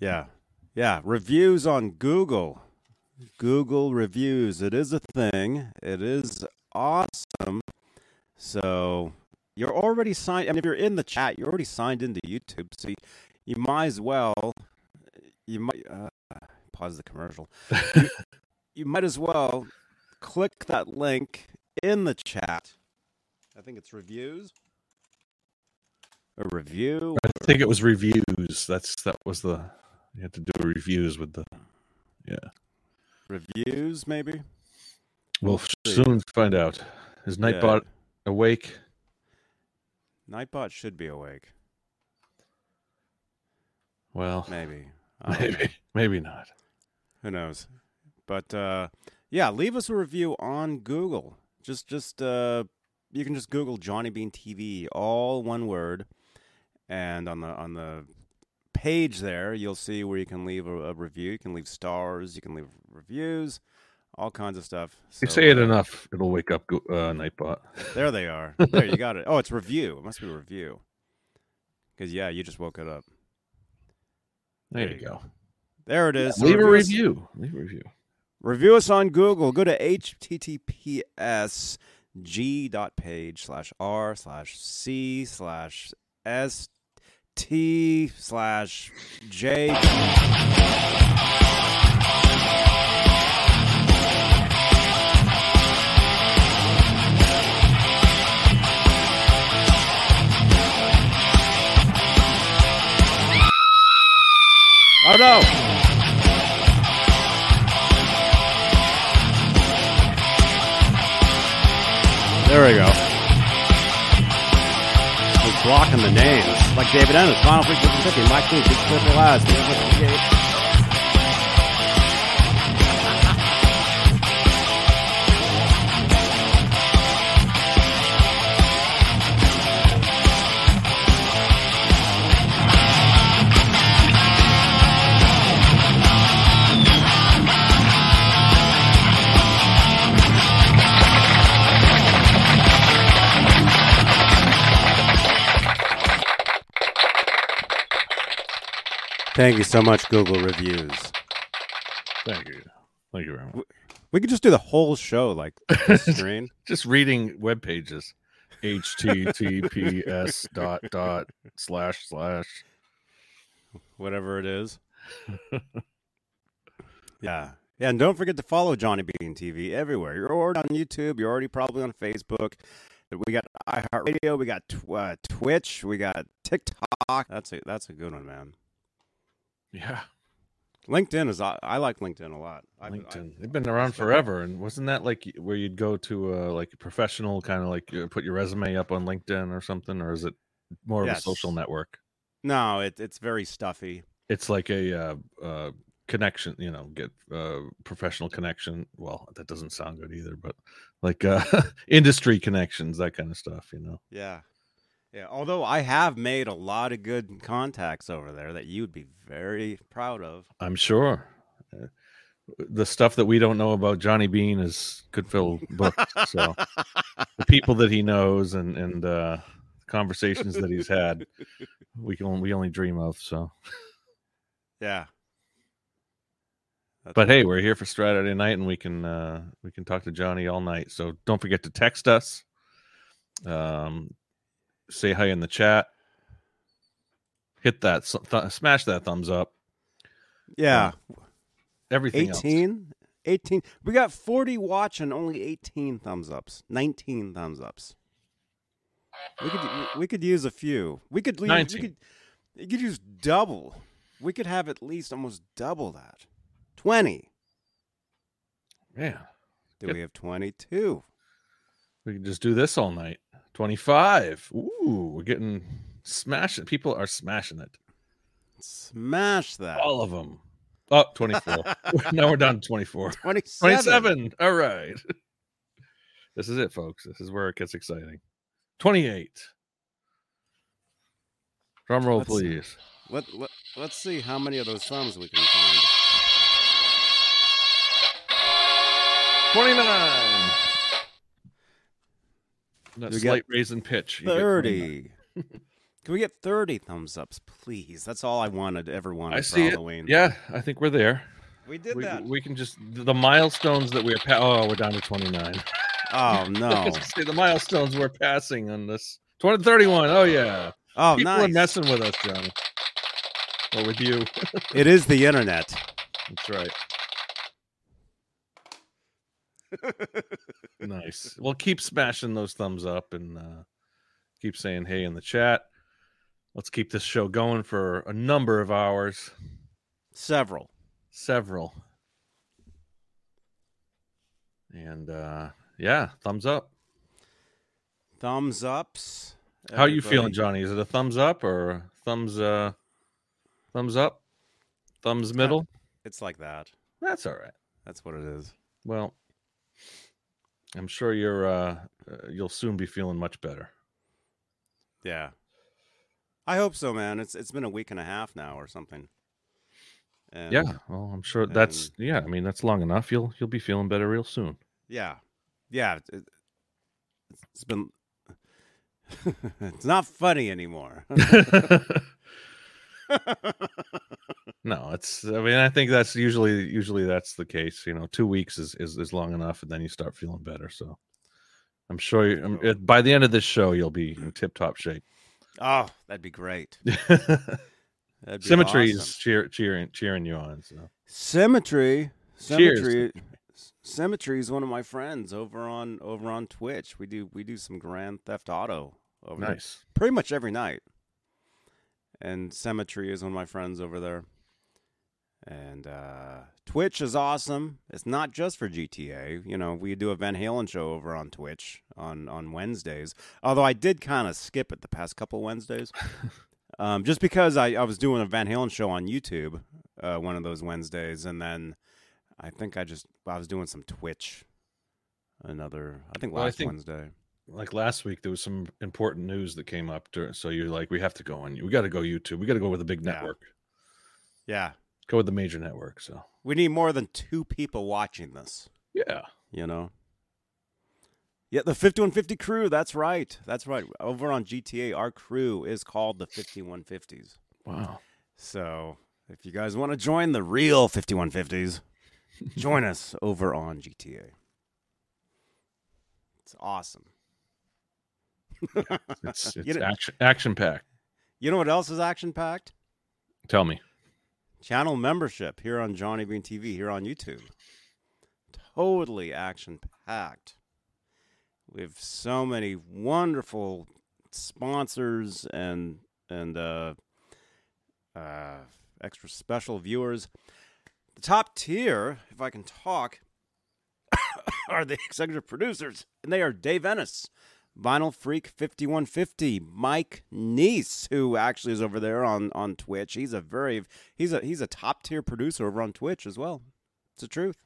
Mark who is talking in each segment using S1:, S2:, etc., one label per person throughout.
S1: Yeah. Yeah. Reviews on Google. Google reviews. It is a thing. It is awesome. So you're already signed. I mean, if you're in the chat, you're already signed into YouTube. So you, you might as well. You might uh, pause the commercial. you, you might as well click that link in the chat. I think it's reviews. A review.
S2: I think it was reviews. That's that was the you had to do reviews with the yeah.
S1: Reviews, maybe.
S2: We'll
S1: see.
S2: soon find out. Is Nightbot awake?
S1: Nightbot should be awake.
S2: Well,
S1: Maybe. I don't know.
S2: maybe maybe not.
S1: who knows but uh yeah leave us a review on google just just uh you can just google johnny bean tv all one word and on the on the page there you'll see where you can leave a, a review you can leave stars you can leave reviews all kinds of stuff
S2: You
S1: So,
S2: say it
S1: uh,
S2: enough, it'll wake up Go- uh, Nightbot.
S1: there they are there you got it oh it's review it must be review because yeah you just woke it up
S2: There
S1: There
S2: you
S1: you
S2: go.
S1: there it is So
S2: Leave a
S1: review us-
S2: review. Leave a review.
S1: Review us on Google. Go to https g.page slash r slash c slash s t slash j. Oh no! There we go. He's blocking the names. Like David Ennis, Final Freak Mississippi, Mike Lee, Big Purple Eyes, Big Purple Gate. Thank you so much, Google Reviews.
S2: Thank you. Thank you very much.
S1: We could just do the whole show like this screen.
S2: Just reading web pages. HTTPS dot dot slash slash.
S1: whatever it is. yeah. Yeah, and don't forget to follow Johnny Bean TV everywhere. You're already on YouTube. You're already probably on Facebook. We got iHeartRadio. We got tw- uh, Twitch. We got TikTok. That's a that's a good one, man.
S2: Yeah.
S1: LinkedIn is I, I like LinkedIn a lot. I- I-
S2: LinkedIn. They've been around forever, and wasn't that like where you'd go to uh, like a professional kind of like uh, put your resume up on LinkedIn or something, or is it more of a
S1: Yes.
S2: social network?
S1: no, it, it's very stuffy.
S2: It's like a uh, uh, connection, you know, get uh, professional connection. Well, that doesn't sound good either, but like uh, industry connections, that kind of stuff, you know.
S1: Yeah. Yeah. Although I have made a lot of good contacts over there that you'd be very proud of.
S2: I'm sure. Uh, The stuff that we don't know about Johnny Bean is could fill books. So the people that he knows and and uh, conversations that he's had, we can we only dream of. So,
S1: Yeah. That's
S2: but hey, we're here for Saturday night, and we can uh, we can talk to Johnny all night. So don't forget to text us. Um, say hi in the chat. Hit that s- th- smash that thumbs up.
S1: yeah.
S2: Everything else.
S1: 18 18 we got 40 watch and only 18 thumbs ups 19 thumbs ups we could we could use a few we could leave, we
S2: 19.
S1: could you could use double we could have at least almost double that 20
S2: Yeah.
S1: do
S2: Yep.
S1: we have 22
S2: We can just do this all night. 25. Ooh, we're getting smashing. People are smashing it.
S1: smash that
S2: All of them. Oh, 24. now we're down to 24.
S1: 27.
S2: 27. All right. This is it, folks. This is where it gets exciting. 28. Drum roll,
S1: Let's-
S2: please.
S1: Let, let, let's see how many of those thumbs we can find
S2: 29. That
S1: We got
S2: slight raise in pitch. you get 29.
S1: 30 Can we get 30 thumbs ups, please? That's all I wanted, ever wanted
S2: I
S1: for
S2: see it.
S1: Halloween.
S2: Yeah, I think we're there.
S1: We did
S2: We,
S1: that.
S2: we can just the milestones that we're pa- oh we're down to twenty nine.
S1: oh, no.
S2: see the milestones we're passing on this 20 31. Oh yeah,
S1: Oh,
S2: people are
S1: nice.
S2: messing with us, Johnny. Or with you.
S1: It is the internet.
S2: That's right. nice. Well, keep smashing those thumbs up and uh, keep saying hey in the chat. Let's keep this show going for a number of hours,
S1: Several.
S2: several. And uh, yeah, thumbs up.
S1: Thumbs ups.
S2: How you feeling,
S1: everybody.
S2: Johnny? Is it a thumbs up or thumbs uh, thumbs up, thumbs middle?
S1: It's like that.
S2: That's all right.
S1: That's what it is.
S2: Well, I'm sure you're uh, uh, you'll soon be feeling much better.
S1: Yeah. I hope so, man. It's it's been a week and a half now or something. And
S2: yeah. Well, I'm sure that's yeah. I mean, that's long enough. You'll you'll be feeling better real soon.
S1: Yeah. Yeah. it- it- it's been It's not funny anymore.
S2: no, it's. I mean, I think that's usually usually that's the case. You know, two weeks is is, is long enough, and then you start feeling better. So. I'm sure you, I'm-
S1: Sure.
S2: uh, by the end of this show, you'll be in tip top shape.
S1: oh, that'd be great. That'd be
S2: Symmetry
S1: awesome.
S2: is cheer, cheering, cheering you on. So.
S1: Symmetry.
S2: Cheers.
S1: Symmetry. Symmetry is one of my friends over on over on Twitch. We do we do some Grand Theft Auto over there
S2: Nice.
S1: pretty much every night. And Symmetry is one of my friends over there. And uh, Twitch is awesome. It's not just for GTA. You know, we do a Van Halen show over on Twitch on on Wednesdays. Although I did kind of skip it the past couple Wednesdays, um, just because I, I was doing a Van Halen show on YouTube uh, one of those Wednesdays, and then I think I just I was doing some Twitch another I think last
S2: Well, I think-
S1: Wednesday.
S2: like last week there was some important news that came up dur- so you're like we have to go on we got to go youtube we got to go with a big
S1: Yeah.
S2: network
S1: Yeah,
S2: go with the major network so
S1: we need more than two people watching this.
S2: yeah
S1: you know. Yeah, the 5150 crew, that's right. That's right. Over on GTA, our crew is called the 5150s.
S2: wow
S1: So if you guys want to join the real 5150s, join us over on GTA. It's awesome.
S2: it's it's
S1: You know-
S2: action action packed
S1: You know what else is action packed?
S2: tell me
S1: Channel membership here on Johnny Bean TV, here on YouTube. Totally action packed. We have so many wonderful sponsors and and uh, uh, extra special viewers. The top tier, if I can talk, are the executive producers, and they are Dave Ennis, Vinyl Freak 5150, Mike Neese, who actually is over there on on Twitch. He's a very he's a he's a top tier producer over on Twitch as well. It's the truth.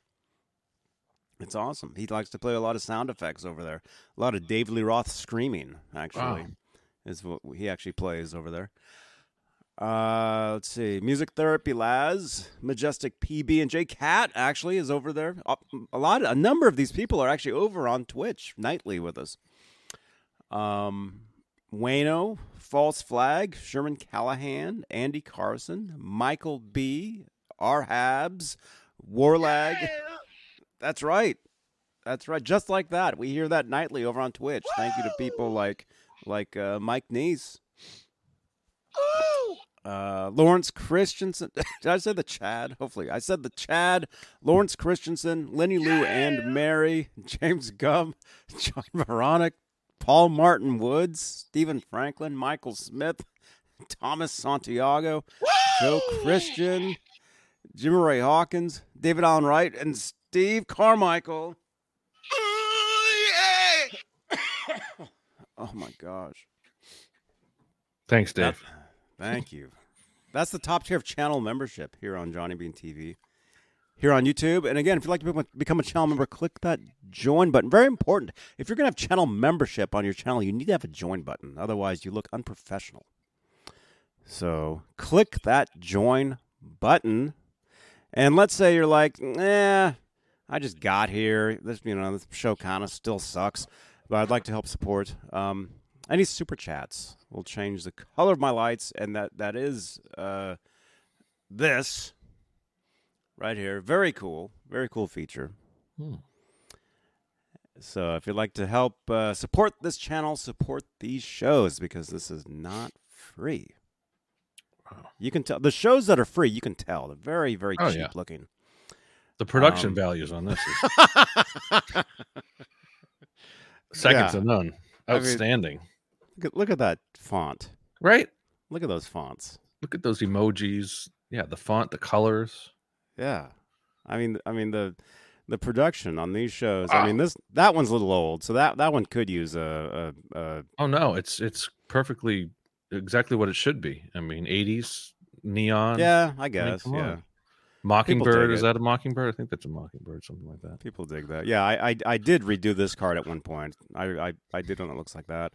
S1: It's awesome. He likes to play a lot of sound effects over there. A lot of Dave Lee Roth screaming, actually, is what he actually plays over there. Uh, let's see. Music Therapy Laz, Majestic PB, and J Cat actually is over there. A- A lot, a number of these people are actually over on Twitch nightly with us. Um, Wayno, False Flag, Sherman Callahan, Andy Carson, Michael B, R Habs, Warlag. That's right. That's right. Just like that. We hear that nightly over on Twitch. Thank you to people like like uh, Mike Neese. Uh, Lawrence Christensen. Did I say the Chad? Hopefully, I said the Chad. Lawrence Christensen, Lenny Lou, and Mary, James Gum, John Moronic, Paul Martin Woods, Stephen Franklin, Michael Smith, Thomas Santiago, Joe Christian, Jimmy Ray Hawkins, David Allen Wright, and Steve Carmichael. Oh my gosh!
S2: thanks dave
S1: Thank you. That's the top tier of channel membership here on Johnny Bean TV, here on YouTube. And again, if you'd like to become a, become a channel member, click that join button. Very important. If you're going to have channel membership on your channel, you need to have a join button. Otherwise, you look unprofessional. So click that join button. And let's say you're like, eh, I just got here. This, you know, this show kind of still sucks, but I'd like to help support. Um, Any super chats will change the color of my lights, and that that is uh, this right here. Very cool, very cool feature.
S2: Hmm.
S1: So if you'd like to help uh, support this channel, support these shows because this is not free.
S2: Wow.
S1: You can tell the shows that are free. You can tell they're very, very
S2: Oh,
S1: cheap
S2: yeah.
S1: looking.
S2: The production
S1: Um,
S2: values on this is second
S1: Yeah.
S2: to none.
S1: I mean-
S2: Outstanding.
S1: Look at, look at that font.
S2: right?
S1: Look at those fonts.
S2: Look at those emojis. Yeah, the font, the colors.
S1: Yeah, I mean, I mean the the production on these shows. I
S2: Ah.
S1: mean this that one's a little old, so that that one could use a, a, a
S2: Oh no, it's it's perfectly exactly what it should be. I mean, 80s neon.
S1: yeah, I
S2: I mean,
S1: guess
S2: come
S1: yeah.
S2: on. Mockingbird
S1: dig
S2: is
S1: it.
S2: that a mockingbird? I think that's a mockingbird, something like that.
S1: People dig that. Yeah, I, I I did redo this card at one point. I I, I did one that looks like that.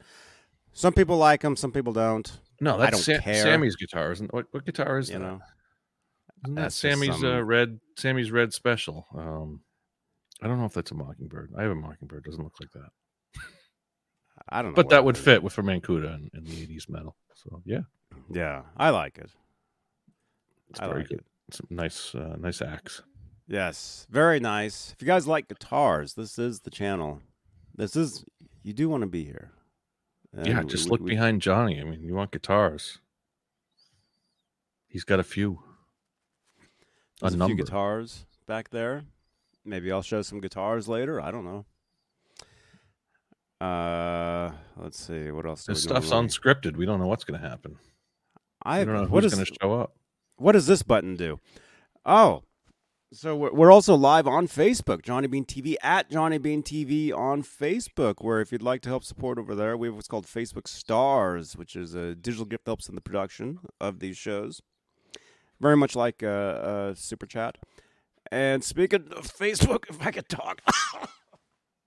S1: Some people like them, some people don't.
S2: No,
S1: I
S2: that's
S1: don't
S2: Sa-
S1: care.
S2: Sammy's guitar. Isn't what, what guitar is
S1: You
S2: that?
S1: know,
S2: Isn't that
S1: That's just
S2: Sammy's uh,
S1: some-
S2: red Sammy's red special? Um, I don't know if that's a mockingbird. I have a mockingbird. Doesn't look like that,
S1: I don't know.
S2: but
S1: what
S2: that
S1: it
S2: would
S1: is.
S2: fit with Fermancuda and, and the '80s metal. So yeah,
S1: Yeah, I like it.
S2: it's
S1: I
S2: very
S1: like
S2: good. It's a nice, uh, nice axe.
S1: Yes, very nice. If you guys like guitars, this is the channel. This is you do want to be here.
S2: yeah,
S1: And we-
S2: just
S1: we-
S2: look
S1: we-
S2: behind Johnny. I mean, you want guitars? He's got a few. A
S1: There's a,
S2: number.
S1: few guitars back there. Maybe I'll show some guitars later. I don't know. Uh, let's see what else. do
S2: This
S1: we
S2: stuff's
S1: normally-
S2: unscripted. We don't know what's going to happen.
S1: I
S2: I don't know
S1: what
S2: who's
S1: is
S2: going to show up.
S1: what does this button do? Oh, so we're, we're also live on Facebook, Johnny Bean TV at Johnny Bean TV on Facebook. Where if you'd like to help support over there, we have what's called Facebook Stars, which is a digital gift that helps in the production of these shows. Very much like uh, uh, Super Chat. And speaking of Facebook, if I could talk.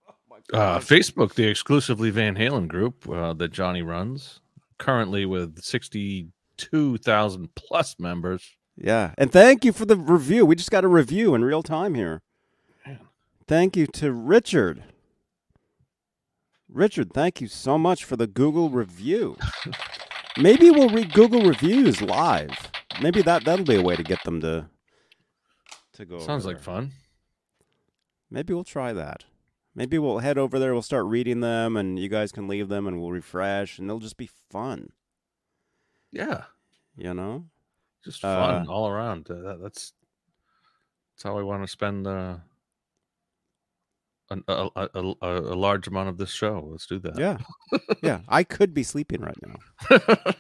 S1: Oh my
S2: Uh,
S1: gosh.
S2: Facebook, the exclusively Van Halen group uh, that Johnny runs, currently with sixty-two thousand plus members.
S1: Yeah. And thank you for the review. We just got a review in real time here.
S2: Man.
S1: Thank you to Richard. Richard, thank you so much for the Google review. Maybe we'll read Google reviews live. Maybe that that'll be a way to get them to to go.
S2: Sounds
S1: over
S2: like
S1: there.
S2: fun.
S1: Maybe we'll try that. Maybe we'll head over there, we'll start reading them and you guys can leave them and we'll refresh and they'll just be fun,
S2: Yeah,
S1: you know?
S2: just
S1: Uh,
S2: fun all around. Uh, that, that's that's how I want to spend uh, an, a, a, a, a a large amount of this show. Let's do that.
S1: Yeah. yeah, I could be sleeping right now.
S2: Yeah,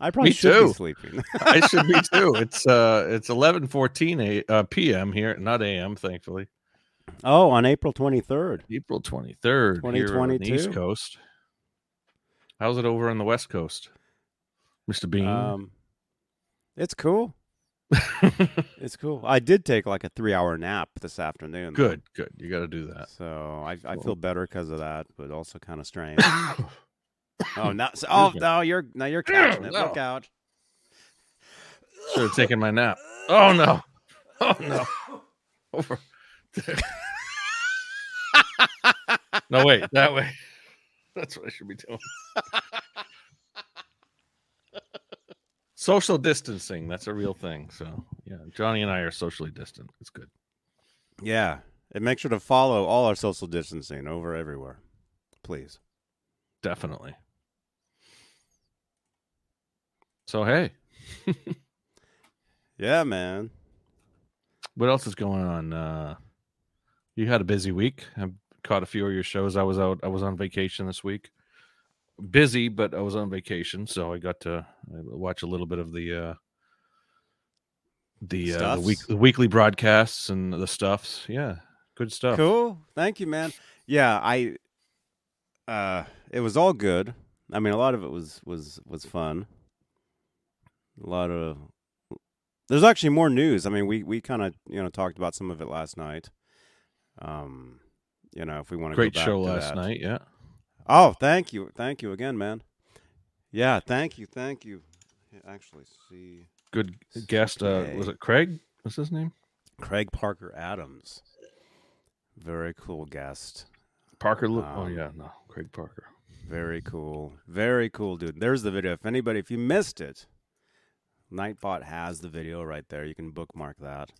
S1: I probably
S2: Me
S1: should be
S2: too.
S1: sleeping.
S2: I should be too. It's uh, it's eleven fourteen a uh, p.m. here, not a.m. Thankfully,
S1: Oh, on April 23rd.
S2: April twenty third, here on the East
S1: 2022.
S2: Coast. How's it over on the West Coast, Mister Bean?
S1: Um, it's cool. It's cool. I did take like a three hour nap this afternoon. though.
S2: good, good. You got to do that.
S1: So I, I
S2: Well-
S1: feel better because of that, but also kind of strained. oh,
S2: oh,
S1: now, so, oh,
S2: Excuse me.
S1: no, you're now you're catching it.
S2: no.
S1: Look out.
S2: should have taken my nap. Oh no! Oh no! Over. no, wait. That way. That's what I should be doing. Social distancing. That's a real thing. So yeah, Johnny and I are socially distant. It's good.
S1: Yeah. And make sure to follow all our social distancing over everywhere, please.
S2: Definitely. So hey,
S1: Yeah, man.
S2: what else is going on? Uh you had a busy week. I caught a few of your shows. I was out I was on vacation this week. Busy, but I was on vacation, so I got to uh, watch a little bit of the uh the uh the, week,
S1: Stuffs?
S2: the weekly broadcasts and the stuffs. Yeah. Good stuff.
S1: Cool. Thank you, man. Yeah, I. Uh, it was all good. I mean, a lot of it was was was fun. A lot of there's actually more news. I mean, we we kind of you know talked about some of it last night. Um, you know, if we want to
S2: Great
S1: go back
S2: show
S1: to
S2: last
S1: that.
S2: night, yeah.
S1: Oh, thank you, thank you again, man. Yeah, thank you, thank you. Actually, see
S2: Good guest. Uh was
S1: CPA.
S2: it Craig? What's his name?
S1: Craig Parker Adams, very cool guest.
S2: Parker Lu- Oh
S1: Um,
S2: yeah, no, Craig Parker.
S1: Very cool. Very cool, dude. There's the video. If anybody, if you missed it, Nightbot has the video right there. You can bookmark that.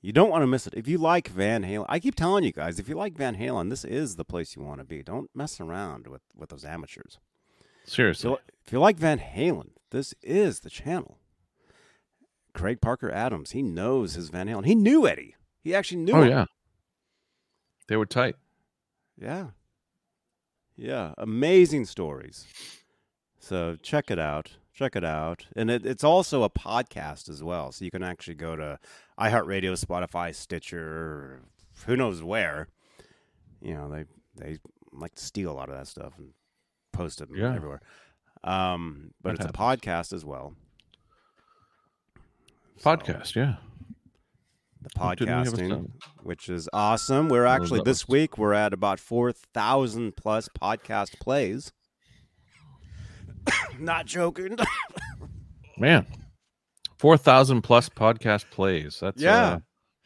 S1: You don't want to miss it. If you like Van Halen, I keep telling you guys, if you like Van Halen, this is the place you want to be. Don't mess around with, with those amateurs. If
S2: Seriously.
S1: you, if you like Van Halen, this is the channel. Craig Parker Adams, he knows his Van Halen. He knew Eddie. He actually knew
S2: oh
S1: him.
S2: yeah. They were tight.
S1: Yeah. Yeah. Amazing stories. So check it out. Check it out. And it, it's also a podcast as well. So you can actually go to iHeartRadio, Spotify, Stitcher, who knows where. You know, they they like to steal a lot of that stuff and post it
S2: Yeah.
S1: everywhere. Um, but
S2: That
S1: it's a podcast as well. So-
S2: Podcast, yeah.
S1: the
S2: What didn't we have
S1: podcasting,
S2: done?
S1: which is awesome. We're actually
S2: that
S1: this week we're at about four thousand plus podcast plays. Not joking.
S2: Man. Four thousand plus podcast plays. That's
S1: Yeah.
S2: uh,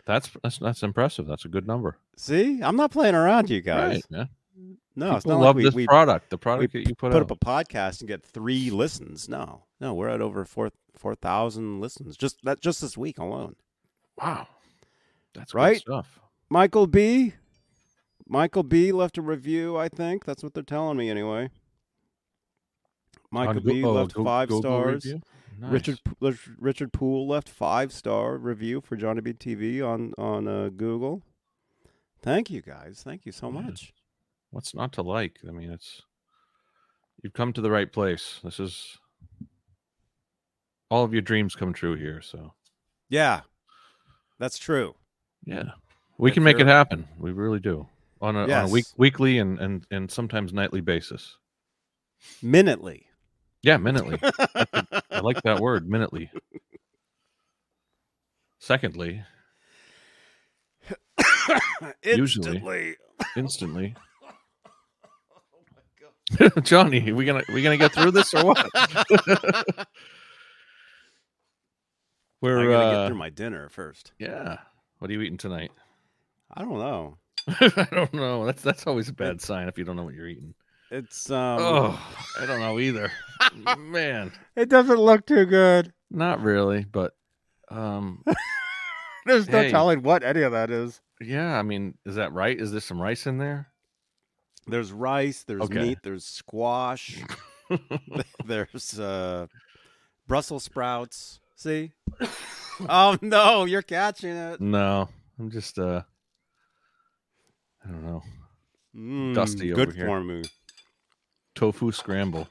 S2: that's that's that's impressive. That's a good number.
S1: See, I'm not playing around, you guys.
S2: Right, yeah.
S1: No, it's
S2: People
S1: not like
S2: love
S1: we,
S2: this
S1: we
S2: product. The product
S1: we
S2: that you put,
S1: put
S2: out.
S1: up a podcast and get three listens. No, no, we're at over four four thousand listens just that just this week alone.
S2: wow. That's good
S1: Right?
S2: stuff.
S1: Michael B. Michael B. left a review. I think that's what they're telling me anyway.
S2: On
S1: Michael
S2: Goo-
S1: B.
S2: oh,
S1: left
S2: Goo-
S1: five
S2: Google
S1: stars.
S2: review? Nice.
S1: Richard P- Richard Poole left five star review for Johnny B TV on on uh, Google. Thank you guys. Thank you so
S2: Yeah.
S1: much.
S2: what's not to like? I mean, it's you've come to the right place. This is all of your dreams come true here. So
S1: Yeah, that's true.
S2: yeah, we
S1: If
S2: can make it
S1: you're-
S2: happen. We really do on a, on a week
S1: Yes.
S2: weekly and and and sometimes nightly basis.
S1: Minutely.
S2: Yeah, minutely. I like that word, minutely. Secondly, Usually.
S1: Instantly.
S2: instantly. Johnny, we gonna we gonna get through this or what?
S1: I'm
S2: We're
S1: gonna
S2: uh,
S1: get through my dinner first.
S2: yeah. What are you eating tonight?
S1: I don't know.
S2: I don't know. That's that's always a bad sign if you don't know what you're eating.
S1: It's um.
S2: oh, I don't know either. Man,
S1: It doesn't look too good.
S2: not really, but um,
S1: There's
S2: Hey.
S1: what any of that is.
S2: yeah. I mean, is that right? Is there some rice in there?
S1: There's rice. There's
S2: Okay.
S1: meat. There's squash. there's uh, Brussels sprouts. See? oh no, you're catching it.
S2: no, I'm just uh, I don't know.
S1: Mm,
S2: Dusty over
S1: good
S2: here.
S1: for me.
S2: Tofu scramble.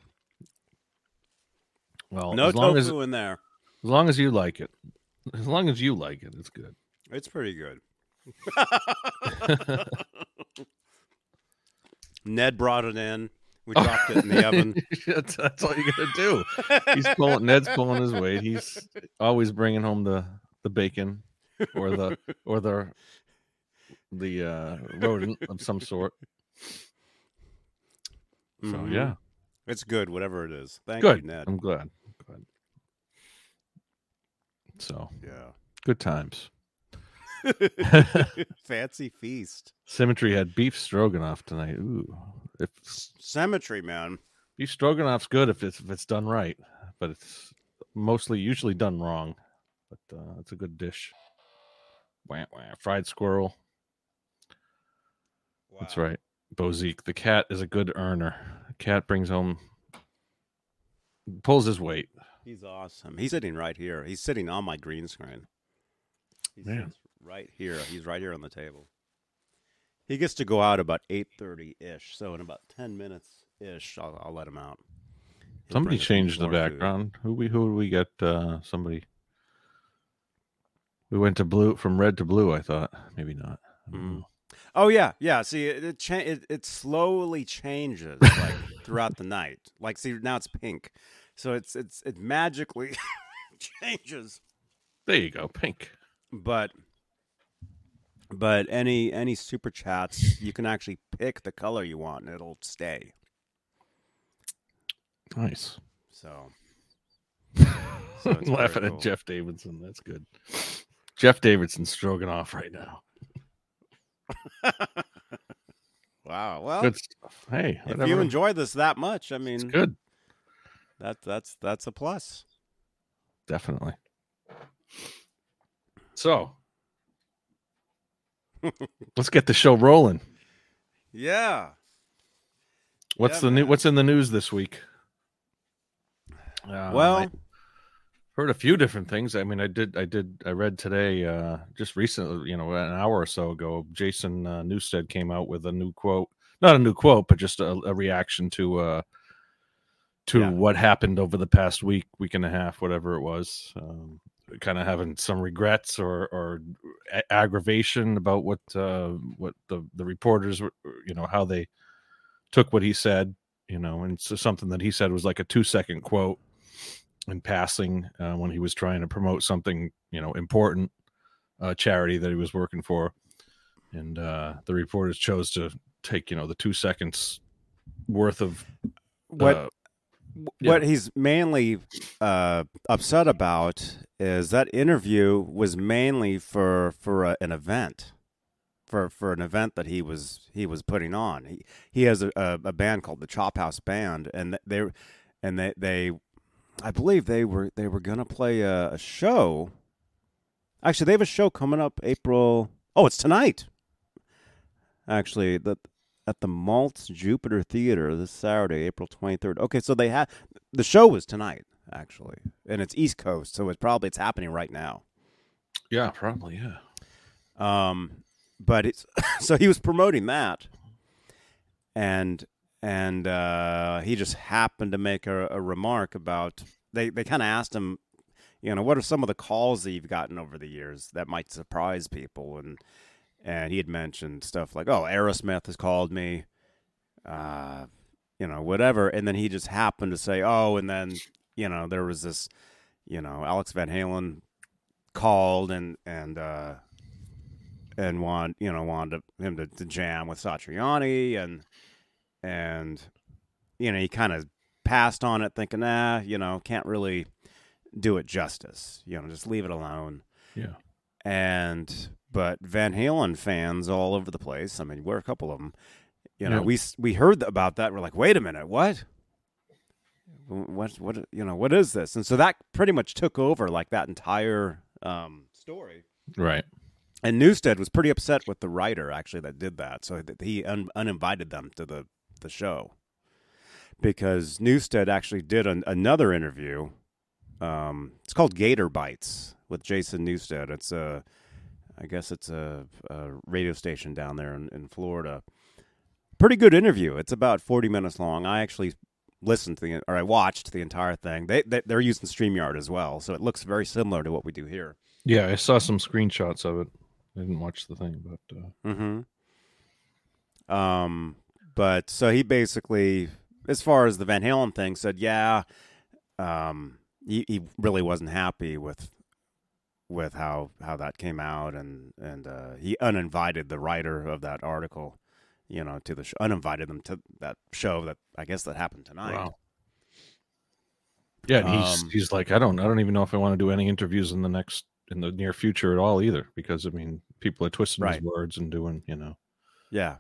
S2: Well,
S1: No
S2: as long
S1: tofu
S2: as as
S1: in there.
S2: long as you like it, as long as you like it, it's good.
S1: It's pretty good. Ned brought it in. We dropped it in the oven.
S2: that's, that's all you gotta do. Oh, He's pulling. Ned's pulling his weight. He's always bringing home the the bacon or the or the the uh, rodent of some sort. So
S1: Mhm.
S2: yeah,
S1: It's good, whatever it is. Thank
S2: good.
S1: you, Ned.
S2: I'm glad. Glad. So
S1: Yeah.
S2: good times.
S1: Fancy feast.
S2: Symmetry had beef stroganoff tonight. Ooh, if
S1: Cemetery, man.
S2: beef stroganoff's good if it's if it's done right, but it's mostly usually done wrong. But uh, it's a good dish. Wah, wah, fried squirrel. That's
S1: Wow.
S2: right. Bozique. The cat is a good earner. The cat brings home pulls his weight.
S1: He's awesome. He's sitting right here. He's sitting on my green screen. He
S2: Man.
S1: sits right here. He's right here on the table. He gets to go out about eight thirty ish. So in about ten minutes ish, I'll, I'll let him out. He'll
S2: Somebody
S1: bring us some
S2: changed the
S1: more food.
S2: background. Who we who did we get uh somebody we went to blue from red to blue, I thought. Maybe not. I don't
S1: Mm.
S2: know.
S1: Oh yeah, yeah. See, it it, cha- it, it slowly changes like throughout the night. Like, see, now it's pink, so it's it's it magically changes.
S2: There you go, pink.
S1: but but any any super chats you can actually pick the color you want and it'll stay
S2: Nice.
S1: so So it's very
S2: Laughing
S1: cool.
S2: at Jeff Davidson. That's good. Jeff Davidson stroking off right now.
S1: Wow. Well,
S2: Good stuff. Hey,
S1: Oh. if
S2: whatever.
S1: you enjoy this that much, I
S2: it's
S1: mean,
S2: good.
S1: that that's that's a plus.
S2: Definitely. So let's get the show rolling.
S1: Yeah.
S2: What's
S1: Yeah,
S2: the new,
S1: man.
S2: what's in the news this week? Uh,
S1: well,
S2: I heard a few different things. I mean, I did, I did, I read today, uh, just recently, you know, an hour or so ago, Jason uh, Newstead came out with a new quote, not a new quote, but just a, a reaction to, uh, to
S1: Yeah.
S2: what happened over the past week, week and a half, whatever it was, um, kind of having some regrets or, or a- aggravation about what, uh, what the, the reporters were, you know, how they took what he said, you know, and so something that he said was like a two second quote in passing uh, when he was trying to promote something, you know, important uh, charity that he was working for. And uh, the reporters chose to take, you know, the two seconds worth of
S1: what
S2: uh, yeah.
S1: what he's mainly uh, upset about is that interview was mainly for for a, an event, for for an event that he was he was putting on. He he has a, a, a band called the Chop House Band, and they and they they I believe they were they were gonna play a, a show. Actually, they have a show coming up April. Oh, it's tonight. Actually, the at the Maltz Jupiter Theater this Saturday, April 23rd. Okay, so they had the show was tonight actually, and it's East Coast, so it's probably it's happening right now.
S2: yeah, probably, yeah.
S1: Um, but it's so he was promoting that, and and uh, he just happened to make a, a remark about they they kind of asked him, you know, what are some of the calls that you've gotten over the years that might surprise people, and and he had mentioned stuff like, oh, Aerosmith has called me, uh, you know, whatever, and then he just happened to say, oh, and then you know there was this, you know, Alex Van Halen called and and uh and want you know wanted to- him to, to jam with Satriani and and you know he kind of passed on it thinking nah you know can't really do it justice you know just leave it alone
S2: Yeah.
S1: and but Van Halen fans all over the place I mean we're a couple of them you know
S2: Yeah.
S1: we s- we heard about that we're like wait a minute what what what you know what is this and so that pretty much took over like that entire um story
S2: Right.
S1: and Newstead was pretty upset with the writer actually that did that, so that he un- uninvited them to the the show because Newstead actually did an- another interview. Um, it's called Gator Bites with Jason Newstead. It's a, I guess it's a, a radio station down there in, in Florida. Pretty good interview. It's about forty minutes long. I actually listened to the or I watched the entire thing. They, they they're using Streamyard as well, so it looks very similar to what we do here.
S2: Yeah, I saw some screenshots of it. I didn't watch the thing, but uh,
S1: Mm-hmm. Um, but so he basically, as far as the Van Halen thing, said, yeah, um, he, he really wasn't happy with with how how that came out, and and uh, he uninvited the writer of that article, you know, to the show, uninvited them to that show that I guess that happened tonight.
S2: wow. Yeah, and he's
S1: Um,
S2: he's like, I don't I don't even know if I want to do any interviews in the next in the near future at all either, because I mean people are twisting
S1: Right.
S2: his words and doing, you know.
S1: Yeah.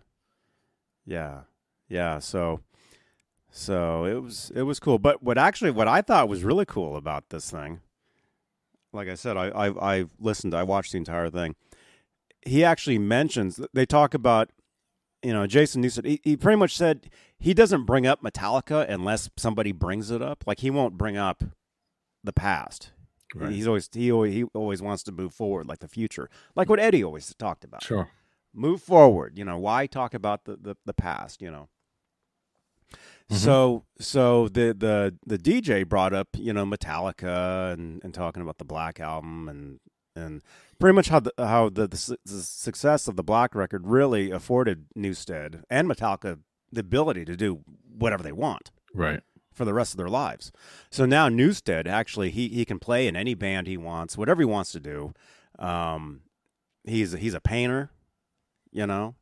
S1: Yeah. Yeah. So so it was it was cool. But what actually what I thought was really cool about this thing, like I said, I I, I listened, I watched the entire thing. He actually mentions they talk about you know, Jason Newsted, he, he pretty much said he doesn't bring up Metallica unless somebody brings it up. Like he won't bring up the past. He's always he always he always wants to move forward, like the future. Like what Eddie always talked about
S2: Sure.
S1: move forward you know why talk about the the, the past you know
S2: Mhm.
S1: so so the the the dj brought up you know metallica and and talking about the black album and and pretty much how the how the, the, su- the success of the black record really afforded newstead and metallica the ability to do whatever they want
S2: Mm-hmm. Right.
S1: for the rest of their lives. So now Newstead actually he he can play in any band he wants, whatever he wants to do. Um, he's he's a painter, you know.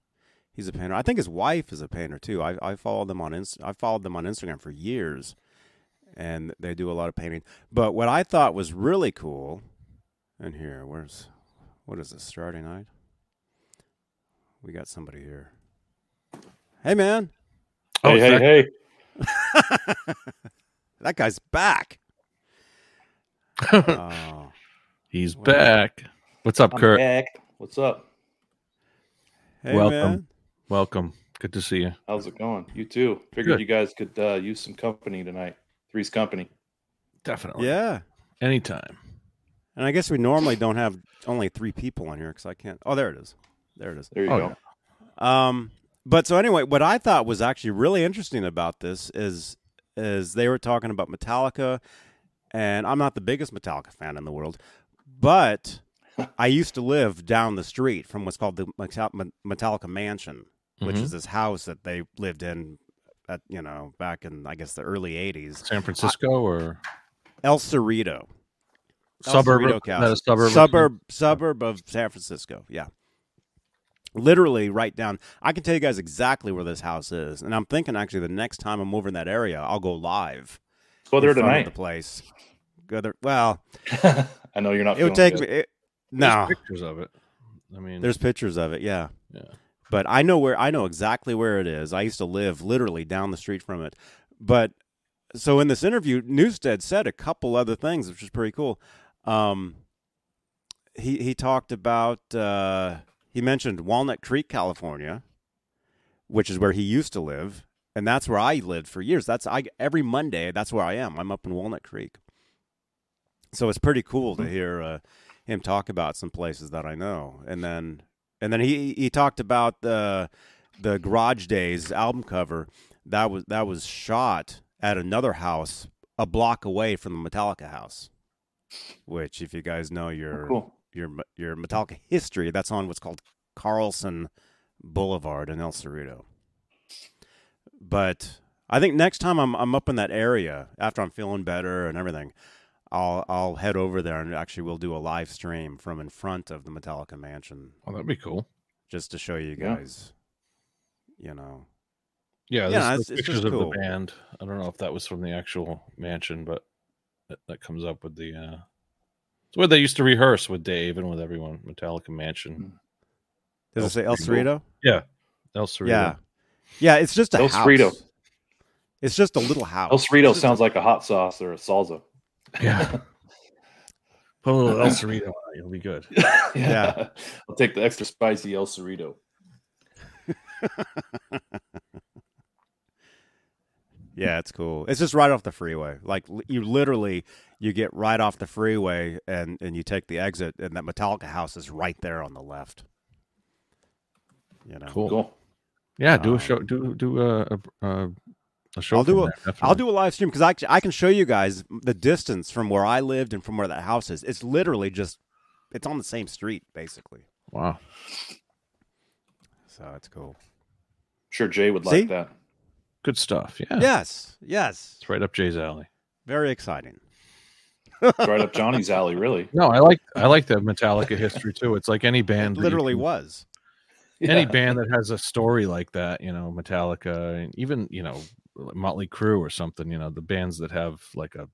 S1: He's a painter. I think his wife is a painter too. I I followed them on Inst- I followed them on Instagram for years, and they do a lot of painting. But what I thought was really cool, and here where's what is this Saturday night? We got somebody here. Hey, man,
S2: Oh,
S3: Hey, hey,
S2: Zach-
S3: hey.
S1: that guy's back. Oh.
S2: He's
S1: Wow.
S2: back. What's up,
S3: I'm
S2: Kurt?
S3: back. What's up?
S1: Hey,
S2: Welcome.
S1: man.
S2: Welcome. Good to see you.
S3: How's it going? You too. Figured
S2: Good.
S3: you guys could uh, use some company tonight. Three's company.
S2: Definitely.
S1: Yeah.
S2: Anytime.
S1: And I guess we normally don't have only three people on here because I can't. Oh, there it is. There it is.
S3: There you
S2: Oh,
S3: go.
S2: yeah.
S1: Um, but so anyway, what I thought was actually really interesting about this is is they were talking about Metallica, and I'm not the biggest Metallica fan in the world, but I used to live down the street from what's called the Metal- Metallica Mansion, which
S2: Mhm.
S1: is this house that they lived in at you know back in I guess the early '80s,
S2: San Francisco or
S1: El Cerrito. El
S2: suburb?
S1: Cerrito
S2: Is that
S1: Castle.
S2: a suburb? of-
S1: suburb, suburb of San Francisco. Yeah, literally right down. I can tell you guys exactly where this house is, and I'm thinking actually the next time I'm over in that area, I'll go live.
S3: Go
S1: in
S3: there
S1: front of The
S3: tonight.
S1: place. Go there. Well,
S3: I know you're not.
S1: it would
S3: feeling
S1: take me.
S3: good.
S1: It,
S2: There's
S1: no,
S2: pictures of it. I mean,
S1: there's pictures of it. Yeah.
S2: Yeah.
S1: But I know where I know exactly where it is. I used to live literally down the street from it. But so in this interview, Newstead said a couple other things, which was pretty cool. Um, he he talked about uh, he mentioned Walnut Creek, California, which is where he used to live, and that's where I lived for years. That's I every Monday. That's where I am. I'm up in Walnut Creek. So it's pretty cool to hear uh, him talk about some places that I know, and then and then he he talked about the the Garage Days album cover that was that was shot at another house a block away from the Metallica house, which if you guys know your
S3: Cool.
S1: your your Metallica history, that's on what's called Carlson Boulevard in El Cerrito. But I think next time I'm I'm up in that area after I'm feeling better and everything, I'll I'll head over there and actually we'll do a live stream from in front of the Metallica mansion
S2: oh, that'd be cool.
S1: just to show you
S3: Yeah.
S1: guys, you know.
S2: Yeah,
S1: Yeah,
S2: there's,
S1: it's-
S2: there's
S1: it's just
S2: pictures of
S1: cool.
S2: the band. I don't know if that was from the actual mansion, but that, that comes up with the. uh It's where they used to rehearse with Dave and with everyone. Metallica Mansion,
S1: Does it
S2: That's
S1: say El
S2: pretty
S1: Cerrito?
S2: El Cerrito.
S1: Yeah, yeah. It's just a
S3: El
S1: house.
S3: Cerrito.
S1: It's just a little house.
S3: El Cerrito
S1: It's just a-
S3: sounds like a hot sauce or a salsa.
S2: yeah. Put a little El Cerrito, on it, it'll be good.
S3: yeah.
S1: Yeah.
S3: I'll take the extra spicy El Cerrito.
S1: Yeah, it's cool. It's just right off the freeway. Like li- you literally, you get right off the freeway and and you take the exit, and that Metallica house is right there on the left. You know,
S2: Cool.
S3: Cool.
S2: Yeah, do
S1: Um,
S2: a show. Do do a a, a, a show.
S1: I'll do
S2: from
S1: a-
S2: there,
S1: I'll
S2: definitely.
S1: do a live stream because I c- I can show you guys the distance from where I lived and from where that house is. It's literally just, it's on the same street basically.
S2: Wow.
S1: So it's cool.
S3: Sure, Jay would
S1: See?
S3: like that.
S2: Good stuff. Yeah.
S1: Yes, yes,
S2: It's right up Jay's alley.
S1: very exciting.
S3: It's right up Johnny's alley, really.
S2: No, I like I like the Metallica history too. It's like any band
S1: And
S2: that you
S1: literally
S2: can-
S1: was.
S2: any
S3: Yeah.
S2: band that has a story like that, you know, Metallica and even, you know, Motley Crue or something, you know, the bands that have like a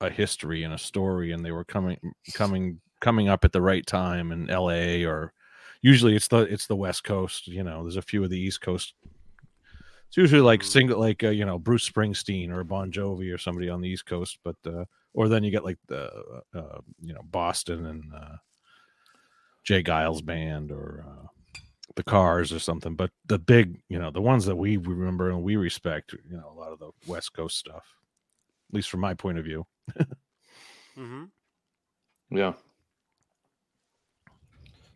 S2: a history and a story and they were coming coming coming up at the right time in LA or usually it's the it's the West Coast, you know, there's a few of the East Coast. It's usually like single like uh, you know, Bruce Springsteen or Bon Jovi or somebody on the East Coast, but uh or then you get like the uh, you know, Boston and uh Jay Giles band or uh the cars or something but the big you know the ones that we remember and we respect you know a lot of the west coast stuff at least from my point of view
S1: Mm-hmm.
S3: Yeah.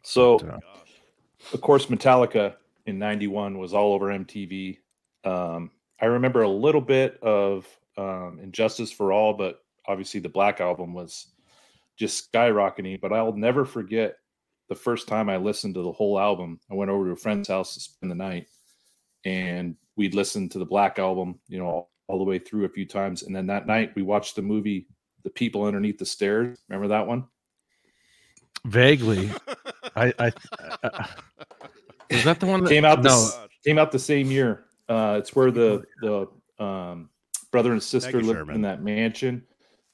S3: So,
S2: But, uh,
S3: of course, Metallica in '91 was all over MTV. Um, I remember a little bit of um, Injustice for All, but obviously the Black Album was just skyrocketing. But I'll never forget the first time I listened to the whole album. I went over to a friend's house to spend the night, and we'd listened to the Black Album, you know, all, all the way through a few times. And then that night we watched the movie "The People Underneath the Stairs." Remember that one?
S2: vaguely i i uh, was that the one that
S3: Came out the
S2: no
S3: came out the same year. Uh, it's where the the um, brother and sister lived
S1: Sherman.
S3: in that mansion,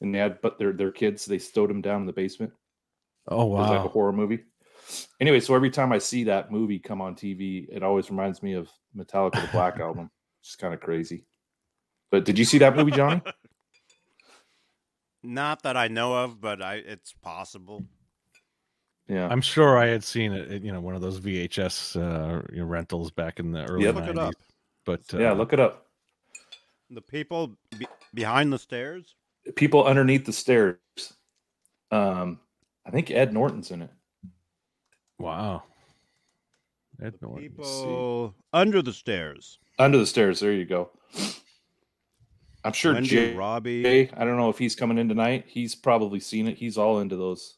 S3: and they had but their their kids. They stowed them down in the basement.
S2: oh
S3: It was like a
S2: wow
S3: horror movie. anyway, so every time I see that movie come on TV, it always reminds me of Metallica the Black Album. It's kind of crazy. But did you see that movie, Johnny?
S1: Not that I know of, but I it's possible.
S3: Yeah.
S2: I'm sure I had seen it, at, you know, one of those VHS uh, you know, rentals back in the early
S3: Yeah,
S1: look it
S2: 90s.
S1: up.
S2: But uh,
S3: yeah, look it up.
S1: The people be- behind the stairs.
S3: People underneath the stairs. Um, I think Ed Norton's in it.
S2: wow. Ed
S1: The
S2: Norton.
S1: people under the stairs.
S3: Under the stairs. There you go. I'm sure
S1: Wendy,
S3: Jay.
S1: Robbie.
S3: Jay, I don't know if he's coming in tonight. He's probably seen it. He's all into those.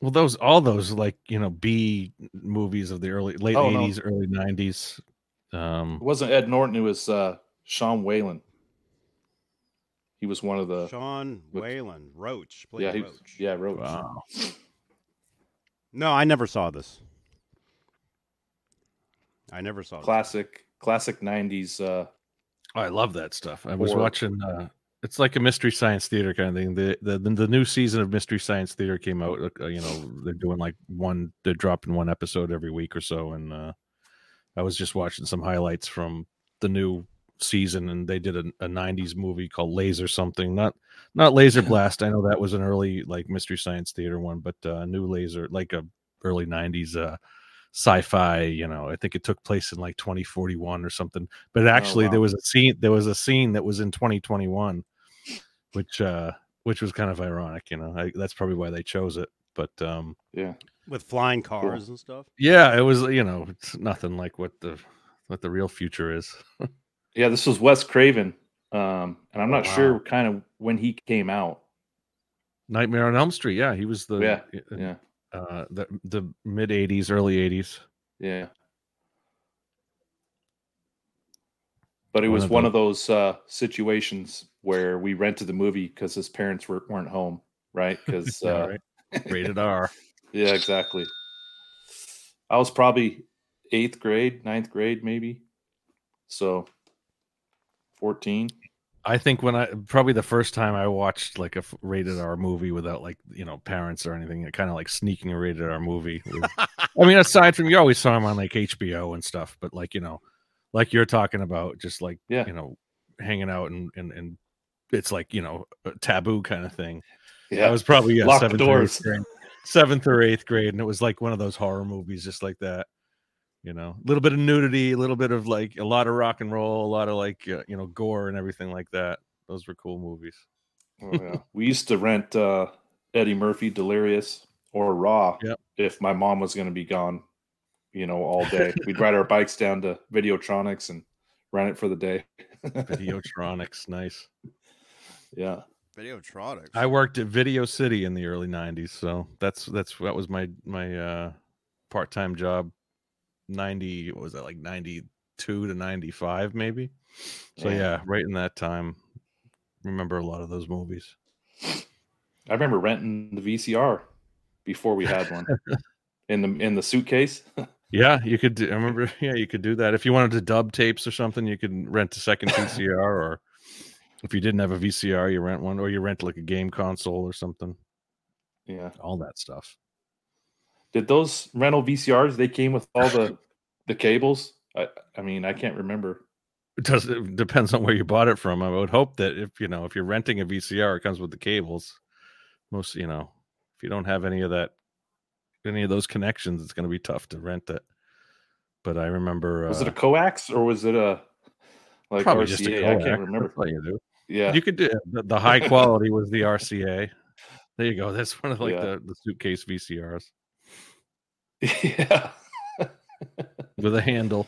S2: Well, those all those like you know B movies of the early late
S3: Oh, no.
S2: '80s, early '90s.
S3: It
S2: Um,
S3: wasn't Ed Norton. It was uh, Sean Whalen. He was one of the.
S1: Sean
S3: Look-
S1: Whalen Roach. Played
S3: uh, yeah, he,
S1: Roach.
S3: yeah, Roach.
S2: wow.
S1: No, I never saw this. I never saw this.
S3: Classic, classic '90s. Uh,
S2: Oh, I love that stuff. I was
S3: Or-
S2: watching. Uh, it's like a mystery science theater kind of thing. The, the the new season of mystery science theater came out. uh, You know, they're doing like one. They're dropping one episode every week or so. And uh, I was just watching some highlights from the new season, and they did a, a '90s movie called Laser something. Not not Laser Blast. I know that was an early like mystery science theater one, but uh, a new laser like a early '90s uh, sci-fi. You know, I think it took place in like 2041 or something. But actually, there
S3: Oh, wow.
S2: was a scene. There was a scene that was in 2021, which uh, which was kind of ironic. You know, I, that's probably why they chose it. But um,
S3: yeah,
S1: With flying cars and stuff.
S2: yeah, it was you know it's nothing like what the what the real future is.
S3: yeah. This was Wes Craven, um, and I'm not
S2: Oh, wow.
S3: sure kind of when he came out.
S2: Nightmare on Elm Street. Yeah, he was the
S3: Yeah,
S2: uh,
S3: Yeah,
S2: uh, the the mid 80s, early 80s.
S3: yeah. But it
S2: One
S3: was
S2: of
S3: one
S2: the-
S3: of those uh, situations where we rented the movie because his parents were, weren't home, right? Because
S2: Yeah,
S3: uh,
S2: right? rated R.
S3: Yeah, exactly. I was probably eighth grade, ninth grade, maybe. So 14.
S2: I think when I probably the first time I watched like a f- rated R movie without like you know parents or anything, it kind of like sneaking a rated R movie. was- I mean, aside from you always saw him on like HBO and stuff, but like you know, like you're talking about, just like
S3: Yeah.
S2: you know, hanging out and and and it's like you know a taboo kind of thing. I was probably yeah,
S3: Lock the
S2: seventh or eighth
S3: doors.
S2: grade. seventh or eighth grade, and it was like one of those horror movies, just like that. You know, a little bit of nudity, a little bit of like a lot of rock and roll, a lot of like uh, you know gore and everything like that. Those were cool movies.
S3: Oh, yeah. we used to rent uh, Eddie Murphy, Delirious, or Raw
S2: Yep.
S3: if my mom was going to be gone, you know, all day. We'd ride our bikes down to Videotronics and rent it for the day.
S2: Videotronics, nice.
S3: yeah.
S1: Videotronics.
S2: I worked at Video City in the early '90s, so that's that's that was my my uh, part time job. Ninety, what was that like '92 to '95, maybe? So
S3: Yeah.
S2: yeah, right in that time. Remember a lot of those movies.
S3: I remember renting the VCR before we had one in the in the suitcase.
S2: Yeah, you could. Do, I remember. Yeah, you could do that if you wanted to dub tapes or something. You could rent a second VCR, or if you didn't have a VCR, you rent one, or you rent like a game console or something.
S3: yeah.
S2: All that stuff.
S3: Did those rental VCRs they came with all the the cables? I, I mean, I can't remember.
S2: It does. It depends on where you bought it from. I would hope that if you know if you're renting a VCR, it comes with the cables. Most you know, if you don't have any of that, any of those connections, it's going to be tough to rent it. But I remember.
S3: Was
S2: uh,
S3: it a coax or was it a like
S2: probably
S3: RCA?
S2: just a
S3: I
S2: coax.
S3: can't remember.
S2: That's what you do.
S3: Yeah,
S2: you could do it. the, the high quality was the RCA. There you go. That's one of like
S3: Yeah.
S2: the, the suitcase VCRs
S3: yeah.
S2: with a handle.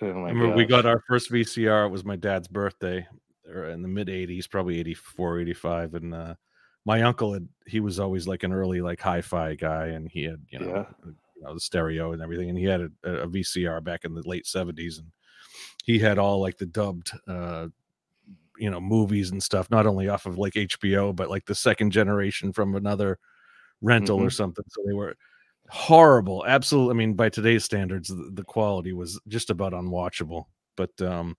S3: Oh my
S2: Remember, we
S3: gosh.
S2: got our first VCR. It was my dad's birthday or in the mid 80s, probably 84, 85. And uh, my uncle, had, he was always like an early like hi fi guy and he had, you know, you know, the stereo and everything. And he had a, a VCR back in the late 70s and he had all like the dubbed, uh, you know, movies and stuff, not only off of like HBO, but like the second generation from another rental or something. So they were horrible. Absolutely. I mean, by today's standards, the, the quality was just about unwatchable. But, um,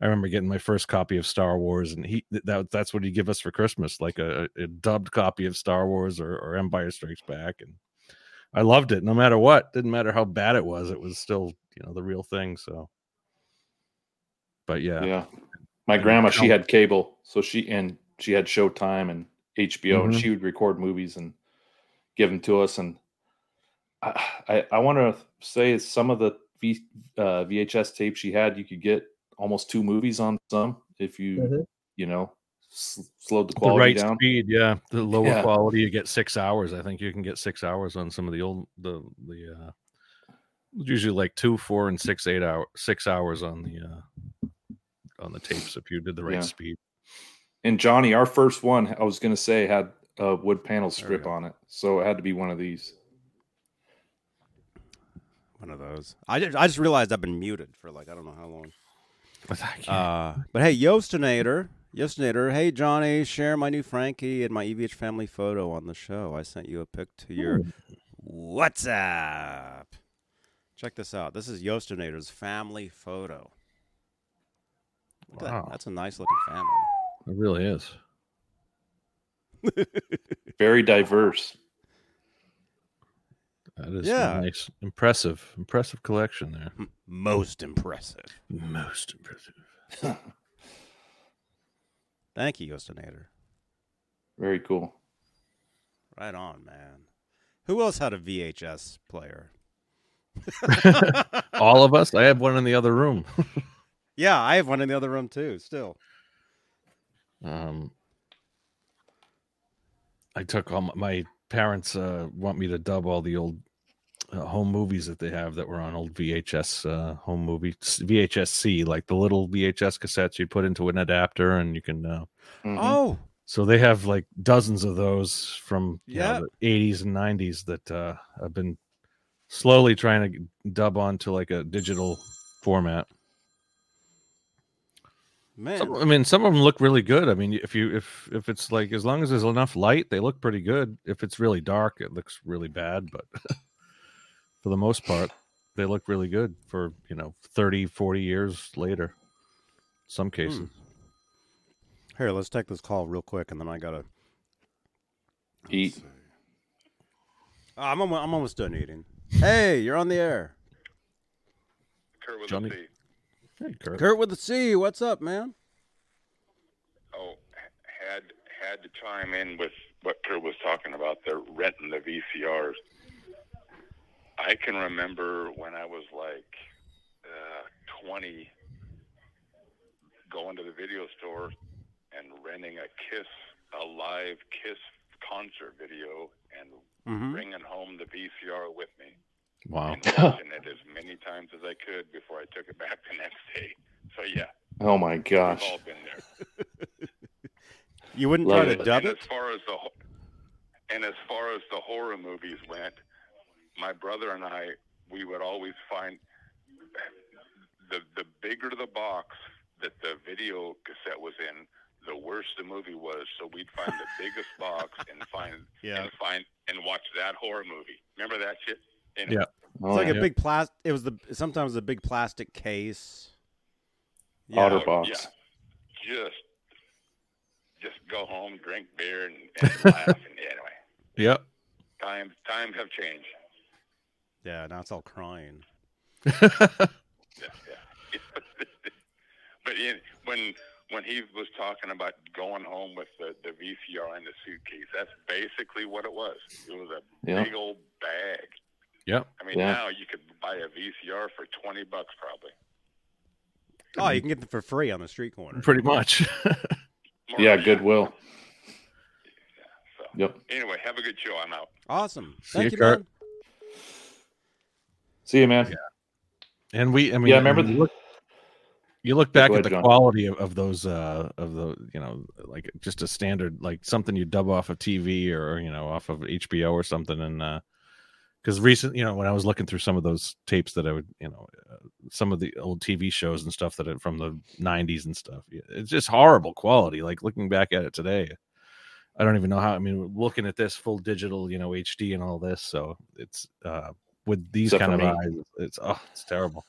S2: I remember getting my first copy of Star Wars, and he th- that that's what he give us for Christmas, like a, a dubbed copy of Star Wars or, or Empire Strikes Back, and I loved it no matter what. Didn't matter how bad it was. It was still, you know, the real thing. So, but yeah,
S3: yeah. My grandma, she had cable, so she and she had Showtime and HBO, and
S2: Mhm.
S3: she would record movies and give them to us. And I, I, I want to say some of the v, uh, VHS tapes she had, you could get almost two movies on some if you,
S4: Mhm.
S3: you know, s- slowed the
S2: the
S3: quality
S2: right
S3: down.
S2: speed. Yeah, the lower
S3: Yeah.
S2: quality. You get six hours. I think you can get six hours on some of the old the the. uh Usually like two, four, and six, eight hour, six hours on the uh on the tapes if you did the right
S3: Yeah.
S2: speed.
S3: And Johnny, our first one, I was going to say had a wood panel
S2: we
S3: strip
S2: go.
S3: on it, so it had to be one of these.
S1: One of those. I just, I just realized I've been muted for like I don't know how long.
S2: But I can't-
S1: Uh, but hey, Yostinator, Yostinator, hey Johnny, share my new Frankie and my EVH family photo on the show. I sent you a pic to your WhatsApp. Check this out. This is Yostinator's family photo. Look at that.
S2: Wow.
S1: That's a nice looking family.
S2: it really is.
S3: Very diverse.
S2: That is
S1: Yeah.
S2: nice, impressive, impressive collection there.
S1: M- Hmm, Most impressive.
S2: Most impressive.
S1: Thank you, Yostinator.
S3: Very cool.
S1: Right on, man. Who else had a VHS player?
S2: All of us. I have one in the other room.
S1: Yeah, I have one in the other room too. Still,
S2: Um, I took all my, my parents uh, want me to dub all the old uh, home movies that they have that were on old VHS uh, home movie VHS C, like the little VHS cassettes you put into an adapter and you can. Uh,
S3: Mhm.
S1: oh,
S2: so they have like dozens of those from yeah
S1: Yep.
S2: the 80s and 90s that uh, I've been slowly trying to dub onto like a digital format.
S1: man,
S2: Some, I mean, some of them look really good. I mean, if you if if it's like as long as there's enough light, they look pretty good. If it's really dark, it looks really bad. But for the most part, they look really good for you know 30, 40 years later. Some cases.
S1: Here, let's take this call real quick, and then I gotta let's
S3: Eat.
S1: see. Uh, I'm almost, I'm almost done eating. Hey, you're on the air.
S5: Kurt with
S2: Johnny-
S5: a C.
S2: Hey, Kurt.
S1: Kurt with the C. What's up, man?
S5: Oh, h- had had to chime in with what Kurt was talking about. They're renting the VCRs. I can remember when I was like uh, 20, going to the video store and renting a Kiss, a live Kiss concert video, and
S1: Mm-hmm.
S5: bringing home the VCR with me
S2: Wow.
S5: and watching it as many times as I could before I took it back the next day. So yeah,
S3: Oh my gosh.
S5: we've all been there.
S1: You wouldn't
S3: Love
S1: try to
S3: it.
S1: dub
S5: and
S1: it?
S5: As far as the ho- and as far as the horror movies went, my brother and I, we would always find the the bigger the box that the video cassette was in, the worse the movie was. So we'd find the biggest box and find and find and watch that horror movie. Remember that shit? And
S2: Yeah.
S3: Oh,
S1: It's like a
S2: yeah.
S1: big plastic. It was the sometimes a big plastic case. Yeah.
S3: Otter
S5: yeah.
S3: box.
S5: Just just go home, drink beer, and, and laugh. And anyway,
S2: Yep.
S5: times times have changed.
S1: Yeah, now it's all crying.
S5: but in, when when he was talking about going home with the, the VCR in the suitcase, that's basically what it was. It was a
S3: Yeah.
S5: big old bag.
S2: yep.
S5: I mean,
S3: Yeah.
S5: now you could buy a VCR for twenty bucks, probably.
S1: Oh, you can get them for free on the street corner.
S2: Pretty much.
S5: More
S3: Yeah,
S5: or less.
S3: Goodwill.
S5: So,
S3: Yep.
S5: Anyway, have a good show. I'm out.
S1: Awesome.
S2: See
S1: Thank you,
S2: you, Kurt.
S1: man.
S3: See you, man.
S2: And we, I mean,
S3: Yeah, I remember
S2: and
S3: the-
S2: you look, you look back
S3: Go
S2: at
S3: ahead,
S2: the
S3: John.
S2: quality of, of those, uh, of the, you know, like just a standard, like something you dub off of TV or, you know, off of HBO or something. And, uh, because recent, you know, when I was looking through some of those tapes that I would, you know, uh, some of the old TV shows and stuff that are from the 90s and stuff, it's just horrible quality. Like looking back at it today, I don't even know how, I mean, looking at this full digital, you know, HD and all this. So it's, uh, with these
S3: Except
S2: kind
S3: for
S2: of
S3: me.
S2: eyes, it's, oh, it's terrible.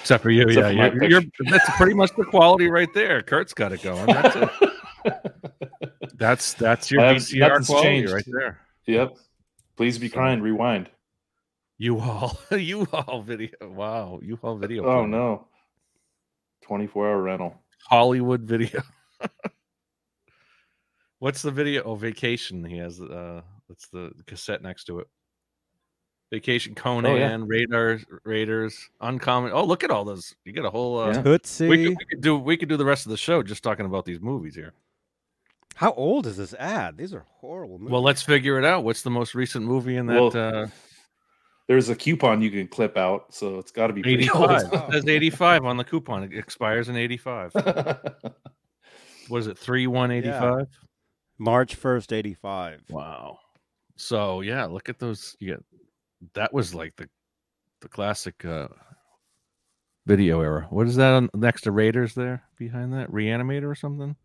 S2: Except for you,
S3: Except for my
S2: yeah, you're, you're- that's pretty much the quality right there. Kurt's got it going. That's it. that's, that's your
S3: I haven't-
S2: VCR
S3: nothing's
S2: quality
S3: changed.
S2: right there.
S3: yep. Please be kind. Rewind.
S2: You all, you all video. Wow, you all video.
S3: Oh
S2: player.
S3: no. 24 hour rental.
S2: Hollywood video. What's the video? Oh, vacation. He has uh that's the cassette next to it. Vacation
S3: Oh,
S2: Conan, Radar Raiders, Uncommon. Oh, look at all those. You get a whole uh
S3: Yeah.
S1: Tootsie.
S2: we, could, we could do we could do the rest of the show just talking about these movies here.
S1: How old is this ad? These are horrible movies.
S2: Well, let's figure it out. What's the most recent movie in that
S3: Well,
S2: uh
S3: There's a coupon you can clip out, so it's got to be pretty
S2: 85?
S3: old.
S1: old.
S2: It says 85 on the coupon. It expires in 85. Was it 3185?
S1: March first, eighty-five.
S2: Wow. So yeah, look at those. You get that was like the the classic uh video era. What is that on next to Raiders there behind that? Reanimator or something?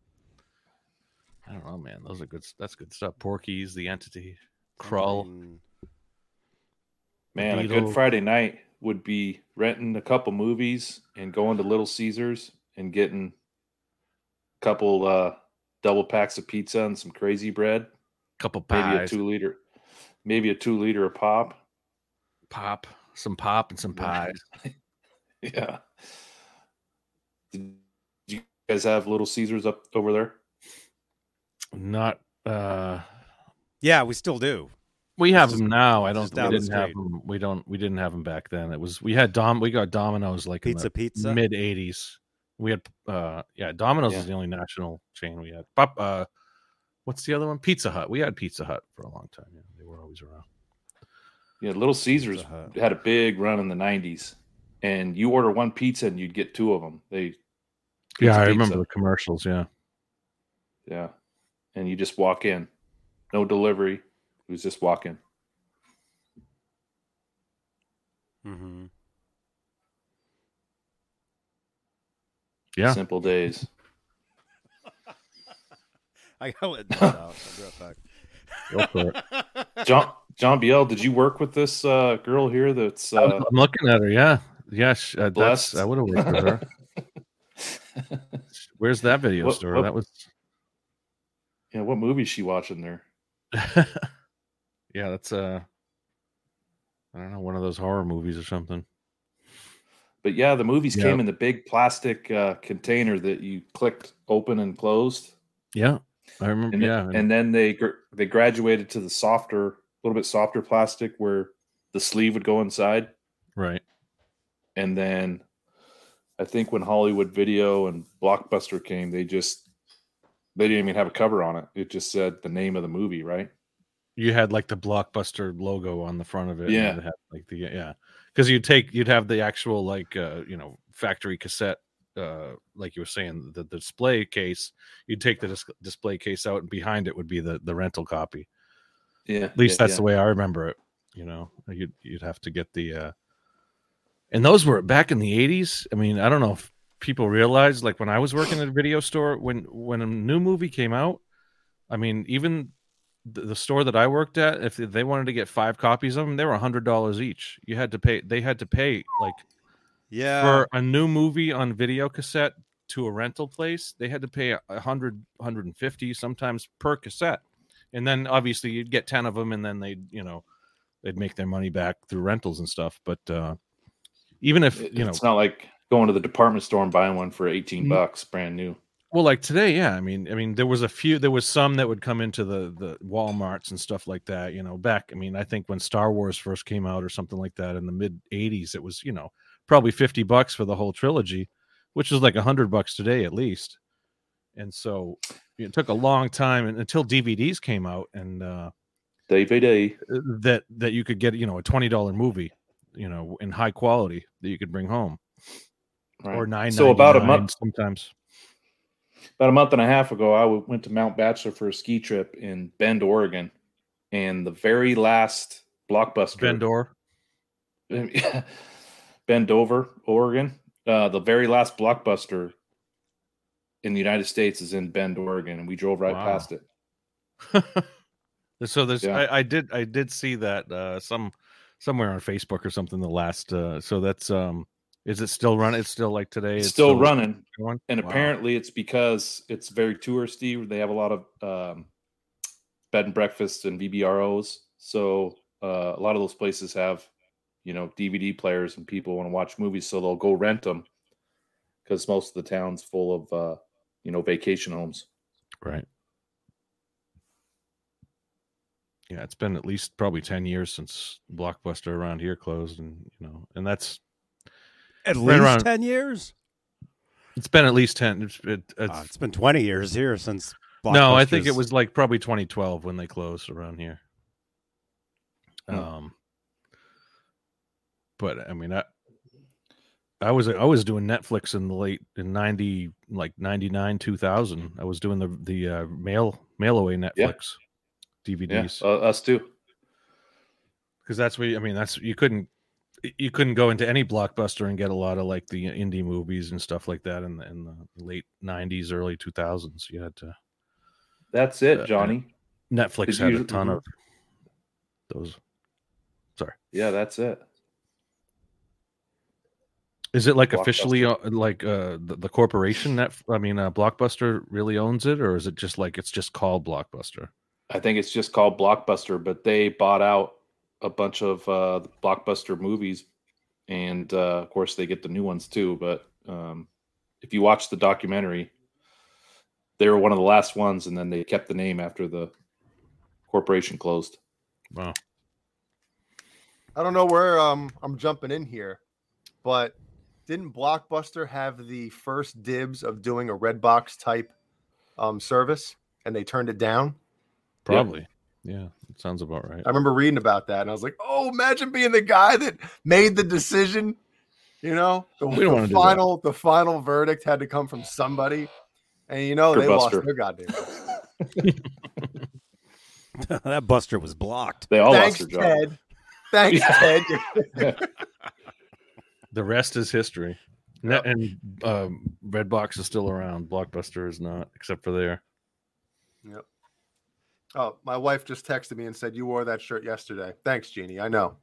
S2: I don't know, man. Those are good s- that's good stuff. Porky's the entity. Crawl.
S1: Mm.
S3: Man, a
S2: Beetle.
S3: good Friday night would be renting a couple movies and going to Little Caesars and getting a couple uh, double packs of pizza and some crazy bread.
S2: Couple
S3: Maybe a
S2: pies.
S3: two liter, maybe a two liter of pop.
S2: Pop. Some pop and some pies.
S3: Yeah. Did you guys have Little Caesars up over there?
S2: Not uh
S1: Yeah, we still do.
S2: we have
S1: just-
S2: them now. I
S1: it's
S2: don't.
S1: just
S2: We
S1: down the
S2: didn't have
S1: street.
S2: them. We don't. We didn't have them back then. It was. We had Dom. We got Domino's like in
S1: Pizza,
S2: the
S1: pizza.
S2: mid 80s we had uh yeah domino's
S3: Yeah.
S2: is the only national chain we had Pop, uh what's the other one pizza hut we had pizza hut for a long time yeah they were always around
S3: Yeah, Little Caesars
S1: Pizza Hut.
S3: had a big run in the '90s, and you order one pizza and you'd get two of them. They,
S2: yeah
S3: Pizza,
S2: i remember
S3: pizza.
S2: the commercials yeah
S3: yeah, and you just walk in, no delivery. It was just walk in.
S1: Mhm.
S2: Yeah.
S3: Simple days.
S1: I gotta let this out. I'll be right back.
S2: Go for it.
S3: John John Biel, did you work with this uh, girl here? That's uh,
S2: i'm looking at her yeah yes uh, that's
S3: Blessed.
S2: i would have worked with her where's that video
S3: What-
S2: store
S3: what-
S2: that was
S3: yeah. What movie is she watching there?
S2: yeah that's uh i don't know one of those horror movies or something
S3: But yeah, the movies
S2: Yeah.
S3: came in the big plastic uh, container that you clicked open and closed.
S2: yeah i remember
S3: and, th-
S2: yeah
S3: and then they gr- they graduated to the softer, a little bit softer plastic where the sleeve would go inside,
S2: right
S3: and then I think when Hollywood Video and Blockbuster came, they just they didn't even have a cover on it. It just said the name of the movie, right?
S2: you had like the blockbuster logo on the front of it and
S3: Yeah.
S2: it had, like the yeah because you'd take you'd have the actual like uh you know factory cassette uh like you were saying the, the display case you'd take the dis- display case out and behind it would be the the rental copy
S3: Yeah.
S2: at least that's the way i remember it you know you'd you'd have to get the uh and those were back in the 80s i mean i don't know if people realize like when i was working at a video store when when a new movie came out i mean even the, the store that i worked at if they wanted to get five copies of them they were a hundred dollars each you had to pay they had to pay like
S1: Yeah.
S2: for a new movie on video cassette to a rental place they had to pay a hundred, hundred and fifty sometimes per cassette and then obviously you'd get 10 of them and then they'd you know they'd make their money back through rentals and stuff but uh even if you know
S3: it's not like going to the department store and buying one for 18
S2: Mm.
S3: bucks brand new.
S2: Well, like today, yeah. I mean, I mean, there was a few. There was some that would come into the the WalMarts and stuff like that. You know, back. I mean, I think when Star Wars first came out or something like that in the mid '80s, it was you know probably fifty bucks for the whole trilogy, which is like a hundred bucks today at least. And so it took a long time and- until DVDs came out and uh,
S3: DVD.
S2: that that you could get you know a twenty dollar movie, you know, in high quality that you could bring home
S3: Right?
S2: or nine.
S3: So about a month-
S2: sometimes.
S3: about a month and a half ago, I w- went to Mount Bachelor for a ski trip in Bend, Oregon, and the very last blockbuster
S2: Vendor.
S3: Bend, Bendover, Oregon. Uh, the very last blockbuster in the United States is in Bend, Oregon, and we drove right
S2: Wow.
S3: past it.
S2: so there's
S3: Yeah.
S2: I, I did I did see that uh some somewhere on Facebook or something the last uh so that's um is it still running it's still like today
S3: It's still running,
S2: going?
S3: and
S2: Wow.
S3: apparently it's because it's very touristy. They have a lot of um, bed and breakfasts and VBROs, so Uh, a lot of those places have, you know, DVD players and people want to watch movies, so they'll go rent them because most of the town's full of, uh, you know, vacation homes.
S2: Right. Yeah, it's been at least probably ten years since Blockbuster around here closed, and you know, and that's
S1: At
S2: Right
S1: least
S2: around-
S1: 10 years?
S2: it's been at least ten. It's, it,
S1: Ah,
S2: it's
S1: it's been 20 years here since.
S2: no, I think it
S1: Blockbusters-
S2: was like probably 2012 when they closed around here.
S3: Hmm.
S2: Um, but I mean, I I was I was doing Netflix in the late in 90 like 99 2000. I was doing the the uh, mail mail away Netflix
S3: Yeah,
S2: DVDs
S3: uh, us too.
S2: because that's where you- I mean that's you couldn't you couldn't go into any blockbuster and get a lot of like the indie movies and stuff like that in the, in the late 90s early 2000s. You had to
S3: That's
S2: Uh,
S3: it, Johnny.
S2: Netflix
S3: Did you
S2: had a
S3: use-
S2: ton
S3: mhm.
S2: of those.
S3: Yeah, that's it.
S2: Is it like officially uh,
S3: Blockbuster.
S2: like uh, the, the corporation that I mean, uh, Blockbuster really owns it, or is it just like it's just called Blockbuster?
S3: I think it's just called Blockbuster, but they bought out a bunch of uh, the Blockbuster movies, and uh, of course they get the new ones too. But um, if you watch the documentary, they were one of the last ones, and then they kept the name after the corporation closed.
S2: Wow.
S4: I don't know where um I'm jumping in here, but didn't Blockbuster have the first dibs of doing a red box type um service and they turned it down?
S2: Probably. Yeah, it sounds about right.
S4: I remember reading about that and I was like, "Oh, imagine being the guy that made the decision." You know, the,
S2: We don't
S4: the
S2: wanna do that.
S4: final the final verdict had to come from somebody. And you know, they
S3: Blockbuster.
S4: lost their goddamn. mind.
S1: that Buster was blocked.
S3: They all
S4: Thanks,
S3: lost their job.
S4: Ted. Thanks,
S3: Yeah.
S4: Ted.
S2: The rest is history. Net and um, Redbox is still around. Blockbuster is not, except for there.
S4: Oh, my wife just texted me and said you wore that shirt yesterday. Thanks, Jeannie. I know.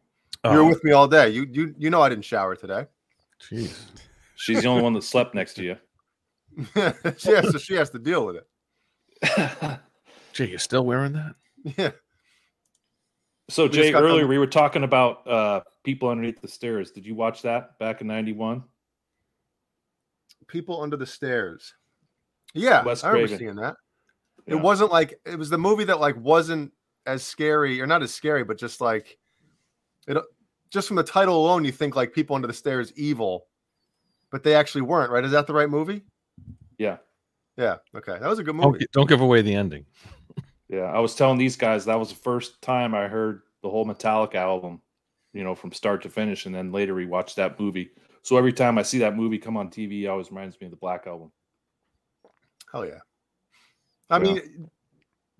S2: Oh,
S4: You were with me all day. You you you know I didn't shower today.
S2: jeez.
S3: She's the only one that slept next to you.
S4: she has to, she has to deal with it.
S2: Gee, you're still wearing that?
S4: Yeah.
S3: so
S4: just
S3: Jay,
S4: got done
S3: earlier
S4: with-
S3: we were talking about uh, people underneath the stairs. Did you watch that back in '91?
S4: People under the stairs. Yeah,
S3: Wes
S4: I remember
S3: Craven.
S4: seeing that.
S3: Yeah.
S4: It wasn't like it was the movie that like wasn't as scary or not as scary, but just like it. Just from the title alone, you think like people under the stairs evil, but they actually weren't. Right? Is that the right movie?
S3: Yeah. Oh,
S4: Yeah. Okay, that was a good
S2: Don't,
S4: movie.
S2: gi- don't give away the ending.
S3: Yeah, I was telling these guys that was the first time I heard the whole Metallica album, you know, from start to finish, and then later we watched that movie. So every time I see that movie come on TV, it always reminds me of the Black Album.
S4: Hell yeah. I
S3: Yeah.
S4: mean,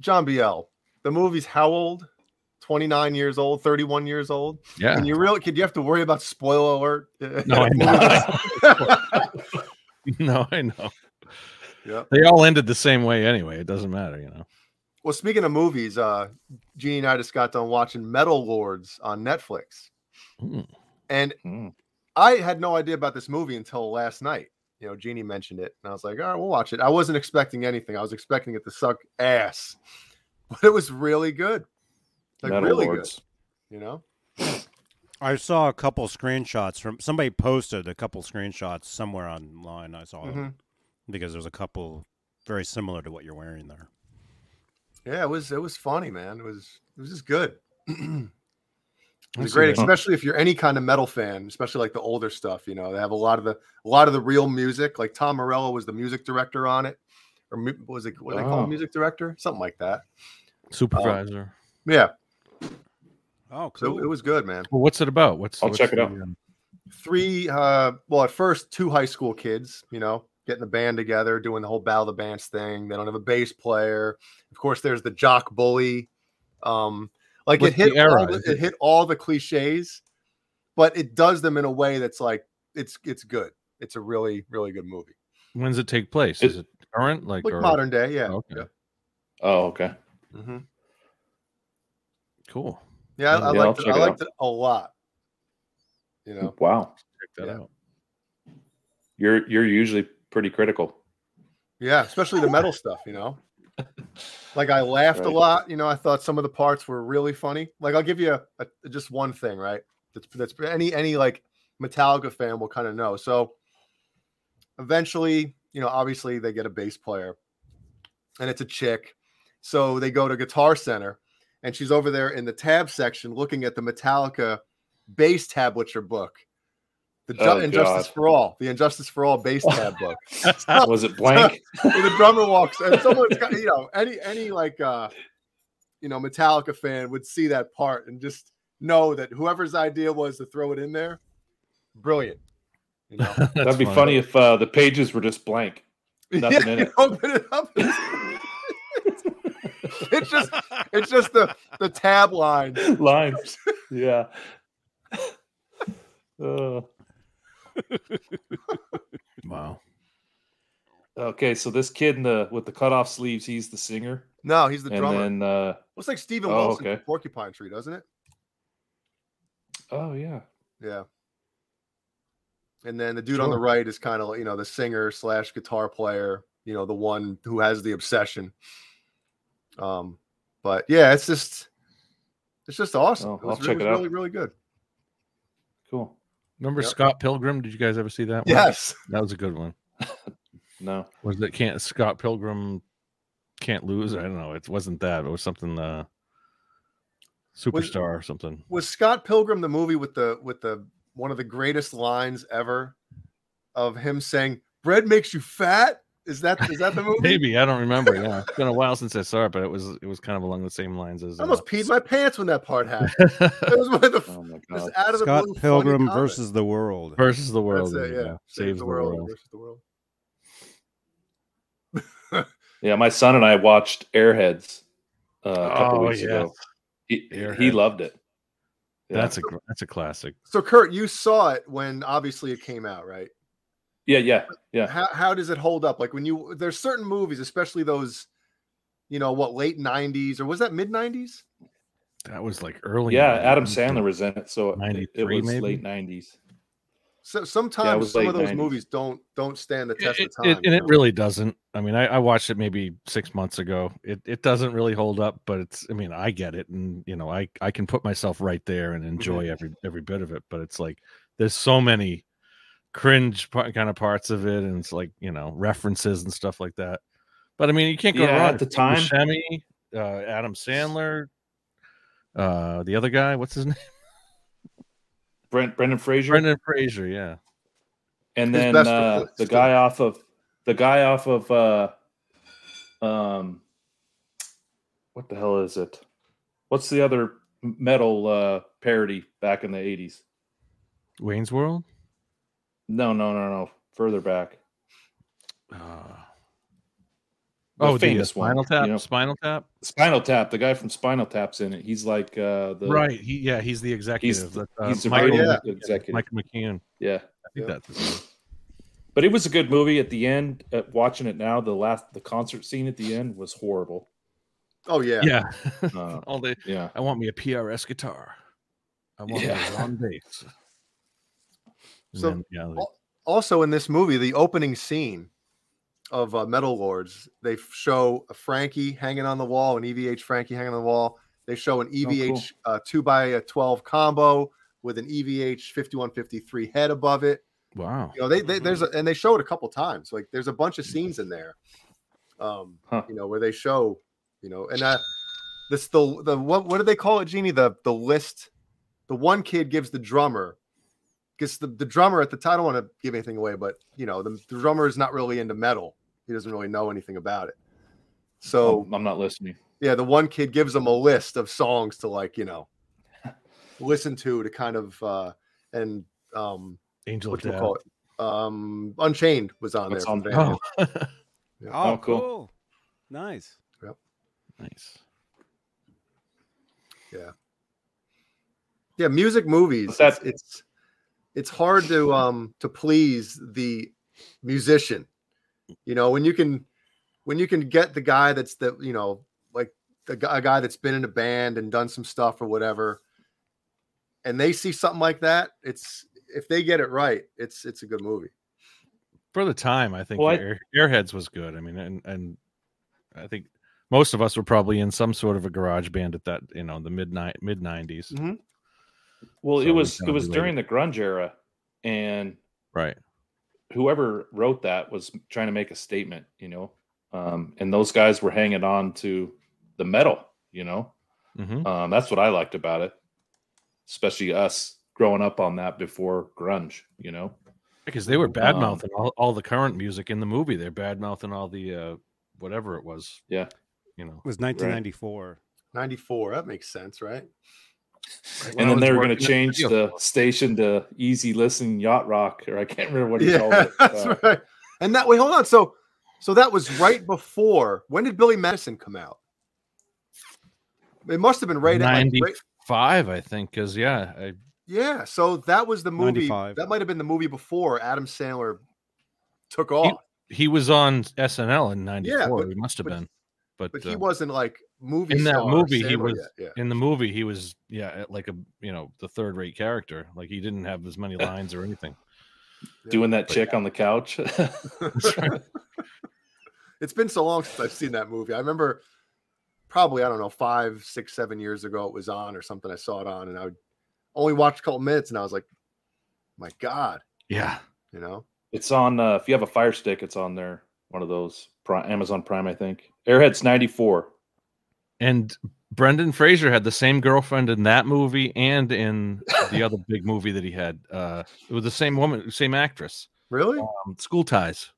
S4: John Biel. The movie's how old? Twenty nine years old, thirty one years old.
S2: Yeah.
S4: And you really could you have to worry about spoiler alert?
S2: No, I know. no, I know.
S4: Yep.
S2: They all ended the same way anyway. It doesn't matter, you know.
S4: well, speaking of movies, uh, Jeannie and I just got done watching Metal Lords on Netflix,
S2: Hmm.
S4: and
S3: Hmm.
S4: I had no idea about this movie until last night. You know, Jeannie mentioned it, and I was like, "All right, we'll watch it." I wasn't expecting anything. I was expecting it to suck ass, but it was really good, like
S3: Metal
S4: really
S3: Lords.
S4: good. You know,
S1: I saw a couple screenshots from somebody posted a couple screenshots somewhere online. I saw
S4: Mhm.
S1: it because there's a couple very similar to what you're wearing there.
S4: yeah, it was it was funny, man. It was it was just good.
S2: I
S4: It's
S2: see
S4: great,
S2: that.
S4: especially if you're any kind of metal fan, especially like the older stuff. You know, they have a lot of the a lot of the real music. Like Tom Morello was the music director on it, or mu- what was it? What do they call
S3: Oh.
S4: him? music director? Something like that.
S2: Supervisor.
S4: Yeah,
S1: Oh,
S4: so
S1: cool.
S4: it was good, man.
S2: Well, what's it about? What's
S3: I'll
S2: what's
S3: check it out.
S2: the, um,
S4: Three, uh, well, at first two high school kids. You know, getting the band together, doing the whole battle of the bands thing. They don't have a bass player. Of course, there's the jock bully. Um, like
S2: What's
S4: it hit
S2: the era?
S4: all the,
S2: Is
S4: it
S2: it-
S4: hit all the cliches, but it does them in a way that's like it's it's good. It's a really really good movie,
S2: When does it take place? Is it current? Like,
S4: like
S2: or-
S4: modern day. Yeah,
S2: Okay.
S4: yeah.
S3: Oh, okay.
S4: hmm
S2: Cool.
S4: yeah. I, I
S3: Yeah, I'll
S4: liked it.
S3: check
S4: I
S3: it
S4: liked it a lot. You know,
S3: Wow,
S2: Check that
S4: Yeah.
S2: out.
S3: you're you're usually pretty critical.
S4: yeah, especially the metal stuff. You know, Like I laughed a
S6: Right.
S4: lot. You know, I thought some of the parts were really funny. Like I'll give you a, a- just one thing, right? That's that's any any like Metallica fan will kind of know. So eventually, you know, obviously they get a bass player, and it's a chick. So they go to Guitar Center, and she's over there in the tab section looking at the Metallica bass tablature book. The Ju-
S3: Oh,
S4: Injustice
S3: God.
S4: for All, the Injustice for All bass tab book. Oh.
S3: Was it blank?
S4: when the drummer walks and someone's got you know any any like uh you know metallica fan would see that part and just know that whoever's idea was to throw it in there brilliant you know
S2: That's
S3: That'd be funny if uh, the pages were just blank. Nothing in
S4: you
S3: it.
S4: open it up it's just it's just the the tab line
S3: Lines. Yeah. Uh,
S2: Wow.
S3: okay, so this kid in the with the cut off sleeves, he's the singer.
S4: no he's the
S3: and
S4: drummer
S3: then uh,
S4: looks like Stephen
S3: Oh,
S4: Wilson from
S3: okay.
S4: porcupine tree doesn't it
S3: oh yeah.
S4: yeah and then the dude on the right is kind of you know the singer slash guitar player you know the one who has the obsession um but yeah it's just it's just awesome
S3: Oh,
S4: it was,
S3: I'll check
S4: was
S3: it out.
S4: really really good
S3: Cool.
S2: Remember
S4: Yep.
S2: Scott Pilgrim? Did you guys ever see that one?
S4: yes
S2: That was a good one.
S3: No.
S2: Was that can't Scott Pilgrim can't lose? I don't know. It wasn't that. It was something uh superstar or something.
S4: was scott pilgrim the movie with the with the one of the greatest lines ever of him saying bread makes you fat is that is that the movie
S2: Maybe I don't remember. Yeah, it's been a while since I saw it, but it was it was kind of along the same lines as. uh,
S4: i almost peed my pants when that part happened it was one of the
S3: Oh my
S4: just
S3: god.
S4: out of
S1: Scott
S4: the blue funny
S1: Pilgrim
S4: comment.
S1: versus the world.
S2: versus the world.
S4: That's it, yeah.
S2: saves the world.
S4: versus the world.
S3: Yeah, my son and I watched Airheads uh, a couple
S2: Oh,
S3: weeks ago. He, he
S2: Airheads.
S3: loved it. Yeah.
S2: That's a gr- that's a classic.
S4: So, Kurt, you saw it when obviously it came out, right?
S3: yeah, yeah, yeah.
S4: How how does it hold up? Like when you there's certain movies, especially those, you know, what late '90s or was that mid '90s?
S2: That was like early.
S3: Yeah, Adam
S2: 90s.
S3: Sandler was in it, so it, it
S2: 93
S3: was
S2: maybe?
S3: late nineties.
S4: So sometimes
S3: was
S4: some
S3: late
S4: of those
S3: 90s.
S4: movies don't don't stand the
S2: It-
S4: test
S2: it-
S4: of
S2: it-
S4: time.
S2: and
S4: you
S2: it
S4: know?
S2: really doesn't. I mean, I, I watched it maybe six months ago. It it doesn't really hold up, but it's. I mean, I get it, and you know, I I can put myself right there
S3: Mm-hmm.
S2: and enjoy every every bit of it. But it's like there's so many cringe part, kind of parts of it, and it's like you know references and stuff like that. But I mean, you can't go
S3: Yeah,
S2: wrong
S3: at the
S2: with
S3: time.
S2: Buscemi, uh, Adam Sandler, uh, the other guy, what's his name?
S3: Brent Brendan Fraser,
S2: Brendan Fraser. Yeah,
S3: and
S4: His
S3: then
S4: best
S3: uh,
S4: performance
S3: the
S4: still.
S3: guy off of the guy off of uh, um, what the hell is it? What's the other metal uh, parody back in the eighties?
S2: Wayne's World.
S3: No, no, no, no. Further back.
S2: Uh,
S3: The
S2: oh, the uh,
S3: famous one,
S2: Spinal Tap.
S3: you know.
S2: Spinal Tap.
S3: Spinal Tap. The guy from Spinal Tap's in it. He's like uh, the
S2: right. He yeah, he's the executive.
S3: He's the,
S2: That's, uh,
S3: he's the
S2: Michael,
S4: yeah.
S3: radio
S2: yeah,
S3: executive.
S2: Michael McKeon.
S3: Yeah.
S2: I think
S4: Yeah.
S2: that's his name.
S3: But it was a good movie at the end. Uh, watching it now, the last the concert scene at the end was horrible.
S4: Oh yeah.
S2: Yeah.
S3: Uh,
S2: All day.
S3: yeah.
S2: I want me a PRS guitar. I want
S3: Yeah.
S2: me a on bass. And
S4: So,
S2: then, yeah, like,
S4: Also, in this movie, the opening scene of uh, Metal Lords, they f- show a Frankie hanging on the wall, an EVH Frankie hanging on the wall. They show an EVH uh, two by twelve combo with an E EVH fifty one fifty three head above it.
S2: wow.
S4: you know they, they there's a, and they show it a couple times like there's a bunch of scenes in there um
S3: Huh.
S4: you know where they show you know and uh this the the what what do they call it genie the the list the one kid gives the drummer because the, the drummer at the time i don't want to give anything away but you know the, the drummer is not really into metal he doesn't really know anything about it so
S3: I'm, I'm not listening.
S4: yeah the one kid gives them a list of songs to like you know listen to to kind of uh and um
S2: Angel of
S4: what do you
S2: Death.
S4: call it? Um, Unchained was on
S3: What's
S4: there.
S3: on
S4: from
S3: there?
S4: Van Halen.
S2: Oh,
S1: Oh,
S3: Oh,
S1: cool.
S3: cool.
S1: Nice.
S2: nice.
S4: Yeah, music movies.
S3: But that-
S4: it's, it's it's hard to um to please the musician. You know, when you can when you can get the guy that's the you know like the gu- a guy that's been in a band and done some stuff or whatever, and they see something like that, it's if they get it right, it's it's a good movie.
S2: For the time, I think
S3: Well, I-
S2: Air, Airheads was good. I mean, and and I think most of us were probably in some sort of a garage band at that you know the mid mid 90s
S3: Mhm. Well,
S2: So
S3: it
S2: we
S3: was
S2: kinda
S3: it was
S2: related.
S3: during the grunge era, and
S2: right
S3: whoever wrote that was trying to make a statement, you know. Um, and those guys were hanging on to the metal, you know.
S2: hmm
S3: Um, that's what I liked about it, especially us growing up on that before grunge, you know.
S2: because they were bad mouthing all, all the current music in the movie they're bad mouthing all the uh whatever it was
S3: Yeah.
S2: you know
S1: was 1994.
S4: 94. That makes sense, right?
S2: when
S3: And
S2: I
S3: then
S2: was
S3: they were going to
S2: working at
S3: change
S2: video
S3: the
S2: store.
S3: station to Easy Listening Yacht Rock, or I can't remember what he called
S4: Yeah,
S3: it.
S4: that's
S3: Uh,
S4: right. And that wait, hold on. So, so that was right before. When did Billy Madison come out? It must have been right at like, right-
S2: Five, I think, because yeah, I,
S4: yeah. So that was the movie.
S1: 95.
S4: That might have been the movie before Adam Sandler took off,
S2: he was on SNL in '94.
S4: but-
S2: he must have
S4: but-
S2: been, but,
S4: but
S2: uh,
S4: he wasn't like movie
S2: in that
S4: star
S2: movie, he
S4: Sandler
S2: was-
S4: yet, yeah.
S2: in the movie he was yeah at like a you know the third rate character. Like he didn't have as many lines or anything.
S3: Doing that chick on the couch.
S4: It's been so long since I've seen that movie. I remember probably, I don't know, five, six, seven years ago it was on or something. I saw it on and I would only watch a couple minutes and I was like, my God,
S2: Yeah,
S4: you know?
S3: It's on. Uh, if you have a Fire Stick, it's on there. One of those Pri Amazon Prime, I think. Airheads '94.
S2: and Brendan Fraser had the same girlfriend in that movie and in the other big movie that he had. Uh, it was the same woman, same actress.
S4: Really?
S2: Um, School Ties.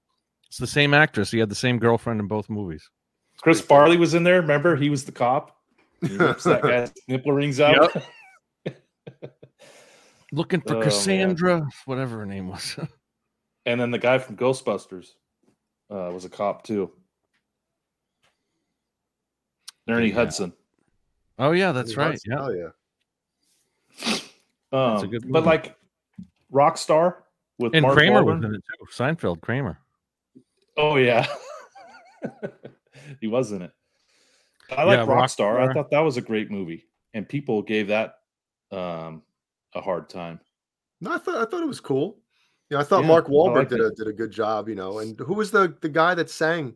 S2: It's the same actress. He had the same girlfriend in both movies.
S3: Chris Farley was in there. Remember, he was the cop. He rips that guy's nipple rings out.
S2: Looking for
S3: Oh, man.
S2: Cassandra, whatever her name was.
S3: And then the guy from Ghostbusters uh, was a cop too. Ernie
S2: Yeah.
S3: Hudson.
S2: oh yeah, that's right.
S4: Hudson.
S2: Yeah.
S4: Oh, yeah.
S3: Um,
S2: a good
S3: but
S2: movie.
S3: like Rockstar with
S2: And
S3: Mark
S2: Kramer
S3: Wahlberg.
S2: was in it too. Seinfeld Kramer.
S3: Oh yeah, he was in it. I like
S2: Yeah,
S3: Rockstar. I
S2: Rockstar.
S3: thought that was a great movie, and people gave that um, a hard time.
S4: No, I thought, I thought it was cool. You know, I thought
S3: Yeah,
S4: Mark
S3: I
S4: Wahlberg
S3: liked
S4: did,
S3: it.
S4: a, did a good job, you know. And who was the, the guy that sang?
S2: It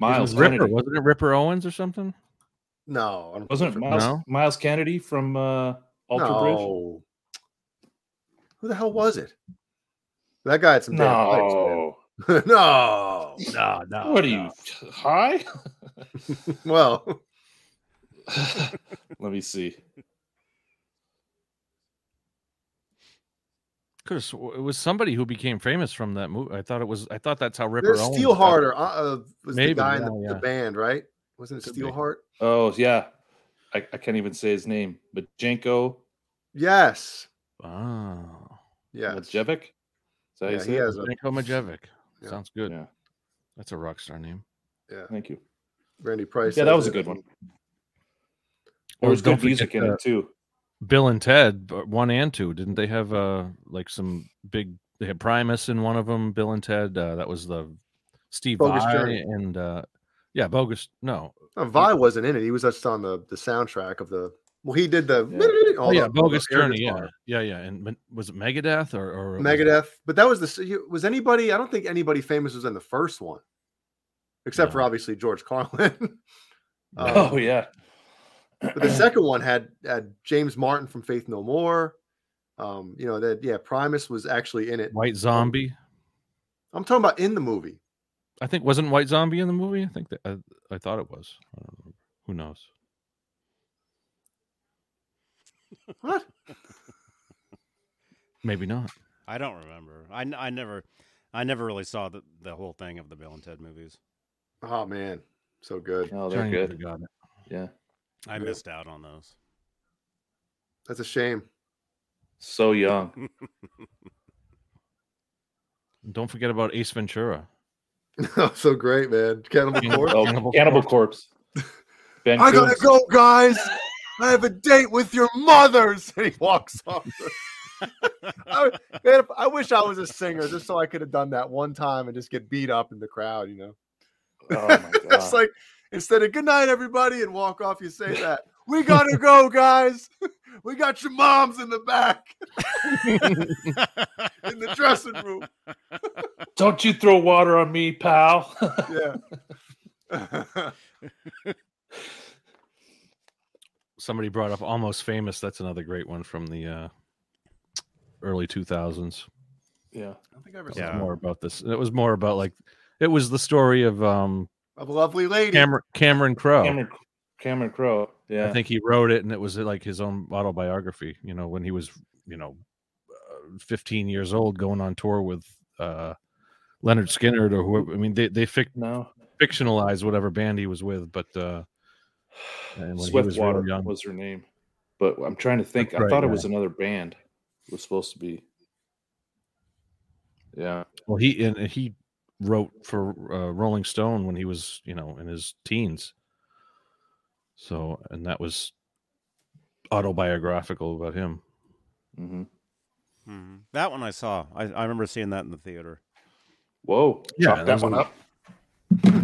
S3: Miles
S2: was Ripper,
S3: Kennedy.
S2: wasn't it Ripper Owens or something?
S4: No, I don't
S3: wasn't it
S4: remember.
S3: Miles,
S2: No.
S3: Miles Kennedy from uh, Alter Bridge?
S4: No. Who the hell was it? That guy had some damn pipes, man.
S3: No,
S4: no.
S2: No, no.
S3: what are you high?
S4: Well,
S3: Let me see.
S2: Could have sw- it was somebody who became famous from that movie. I thought it was. I thought that's how Ripper.
S4: There's
S2: Owens
S4: Steel
S2: got-
S4: Harder. Uh, uh, was
S2: Maybe,
S4: the guy in the,
S2: yeah,
S4: the
S2: yeah.
S4: band, right? Wasn't it
S2: Could be.
S4: Steelheart?
S3: Oh yeah, I, I can't even say his name. But Janko
S4: Yes.
S2: Oh,
S4: Yeah.
S3: Majevic. Is that how you
S4: Yeah,
S3: say
S4: he
S3: it?
S4: has a
S2: Janko Majevic.
S4: Yeah.
S2: Sounds good.
S3: Yeah.
S2: That's a rock star name.
S3: Thank you.
S4: Randy Price.
S3: Yeah, that
S4: has
S3: was a good one.
S2: Or
S3: There was
S2: don't
S3: good music
S2: forget
S3: in it too.
S2: Bill and Ted, but one and two, didn't they have uh like some big? They had Primus in one of them. Bill and Ted. Uh, that was the Steve
S4: Bogus
S2: Vai
S4: Journey.
S2: and uh, yeah, bogus. No,
S4: No, Uh, Vi wasn't in it. He was just on the, the soundtrack of the. Well, he did the.
S3: Yeah.
S4: all
S2: oh yeah,
S4: the-
S2: bogus
S4: air
S2: journey. Yeah,
S4: guitar.
S2: yeah, yeah. And Men- was it Megadeth or, or was it-
S4: Megadeth. But that was the. s- you- Was anybody. I don't think anybody famous was in the first one, except for
S2: No.
S4: obviously George Carlin. Um,
S3: Oh yeah. Oh,
S4: but the second one had had James Martin from Faith No More. Um, you know that yeah, Primus was actually in it.
S2: White Zombie?
S4: I'm talking about in the movie.
S2: I think wasn't White Zombie in the movie? I think that I, I thought it was. I don't know. Who knows?
S4: What?
S2: Maybe not.
S1: I don't remember. I, n- I never I never really saw the, the whole thing of the Bill and Ted movies.
S4: Oh man, so good.
S3: Oh, they're
S2: Johnny
S3: good.
S2: would've got it.
S3: Yeah.
S1: I
S4: Yeah.
S1: missed out on those.
S4: That's a shame.
S3: So young.
S2: Don't forget about Ace Ventura.
S4: so great, man. Cannibal
S2: Yeah.
S4: Corpse.
S3: Oh,
S2: Cannibal
S3: Cannibal, Corpse. Ben
S4: I gotta
S3: Coombs.
S4: go, guys. I have a date with your mothers. And he walks off. I, man, if- I wish I was a singer just so I could have done that one time and just get beat up in the crowd, you know?
S3: Oh my god.
S4: it's like instead of good night, everybody, and walk off, you say that. We gotta go, guys. We got your moms in the back in the dressing room.
S3: Don't you throw water on me, pal.
S4: Yeah.
S2: Somebody brought up Almost Famous. That's another great one from the uh, early 2000s.
S3: Yeah.
S4: I don't think I ever
S2: It was
S4: saw
S1: Yeah.
S2: more about this. It was more about like it was the story of um,
S4: a lovely lady.
S2: Cameron Cameron Crowe.
S3: Cameron Cameron Crowe. Yeah.
S2: I think he wrote it, and it was uh, like his own autobiography. You know, when he was, you know, uh, 15 years old, going on tour with uh, Leonard Skinner or whoever. I mean, they they fic-
S3: no.
S2: fictionalized whatever band he was with, but uh, and when he was really
S3: Swiftwater was,
S2: young-
S3: her name. But I'm trying to think.
S2: That's
S3: I
S2: right,
S3: thought it
S2: yeah.
S3: was another band. It was supposed to be. Yeah.
S2: well, he and he wrote for uh, Rolling Stone when he was, you know, in his teens. So, and that was autobiographical about him.
S3: hmm
S1: Mhm. That one I saw. I, I remember seeing that in the theater.
S3: Whoa.
S2: Yeah,
S3: Chalk
S2: that
S3: that
S2: was
S3: one
S2: a-
S3: up.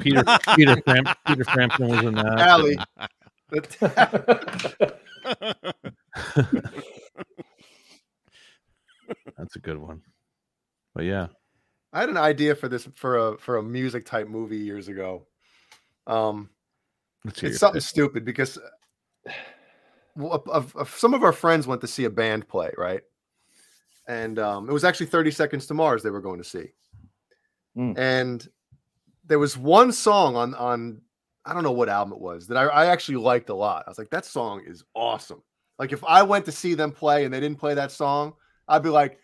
S2: Peter Peter Fram- Peter Frampton was in that.
S4: Allie.
S2: That's a good one. But yeah,
S4: I had an idea for this for a for a music type movie years ago. Um,
S2: let's hear
S4: it's
S2: your
S4: something
S2: pick.
S4: stupid because uh, well, of- of- of- some of our friends went to see a band play, right? And um, it was actually 30 Seconds to Mars they were going to see.
S3: Mm.
S4: And there was one song on on I don't know what album it was that I, I actually liked a lot. I was like, that song is awesome. Like if I went to see them play and they didn't play that song, I'd be like,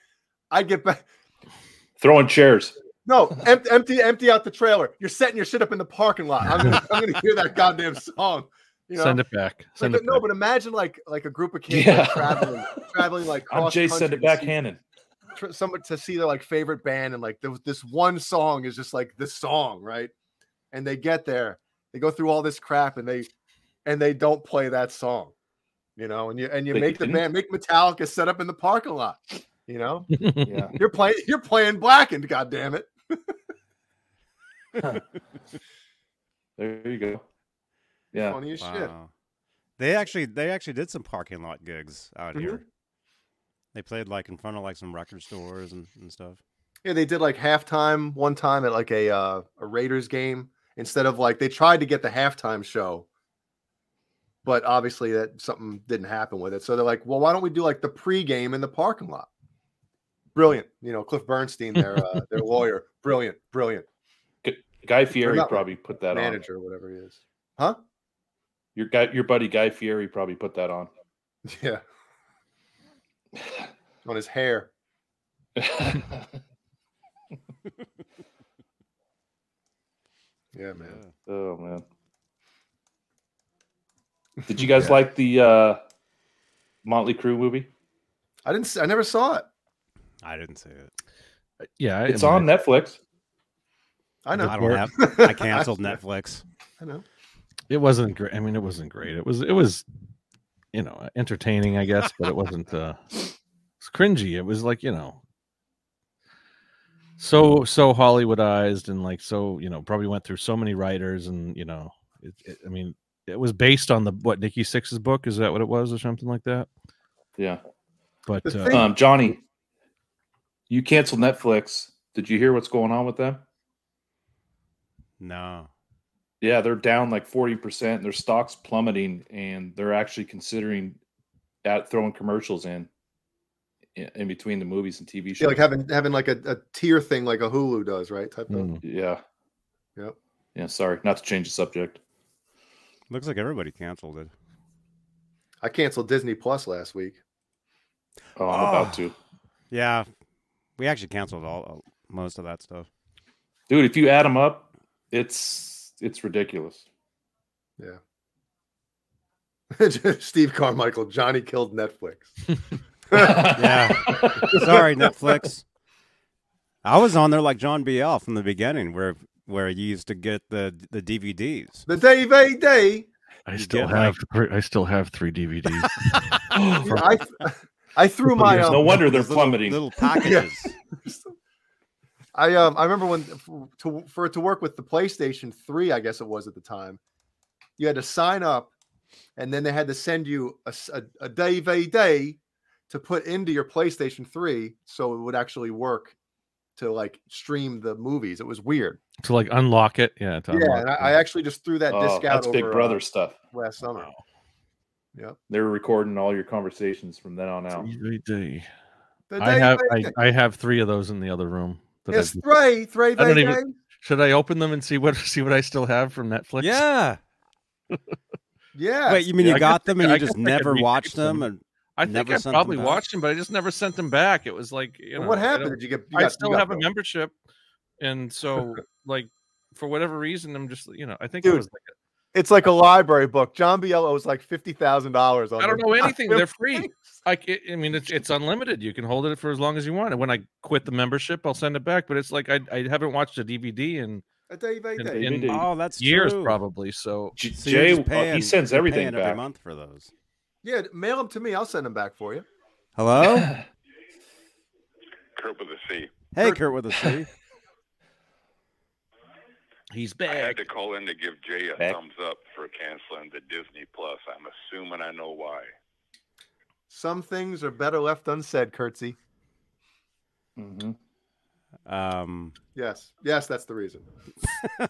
S4: I'd get back.
S3: Throwing chairs.
S4: No, em- empty, empty out the trailer. You're setting your shit up in the parking lot. I'm gonna, I'm gonna hear that goddamn song. You know,
S2: Send it back.
S4: Like,
S2: Send it
S4: no,
S2: back.
S4: but imagine like like a group of kids like,
S3: Yeah.
S4: traveling, traveling like
S3: I'm
S4: cross
S3: Jay send
S4: country
S3: it
S4: to
S3: back
S4: see-
S3: Hannon.
S4: tr- someone to see their like favorite band, and like there was this one song is just like this song, right? And they get there, they go through all this crap, and they and they don't play that song, you know. And you and you
S3: They
S4: make the
S3: didn't?
S4: band make Metallica set up in the parking lot, you know.
S3: Yeah.
S4: You're playing, you're playing Blackened, goddamn it.
S3: There you go. Yeah.
S4: Funny as shit.
S1: Wow. They actually they actually did some parking lot gigs out
S4: Mhm.
S1: here. They played like in front of like some record stores and, and stuff.
S4: Yeah, they did like halftime one time at like a uh, a Raiders game instead of like they tried to get the halftime show, but obviously that something didn't happen with it. So they're like, well, why don't we do like the pregame in the parking lot? Brilliant, you know, Cliff Bernstein, their uh, their lawyer, brilliant, brilliant
S3: Guy Fieri
S4: Not-
S3: probably put that on.
S4: manager, whatever he is, huh?
S3: Your guy, your buddy Guy Fieri probably put that on.
S4: Yeah, on his hair. Yeah, man.
S3: oh man. Did you guys like the uh Motley Crue movie?
S4: I didn't, s- I never saw it.
S1: I didn't see it.
S2: yeah, I-
S3: It's
S2: I mean,
S3: on Netflix.
S4: I know.
S1: I
S2: Or-
S1: don't have. I canceled Netflix.
S4: I know.
S2: It wasn't great. I mean, it wasn't great. It was. It was, you know, entertaining, I guess, but it wasn't. uh It's cringy. It was like you know, so so Hollywoodized and like so you know probably went through so many writers and you know, it, it, I mean, it was based on the what Nikki Six's book. Is that what it was or something like that?
S3: Yeah.
S2: But
S4: The
S2: uh,
S4: thing-
S3: Um Johnny, you canceled Netflix. Did you hear what's going on with them?
S1: No.
S3: Yeah, they're down like 40%. Their stock's plummeting, and they're actually considering at throwing commercials in in in between the movies and TV
S4: Yeah,
S3: shows.
S4: like having having like a, a tier thing, like a Hulu does, right? Type of.
S2: mm,
S3: yeah.
S4: Yep.
S3: Yeah. Sorry, not to change the subject.
S1: Looks like everybody canceled it.
S4: I canceled Disney Plus last week.
S3: Oh, I'm
S1: Oh.
S3: about to.
S1: Yeah, we actually canceled all uh, most of that stuff.
S3: Dude, if you add them up, it's it's ridiculous.
S4: Steve Carmichael, Johnny killed Netflix.
S1: Yeah. Sorry, Netflix. I was on there like John BL from the beginning, where where you used to get the the DVDs.
S4: The day day day.
S2: I
S1: You
S2: still
S1: get, like-
S2: have three, I still have three DVDs.
S4: I I threw my
S3: There's no
S4: um,
S3: wonder they're
S1: Those little,
S3: plummeting.
S1: little packages.
S4: I um I remember when f- to for it to work with the PlayStation 3, I guess it was at the time. You had to sign up, and then they had to send you a s- a- a day day day to put into your PlayStation 3 so it would actually work to like stream the movies. It was weird.
S2: to like unlock it. Yeah, to
S4: yeah,
S2: unlock
S4: and I,
S2: it,
S4: I actually just threw that
S3: Oh,
S4: disc out
S3: that's Big
S4: over, uh,
S3: Brother stuff.
S4: last summer.
S2: Wow.
S4: Yep.
S3: They're recording all your conversations from then on out.
S2: DVD.
S4: The
S2: I
S4: day
S2: have
S4: they-
S2: I, I have three of those in the other room. that I
S4: It's
S2: just-
S4: three, three,
S2: don't
S4: they-
S2: even-
S4: they-
S2: should I open them and see what see what I still have from Netflix?
S1: Yeah.
S4: Yeah.
S1: Wait, you mean
S2: Yeah, I
S1: you
S2: guess
S1: got them and
S2: I
S1: you just
S2: guess I could
S1: never
S2: retape
S1: watched them?
S2: them.
S1: And
S2: I think
S1: Never
S2: I
S1: sent them
S2: probably
S1: back?
S2: watched them, but I just never sent them back. It was like you know
S4: what
S2: I don't-
S4: happened? Did you get? You
S2: I
S4: got,
S2: still
S4: you got
S2: have a
S4: those.
S2: membership, and so like for whatever reason, I'm just you know I think it
S4: Dude,
S2: was like
S4: It's like a library book. John Biello was like fifty thousand dollars on.
S2: I don't
S4: the-
S2: know anything. They're free.
S4: Thanks.
S2: Like it, I mean, it's it's unlimited. You can hold it for as long as you want. And when I quit the membership, I'll send it back. But it's like I, I haven't watched a DVD in
S4: A day, they-
S2: in,
S4: they-
S2: in
S3: DVD.
S1: oh, that's
S2: years
S1: true.
S2: probably. So
S3: J-
S1: So you're
S3: Jay,
S1: just
S3: uh,
S1: paying-
S3: he sends
S1: you're
S3: everything
S1: paying
S3: back.
S1: every month for those.
S4: Yeah, mail them to me. I'll send them back for you.
S1: Hello,
S5: Kurt with a C.
S1: hey Kurt with a C.
S2: he's
S5: I had
S2: back.
S5: to call in to give Jay a
S3: Back.
S5: thumbs up for canceling the Disney Plus. I'm assuming I know why.
S4: Some things are better left unsaid, Curtsy.
S3: Mhm.
S1: Um,
S4: Yes, yes, that's the reason.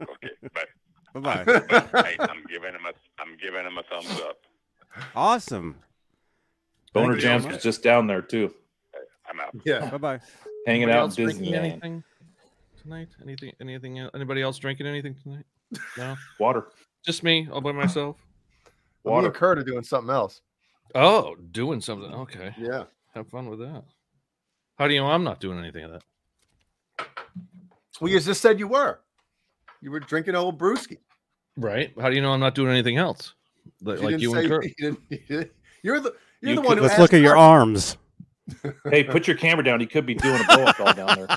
S5: Okay, but,
S1: bye bye.
S5: but I, I'm giving him a I'm giving him a thumbs up.
S1: awesome.
S3: Boner
S1: you so
S3: Jams
S1: much.
S3: was just down there too,
S5: I'm out.
S4: yeah,
S1: Bye bye.
S3: hanging
S2: Anybody
S3: out
S2: else
S3: in
S2: drinking
S3: Disneyland.
S2: anything tonight? Anything? Anything? el- Anybody else drinking anything tonight? No,
S3: Water,
S2: just me all by myself.
S4: me
S3: water.
S4: and Kurt are doing something else.
S2: Oh, doing something. Okay,
S4: Yeah,
S2: have fun with that. How do you know I'm not doing anything of that?
S4: well, you just said you were. You were drinking old brewski.
S2: Right? How do you know I'm not doing anything else? Like like you and Kurt.
S4: You
S3: You
S4: are the you're the
S3: could-
S4: one who
S1: Let's
S4: asked
S1: look at your
S4: Kurt.
S1: arms.
S3: hey, put your camera down. He could be doing a blow up doll down there.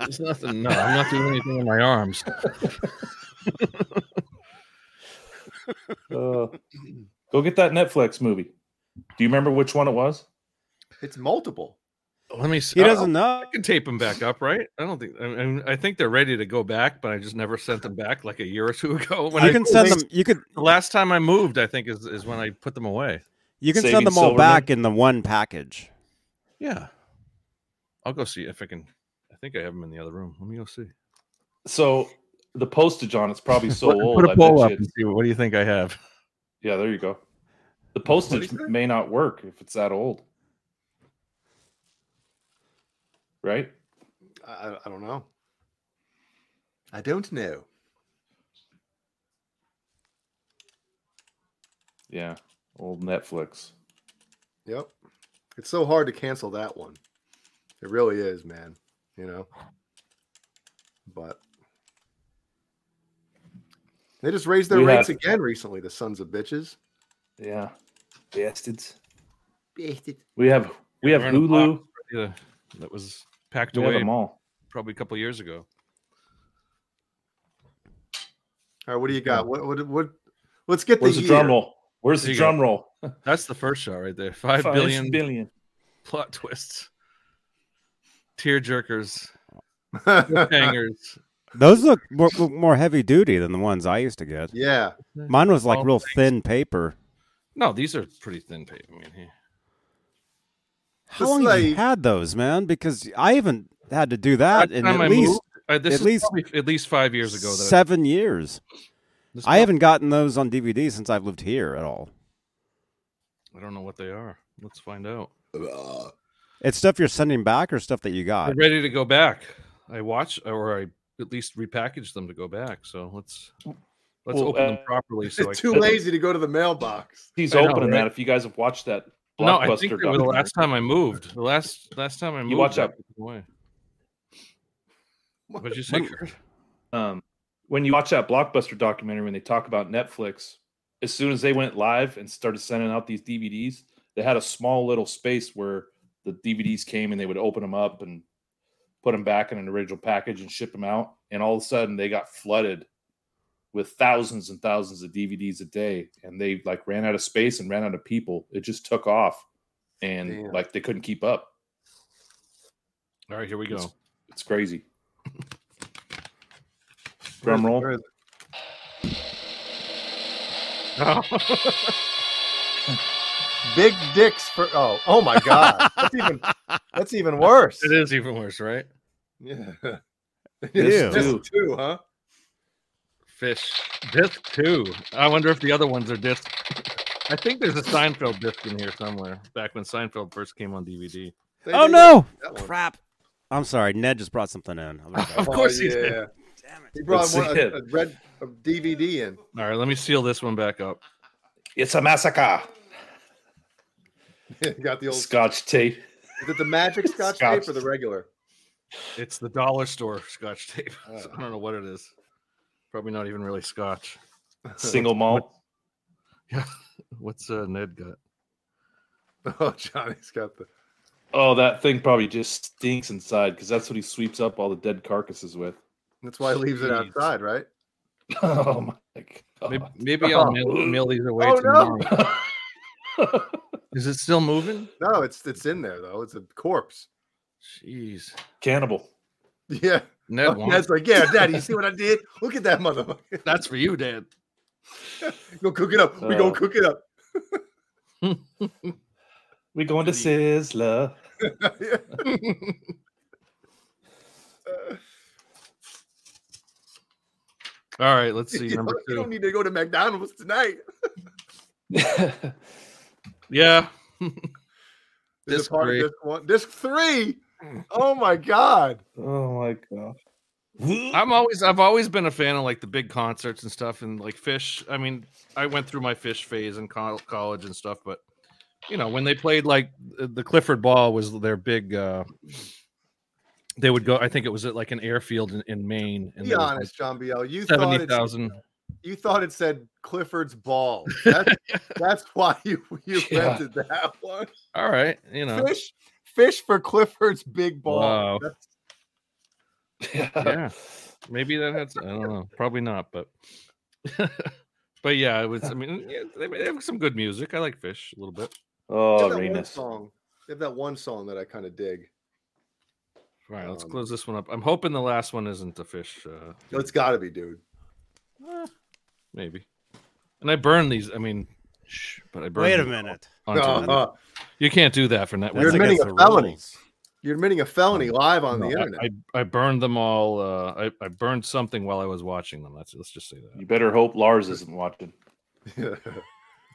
S2: There's nothing. No, I'm not doing anything with my arms.
S3: Uh, go get that Netflix movie. Do you remember which one it was?
S4: It's multiple.
S2: Let me see.
S1: He doesn't know.
S2: I can tape them back up, right? I don't think. I, mean, I think they're ready to go back, but I just never sent them back like a year or two ago. When
S1: You
S2: I
S1: can send them. You could.
S2: the last time I moved, I think is, is when I put them away.
S1: You can
S3: Saving
S1: send them all
S3: Silverman.
S1: back in the one package.
S2: Yeah, I'll go see if I can. I think I have them in the other room. Let me go see.
S3: So the postage on it's probably so
S2: Put-
S3: old.
S2: put
S3: I
S2: a poll
S3: bet
S2: up
S3: you
S2: and
S3: it's-
S2: see what do you think I have.
S3: Yeah, there you go. The postage
S4: he say?
S3: may not work if it's that old. Right?
S4: I, I- I don't know. I don't know.
S3: Yeah. Old Netflix.
S4: Yep. It's so hard to cancel that one. It really is, man. You know. But they just raised their
S3: We
S4: rates
S3: have-
S4: again recently, the sons of bitches.
S3: Yeah. Bastards.
S4: They
S3: We have we have
S2: They're in a
S3: Hulu.
S2: box, yeah, that was packed
S3: We have
S2: away
S3: them all.
S2: probably a couple years ago.
S4: All right, what do you got? What what what let's get
S3: Where's
S4: the,
S3: the drum
S4: year.
S3: roll? Where's
S2: There
S3: the
S2: you go.
S3: drum roll?
S2: That's the first shot right there. Five billion
S3: billion.
S2: plot twists, tear jerkers, hangers.
S1: Those look more, more heavy duty than the ones I used to get.
S4: yeah.
S1: Mine was like
S2: Oh,
S1: real thin paper.
S2: No, these are pretty thin paper. I mean, he-
S1: How
S4: It's
S1: long have you
S4: like-
S1: had those, man? Because I haven't had to do that
S2: Last
S1: in
S2: time I
S1: at least
S2: moved, uh, this
S1: at
S2: is
S1: least
S2: probably at least five years ago. That I,
S1: seven years.
S2: this
S1: I
S2: prob-
S1: haven't gotten those on DVD since I've lived here at all.
S2: I don't know what they are. Let's find out.
S1: It's stuff you're sending back or stuff that you got.
S2: They're ready to go back. I watch, or I at least repackage them to go back. So let's let's
S3: Well,
S2: open
S3: uh,
S2: them properly. So I
S4: They're too
S2: can-
S4: lazy to go to the mailbox.
S3: He's
S2: I know,
S3: opening
S2: right?
S3: that. If you guys have watched that blockbuster,
S2: No, I think they were the
S3: documentary.
S2: last time I moved. The last last time I moved.
S3: watch
S2: I
S3: out.
S2: put them away.
S4: What?
S2: What'd you say?
S1: What-
S2: Kurt?
S3: um, when you watch that blockbuster documentary, when they talk about Netflix, as soon as they went live and started sending out these DVDs, they had a small little space where the DVDs came and they would open them up and put them back in an original package and ship them out. And all of a sudden, they got flooded with thousands and thousands of DVDs a day, and they like ran out of space and ran out of people. It just took off, and
S4: Damn.
S3: like they couldn't keep up.
S2: All right, here we go.
S3: It's, it's crazy. Drum roll.
S4: Where is it? Big dicks for oh oh my god. That's even that's even worse.
S2: it is even worse, right?
S4: Yeah.
S1: Ew.
S4: Just, just two, huh?
S2: Fish disc two. I wonder if the other ones are disc. I think there's a Seinfeld disc in here somewhere. Back when Seinfeld first came on DVD.
S4: They
S1: Oh
S4: did
S1: no!
S4: that one.
S1: Crap. I'm sorry. Ned just brought something in. I'm
S2: Of
S1: sorry.
S2: course
S4: oh,
S2: he did.
S4: yeah.
S1: Damn it.
S4: He brought
S3: Let's
S4: one,
S3: see
S4: a,
S3: it.
S4: a red a DVD in.
S2: All right, let me seal this one back up.
S3: It's a massacre.
S4: Got the old.
S3: Scotch tape.
S4: Is it the magic scotch,
S3: Scotch.
S4: tape or the regular?
S2: It's the dollar store scotch tape. So
S4: Uh.
S2: I don't know what it is. Probably not even really scotch.
S3: Single malt.
S2: What's uh, Ned got?
S4: Oh, Johnny's got the.
S3: Oh, that thing probably just stinks inside because that's what he sweeps up all the dead carcasses with.
S4: That's why he leaves it
S2: Jeez.
S4: outside, right?
S3: Oh my god.
S2: Maybe, maybe I'll mail, mail these away
S4: Oh, no.
S2: tomorrow. Is it still moving?
S4: No, it's it's in there though. It's a corpse.
S2: Jeez.
S3: Cannibal.
S4: Yeah.
S2: Ned won.
S4: That's like, yeah, Daddy. You see what I did? Look at that Oh. motherfucker.
S2: That's for you, Dad.
S4: Go cook it up. We go
S3: Uh.
S4: cook it up.
S3: We going to Sizzler.
S4: Yeah.
S2: All right, let's see.
S4: you,
S2: Number
S4: don't, you
S2: two.
S4: don't need to go to McDonald's tonight.
S2: Yeah.
S4: Is
S2: Disc
S4: it part
S2: three.
S4: of disc one? Disc three. Oh my god.
S3: oh my god.
S2: I'm always I've always been a fan of like the big concerts and stuff and like fish. I mean, I went through my fish phase in col- college and stuff, but you know, when they played like th- the Clifford Ball was their big uh they would go I think it was at like an airfield in, in Maine and
S4: Be
S2: there was,
S4: honest, John Biel. You
S2: like
S4: thought it
S2: 70,000
S4: you thought it said Clifford's ball. That's, that's why you you
S3: Yeah.
S4: rented that one.
S2: All right, you know.
S4: Fish fish for Clifford's big ball.
S2: Wow.
S4: That's-
S2: yeah, maybe that had. I don't know. Probably not, but but yeah, it was. I mean, yeah, they they have some good music. I like Fish a little bit.
S4: they
S3: Oh,
S4: have that one
S3: Renus.
S4: song. They have that one song that I kind of dig.
S2: All right, let's
S4: Um,
S2: close this one up. I'm hoping the last one isn't the Fish. Uh,
S4: It's got to be, dude.
S2: maybe. And I burn these. I mean, shh, but I burn.
S1: Wait a
S2: them
S1: minute.
S2: onto them.
S4: Uh,
S2: You can't do that for net.
S4: You're
S1: That's
S2: I,
S4: admitting
S1: against
S4: a
S1: the
S4: felony.
S1: rules.
S4: you're admitting a felony live on the internet.
S2: I, I burned them all. Uh, I I burned something while I was watching them. That's let's just say that.
S3: You better hope Lars isn't watching.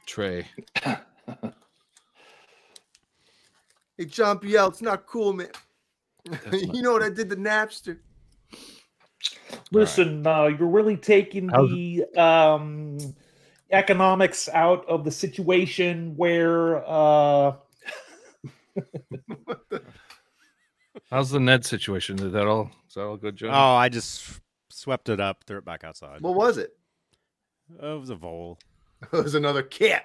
S2: Trey.
S4: hey, John Biel, it's not cool, man.
S2: That's
S4: you know what I did to Napster?
S2: Listen,
S6: uh, you're really taking
S2: How's-
S6: the um, economics out of the situation where uh,
S2: How's the Ned situation? Is that all? Is that all good, Joe?
S1: Oh, I just swept it up, threw it back outside.
S4: What was it?
S1: Oh, it was a vole.
S4: It was another cat.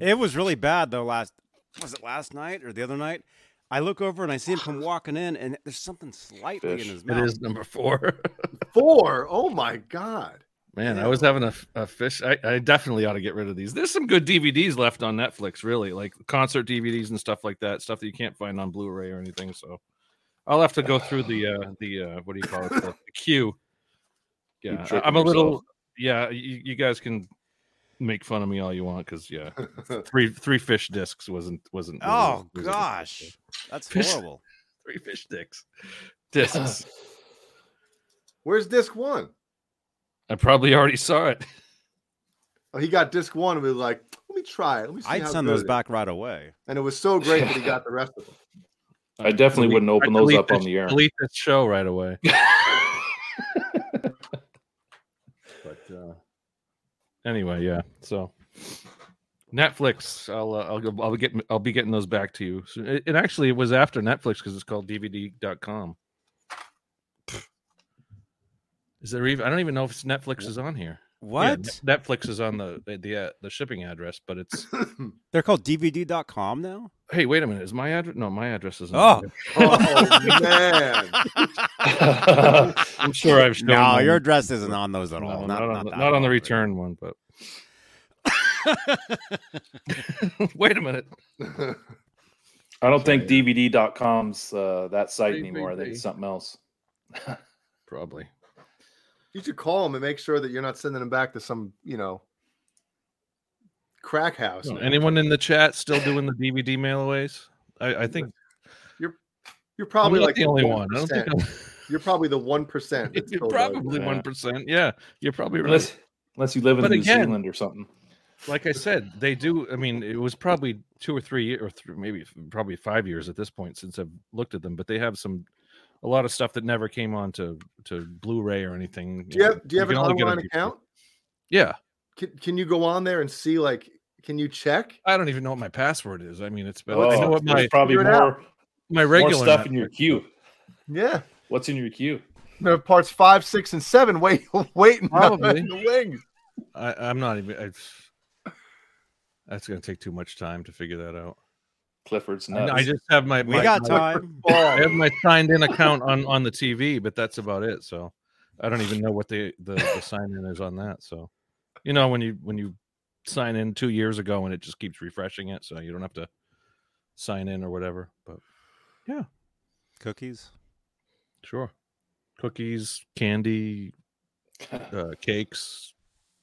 S1: It was really bad though. Last was it last night or the other night? I look over and I see him come walking in, and there's something slightly
S3: Fish.
S1: in his
S2: It
S1: mouth.
S2: is number four.
S4: Four. Oh my god.
S2: Man,
S1: Yeah.
S2: I was having a, f- a fish. I, I definitely ought to get rid of these. There's some good DVDs left on Netflix, really, like concert DVDs and stuff like that, stuff that you can't find on Blu-ray or anything. So I'll have to go through the uh, the uh, what do you call it? The, the queue.
S3: You're
S2: Yeah, I-
S3: tricking
S2: I'm a little.
S3: yourself.
S2: Yeah, you, you guys can make fun of me all you want because yeah, three three fish discs wasn't wasn't. really-
S1: Oh
S2: wasn't-
S1: gosh, that's
S2: Fish.
S1: horrible.
S2: three fish dicks discs.
S4: Where's disc one?
S2: I probably already saw it.
S4: Oh, he got disc one and was like, let me try it. Let me see
S1: I'd
S4: how
S1: send
S4: good
S1: those
S4: it is."
S1: back right away.
S4: And it was so great that he got the rest of them.
S3: I definitely wouldn't open
S2: I
S3: those
S2: delete
S3: up on
S2: this-
S3: the air.
S2: Delete this show right away. but uh, anyway, yeah. So Netflix, I'll uh, I'll go, I'll get I'll be getting those back to you. So it, it actually was after Netflix because it's called DVD.com. Is there even? I don't even know if it's Netflix is on here. Yeah,
S1: What?
S2: Net- Netflix is on the the uh, the shipping address, but it's
S1: They're called DVD.com now.
S2: hey, wait a minute, is my address? No, my address isn't.
S1: Oh,
S4: Oh man.
S2: I'm sure I've shown.
S1: no,
S2: them.
S1: your address isn't on those at
S2: No,
S1: all.
S2: not,
S1: not,
S2: on,
S1: not
S2: the-
S1: that
S2: not on the
S1: one.
S2: return one, but wait a minute.
S3: I don't think DVD.com's uh, that site
S2: DVD.
S3: anymore. I think it's something else.
S2: Probably.
S4: you should call him and make sure that you're not sending him back to some, you know, crack house.
S2: No,
S4: now.
S2: anyone in the chat still doing the DVD mailaways? I, I think
S4: You're You're probably
S2: I'm not
S4: like
S2: the only one. I don't think
S4: 1%.
S2: I'm,
S4: You're probably the one percent.
S2: you're probably
S3: Yeah.
S2: one percent. Yeah, you're probably right.
S3: unless unless you live in
S2: But
S3: New
S2: again-
S3: Zealand or something.
S2: like I said, they do. I mean, it was probably two or three, year- or th- maybe f- probably five years at this point since I've looked at them. But they have some, a lot of stuff that never came on to to Blu-ray or anything.
S4: Do you
S2: know.
S4: have Do you have
S2: can
S4: an
S2: only get a
S4: online
S2: few-
S4: account?
S2: Yeah,
S4: Can Can you go on there and see like? Can you check?
S2: I don't even know what my password is. I mean, it's been. I know
S3: Oh,
S2: what my
S3: there's probably
S4: Figure it
S3: more
S2: my
S3: more
S2: regular
S3: stuff in your queue.
S4: Yeah,
S3: What's in your queue?
S4: there are parts five, six, and seven. Wait, waiting up
S2: Probably.
S4: in the wings.
S2: I, I'm not even. I've, that's going to take too much time to figure that out.
S3: Clifford's
S2: I-
S3: nuts.
S2: I just have my.
S1: We
S2: my-
S1: got
S2: my-
S1: time.
S2: I have my signed in account on on the TV, but that's about it. So I don't even know what the the, the sign in is on that. So you know when you when you sign in two years ago and it just keeps refreshing it, so you don't have to sign in or whatever. But
S1: Cookies.
S2: sure, cookies, candy, uh, cakes,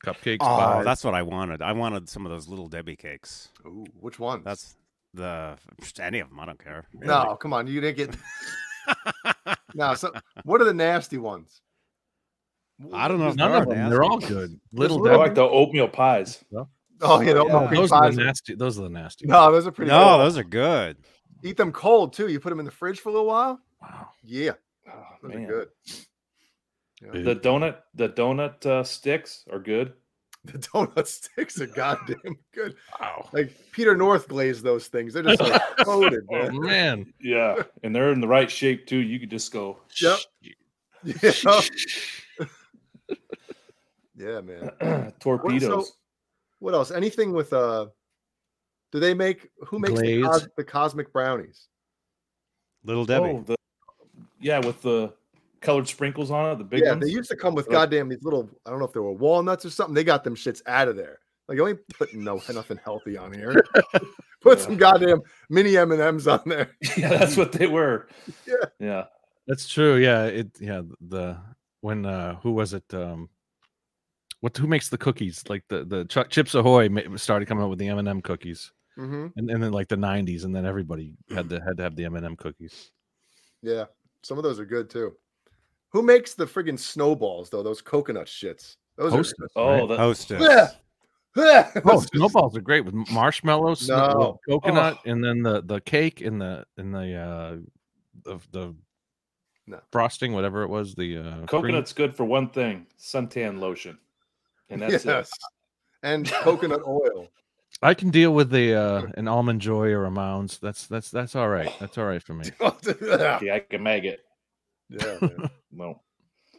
S2: cupcakes.
S1: Oh,
S2: pies.
S1: that's what I wanted. I wanted some of those little Debbie cakes.
S4: Ooh, which one?
S1: That's the just any of them. I don't care. really.
S4: no. Come on, you didn't get. no, so what are the nasty ones?
S1: I don't know. if
S2: none
S1: they
S2: of
S1: are
S2: them. They're all
S1: nasty.
S2: good. Little
S3: I
S2: Debbie.
S3: like the oatmeal pies.
S4: Oh yeah, the
S3: Yeah,
S4: oatmeal cream
S2: those are
S4: pies.
S2: the nasty. Those are the nasty. ones.
S4: No, those are pretty.
S1: No,
S4: good.
S1: those are good.
S4: eat them cold too. You put them in the fridge for a little while.
S2: Wow.
S4: Yeah,
S3: Oh,
S4: those
S3: man.
S4: are good.
S2: Dude.
S3: The donut, the donut uh, sticks are good.
S4: The donut sticks are goddamn good.
S2: Wow.
S4: Like Peter North glazed those things. They're just like coated,
S2: Oh
S4: man.
S2: man.
S3: Yeah, and they're in the right shape too. You could just go.
S4: Yep.
S1: Oh,
S4: Yeah, yeah man.
S3: torpedoes.
S4: What else? Anything with uh? Do they make who makes the,
S2: Glaze.
S4: cos- the cosmic brownies?
S1: Little Debbie.
S3: Oh, the, yeah, with the colored sprinkles on it, the big
S4: yeah,
S3: ones.
S4: they used to come with
S3: They're like-
S4: goddamn these little. I don't know if they were walnuts or something. They got them shits out of there. Like you ain't putting no nothing healthy on here. Put some goddamn mini M and M's on there.
S3: yeah, that's what they were.
S4: Yeah.
S3: yeah.
S2: That's true. Yeah. It yeah, the when uh who was it? Um what who makes the cookies? Like the the Ch- Chips Ahoy ma- started coming out with the M&M cookies.
S4: Mm-hmm.
S2: And, and then like the 90s and then everybody had to had to have the M&M cookies.
S4: Yeah, some of those are good too. Who makes the friggin' snowballs though? Those coconut shits. Those
S2: Hostess.
S3: Oh,
S2: right?
S3: the,
S1: Hostess.
S4: Yeah. are.
S2: Oh, snowballs are great with marshmallows, snow- with
S4: No.
S2: coconut, and then the the cake and the and the uh the, the
S4: No.
S2: frosting, whatever it was, the uh cream.
S3: coconut's good for one thing: suntan lotion, and that's
S4: yes.
S3: it.
S4: And coconut oil.
S2: I can deal with the uh an almond joy or a mounds. That's that's that's all right. That's all right for me.
S4: yeah,
S3: Okay, I can make it.
S4: man.
S3: No,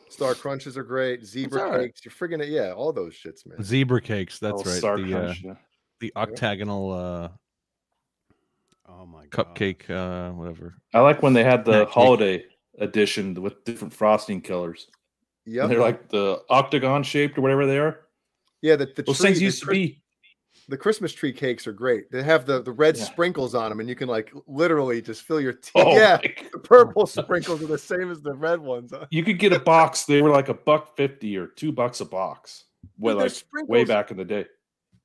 S4: Star crunches are great. Zebra
S3: all right.
S4: cakes. You're friggin' yeah, all those shits, man.
S2: Zebra cakes. That's
S3: little
S2: right.
S3: Star
S2: the, uh,
S3: Crunch, yeah.
S2: the octagonal uh,
S1: Oh my god.
S2: cupcake, uh, whatever.
S3: I like when they had the
S2: Snack cake.
S3: holiday edition with different frosting colors.
S4: Yep.
S3: They're like the octagon shaped or whatever they are.
S4: yeah, the, the
S3: Those
S4: tree-
S3: things
S4: the
S3: used to
S4: Chris-
S3: be.
S4: the Christmas tree cakes are great. They have the, the red
S3: Yeah.
S4: sprinkles on them, and you can like literally just fill your teeth.
S3: Oh,
S4: yeah,
S3: my God.
S4: the purple sprinkles are the same as the red ones. huh?
S3: you could get a box. They were like a buck fifty or two bucks a box. Way,
S4: Dude,
S3: like,
S4: there's
S3: way
S4: sprinkles-
S3: back in the day.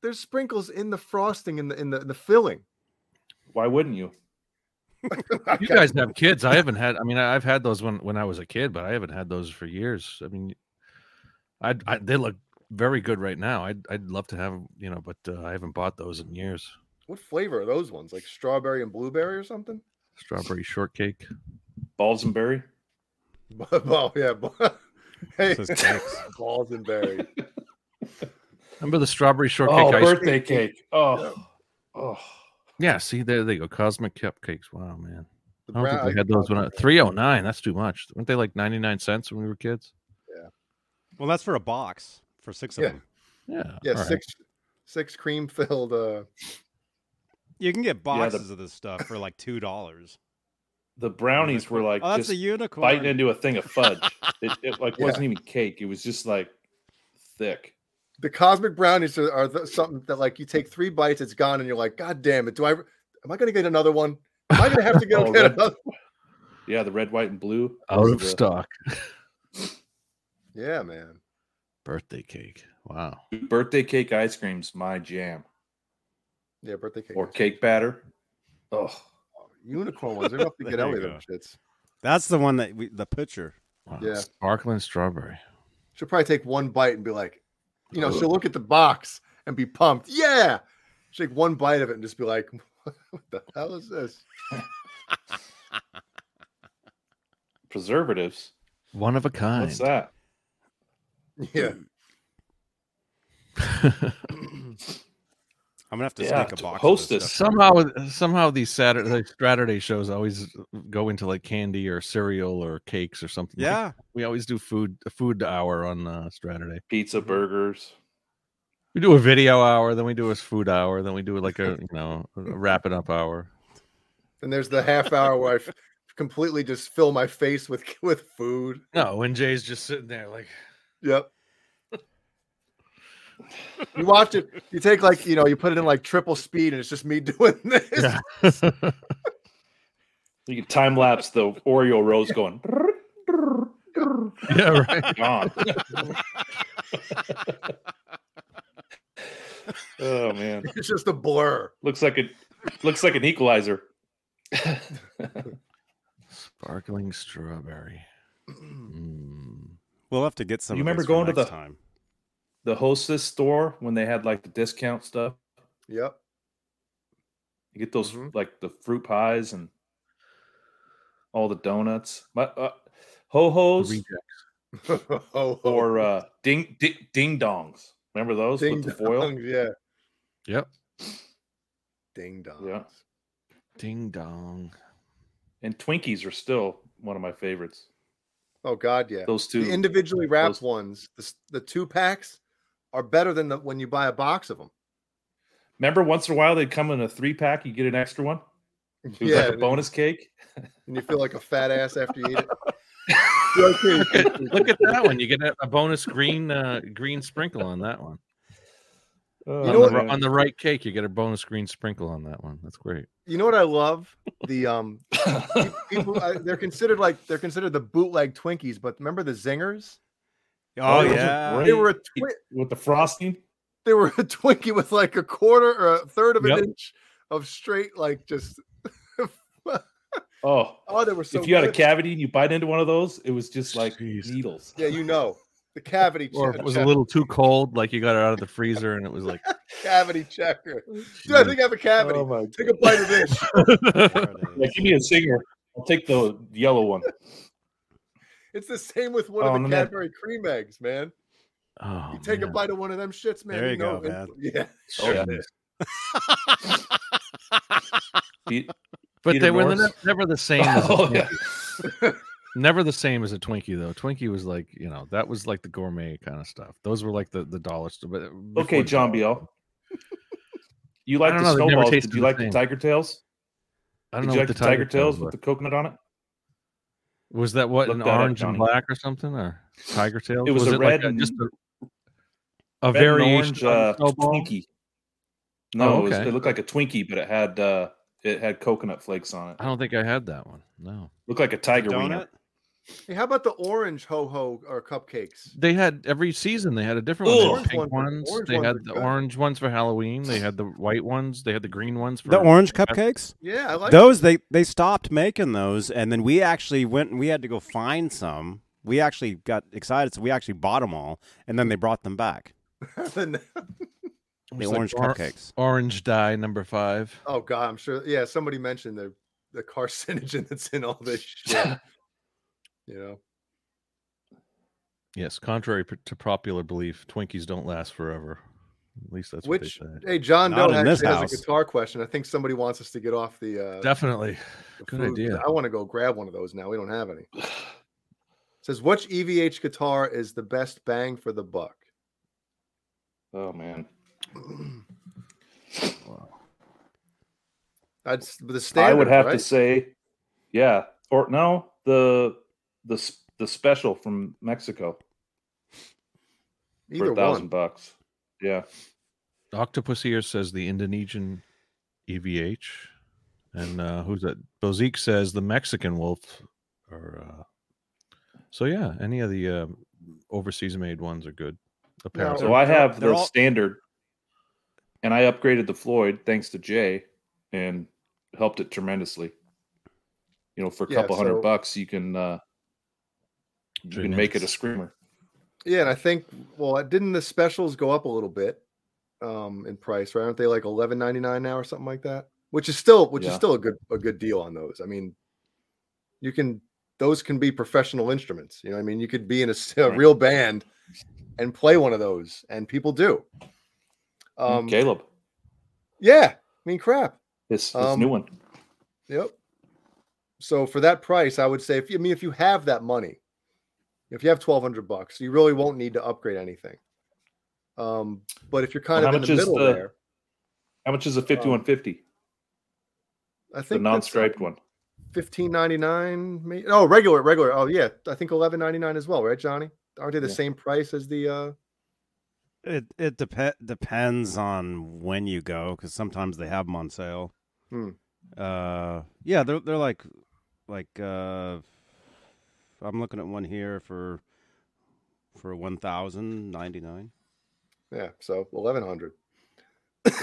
S4: There's sprinkles in the frosting in the in the, the filling.
S3: Why wouldn't you?
S2: You guys have kids. I haven't had. I mean, I- I've had those when when I was a kid, but I haven't had those for years. I mean, I, I they look very good right now. I'd I'd love to have you know, but uh, I haven't bought those in years.
S4: What flavor are those ones? Like strawberry and blueberry or something?
S2: Strawberry shortcake.
S3: Balls and berry.
S4: oh yeah, bu- hey,
S1: This is cakes.
S4: balls and berry.
S2: Remember the strawberry shortcake?
S3: oh,
S2: ice-
S3: birthday cake. Oh, oh,
S2: yeah. See, there they go. Cosmic cupcakes. Wow, man.
S4: The
S2: I don't think we had those when I three oh nine. That's too much. Weren't they like ninety nine cents when we were kids?
S1: Well, that's for a box for six of
S4: Yeah.
S1: them.
S2: Yeah.
S4: yeah,
S2: all right.
S4: six six cream filled. Uh,
S1: You can get
S3: Yeah, the-
S1: boxes of this stuff for like two dollars.
S3: the brownies were like
S1: Oh, that's
S3: just
S1: a unicorn.
S3: biting into a thing of fudge. it, it like
S4: Yeah.
S3: wasn't even cake. It was just like thick.
S4: the cosmic brownies are, are the, something that like you take three bites, it's gone, and you're like, God damn it! Do I re- am I gonna get another one? Am I gonna have to go
S3: Oh,
S4: get
S3: red-
S4: another?
S3: Yeah, the red, white, and blue.
S2: out
S3: Those
S2: of
S3: are the-
S2: stock
S4: Yeah, man.
S2: birthday cake. Wow.
S3: Birthday cake ice cream's my jam.
S4: Yeah, birthday cake.
S3: Or
S4: ice-
S3: cake batter. Oh,
S4: unicorn ones. They're enough to get
S1: There
S4: out
S1: you
S4: of them shits.
S1: That's the one that we, the picture.
S2: Wow,
S4: Yeah.
S2: Sparkling strawberry.
S4: She'll probably take one bite and be like, you know, she'll look at the box and be pumped. Yeah. She'll take one bite of it and just be like, what the hell is this?
S3: Preservatives.
S2: One of a kind.
S3: What's that?
S4: Yeah.
S1: I'm gonna have to
S3: Yeah,
S1: sneak a
S3: to
S1: box.
S3: host
S1: of this
S3: this.
S1: stuff.
S2: somehow somehow these Saturday like Saturday shows always go into like candy or cereal or cakes or something. like-
S1: Yeah,
S2: we always do food a food hour on uh, Saturday.
S3: Pizza, burgers.
S2: We do a video hour, then we do a food hour, then we do like a you know a wrap it up hour.
S4: And there's the half hour where I f- completely just fill my face with with food.
S2: No, and Jay's just sitting there like
S4: Yep. You watch it, you take like, you know, you put it in like triple speed and it's just me doing this.
S2: Yeah.
S3: You can time lapse the Oreo rose going.
S2: yeah right.
S3: gone. oh man,
S4: It's just a blur.
S3: looks like it looks like an equalizer.
S2: Sparkling strawberry. Mm.
S1: we'll have to get some.
S6: You
S1: of
S6: remember
S1: these for
S6: going to
S1: next
S6: the-
S1: time?
S3: The hostess store when they had like the discount stuff,
S4: Yep.
S3: you get those
S4: Mhm.
S3: like the fruit pies and all the donuts. My uh, ho hos
S2: Reject.
S4: oh,
S3: or uh, ding, ding ding dongs. Remember those
S4: ding
S3: with the foil?
S4: dongs, Yeah.
S2: Yep.
S4: Ding dong.
S2: Ding dong.
S3: And Twinkies are still one of my favorites.
S4: Oh God, yeah.
S3: Those two.
S4: The individually wrapped
S3: those-
S4: ones, the, s- the two packs, are better than the, when you buy a box of them.
S3: Remember, once in a while they'd come in a three pack. You get an extra one. It was
S4: Yeah,
S3: like a
S4: and-
S3: bonus cake.
S4: and you feel like a fat ass after you eat it. You're okay, you can't eat
S2: Look at that one. You get a, a bonus green uh, green sprinkle on that one.
S3: Oh,
S2: On,
S4: know
S2: the,
S4: what-
S2: ri- on the right cake, you get a bonus green sprinkle on that one. That's great.
S4: You know what I love? The um
S3: man.
S4: people I, they're considered like they're considered the bootleg Twinkies, but remember the zingers?
S1: Oh,
S3: those are
S1: yeah,
S3: great.
S4: They were a twi-
S3: with the frosting.
S4: they were a Twinkie with like a quarter or a third of an
S2: Yep.
S4: inch of straight, like just
S3: Oh,
S4: oh, they were so.
S3: if you had a
S4: good.
S3: cavity and you bite into one of those, it was just like
S2: Jeez.
S3: needles.
S4: yeah, you know the cavity,
S2: Or
S4: che-
S2: if it was a
S4: check-
S2: little too cold, like you got it out of the freezer and it was like,
S4: cavity checker. Dude, I think I have a cavity.
S3: Oh my!
S4: Take a bite of this.
S1: There it is.
S3: Yeah, give me a singer. I'll take the yellow one.
S4: It's the same with one
S3: Oh,
S4: of the
S3: man.
S4: Cadbury cream eggs, man.
S2: oh,
S4: You take a
S2: man.
S4: bite of one of them shits, man.
S1: There you
S4: know
S1: go,
S4: it's- Yeah.
S3: Oh, yeah.
S2: Jeez.
S3: Pe-
S2: But
S3: Peter
S2: they were
S3: Norris?
S2: ne- never the same. As a
S3: oh
S2: Twinkie.
S3: yeah.
S2: Never the same as a Twinkie though. Twinkie was like, you know, that was like the gourmet kind of stuff. Those were like the the dollar store. But uh,
S3: Okay, John Biel. You like
S2: don't
S3: the
S2: know, they've never
S3: snowballs?
S2: tasted
S3: Did you
S2: the
S3: like
S2: same.
S3: the tiger tails?
S2: I
S3: Did
S2: don't
S3: you
S2: know
S3: like
S2: what
S3: the tiger tails
S2: were.
S3: with the coconut on it?
S2: was that what
S3: Look
S2: an
S3: that up,
S2: orange and
S3: Johnny.
S2: black or something or tiger tail?
S3: It was a
S2: like
S3: red and-
S2: just a, a
S3: Red and
S2: variation
S3: orange,
S2: of
S3: uh,
S2: snowball?
S3: Twinkie. No,
S2: Oh,
S3: it, was-
S2: okay.
S3: it looked like a Twinkie, but it had uh, it had coconut flakes on it.
S2: I don't think I had that one. No,
S3: Looked like a tiger wiener.
S1: donut.
S4: Hey, how about the orange ho ho or cupcakes?
S2: they had every season. They had a different one. They had
S4: Orange
S2: pink
S4: ones are-
S2: ones.
S4: orange
S2: They
S4: ones
S2: had
S4: are
S2: the
S4: good.
S2: orange ones for Halloween. They had the white ones. They had the green ones for
S1: The orange cupcakes.
S4: Yeah, I like
S1: Those they they stopped making those, and then we actually went and we had to go find some. We actually got excited, so we actually bought them all, and then they brought them back.
S4: them.
S2: it
S1: The
S2: was like
S1: orange
S2: or-
S1: cupcakes.
S2: Orange dye number five.
S4: oh god, I'm sure. Yeah, somebody mentioned the the carcinogen that's in all this shit. you know,
S2: Yes, contrary p- to popular belief, Twinkies don't last forever. At least that's
S4: which
S2: what they say.
S4: hey, John
S1: Not
S4: Doe
S1: in this
S4: actually has
S1: house.
S4: a guitar question. I think somebody wants us to get off the. Uh,
S2: Definitely.
S4: the
S2: Good
S4: food, 'cause
S2: idea.
S4: I want to go grab one of those now. We don't have any. says which EVH guitar is the best bang for the buck?
S3: Oh man,
S4: That's the standard.
S3: I would have to
S4: right?
S3: say, yeah, or no, the the s- the special from Mexico for
S4: either
S3: a thousand
S4: one.
S3: bucks. Yeah,
S2: Octopus here says the Indonesian EVH. And uh, who's that? Bozique says the Mexican wolf. Or uh... So, yeah, any of the uh, overseas made ones are good. Apparently.
S3: so I
S1: they're-
S3: have
S1: they're
S3: the
S1: all-
S3: standard, and I upgraded the Floyd thanks to Jay, and helped it tremendously. you know, for a
S4: Yeah,
S3: couple hundred
S4: so-
S3: bucks, you can uh, you
S2: Very
S3: can make it a
S2: nice.
S3: screamer.
S4: Yeah, and I think well, didn't the specials go up a little bit um in price, right? Aren't they like eleven ninety nine now or something like that? Which is still which is
S3: Yeah.
S4: still a good a good deal on those. I mean, you can those can be professional instruments. You know, what I mean, you could be in a, s- a
S3: Right.
S4: real band and play one of those, and people do. Um,
S3: Caleb,
S4: Yeah, I mean, crap.
S3: this, this
S4: um,
S3: new one.
S4: Yep. So for that price, I would say if you I mean if you have that money, if you have twelve hundred bucks, you really won't need to upgrade anything. Um, but if you're kind
S3: Well,
S4: of
S3: how
S4: in the
S3: much is
S4: middle
S3: the-
S4: there,
S3: How much is a
S4: uh,
S3: fifty-one fifty?
S4: I
S3: The
S4: think
S3: non-striped one.
S4: fifteen ninety nine. Oh, regular, regular. Oh yeah, I think eleven ninety nine as well, right, Johnny? Aren't they the
S3: Yeah.
S4: same price as the? uh
S1: It it dep- depends on when you go because sometimes they have them on sale.
S4: Hmm.
S1: Uh, yeah, they're they're like like uh, I'm looking at one here for for one thousand ninety nine.
S4: Yeah, so eleven hundred.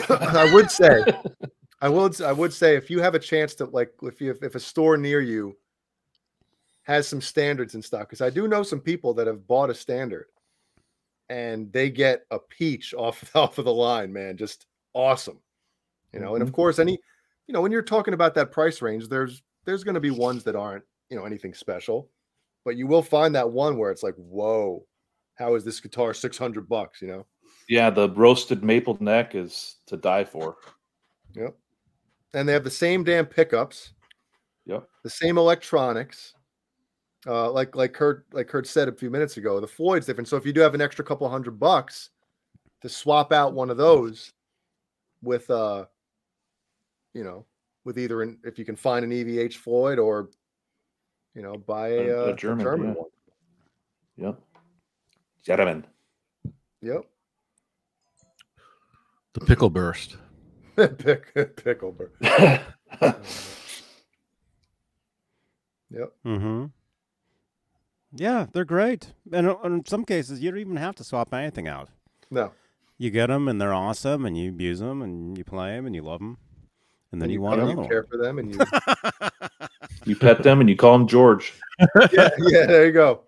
S4: I would say, I would, I would say, if you have a chance to like, if you, if a store near you has some standards in stock, because I do know some people that have bought a standard, and they get a peach off off of the line, man, just awesome, you know. And of course, any, you know, when you're talking about that price range, there's there's going to be ones that aren't, you know, anything special, but you will find that one where it's like, whoa, how is this guitar six hundred bucks, you know?
S3: Yeah, the roasted maple neck is to die for.
S4: Yep. And they have the same damn pickups.
S3: Yep.
S4: The same electronics. Uh, like like Kurt like Kurt said a few minutes ago, the Floyd's different. So if you do have an extra couple hundred bucks to swap out one of those with uh you know, with either an, if you can find an EVH Floyd or you know, buy
S3: A-
S4: a,
S3: a
S4: uh,
S3: German,
S4: German,
S3: yeah.
S4: one.
S3: Yep. Gentlemen.
S7: The pickle burst.
S4: Yep. Pick pickle bur- Yep.
S1: Mm-hmm. Yeah, they're great, and uh, in some cases you don't even have to swap anything out.
S4: No.
S1: You get them and they're awesome, and you abuse them, and you play them, and you love them, and then
S4: And
S1: you, want
S4: cut 'em,
S1: another
S4: you
S1: one.
S4: care for them and you
S3: you pet them and you call them George.
S4: yeah, yeah, there you go.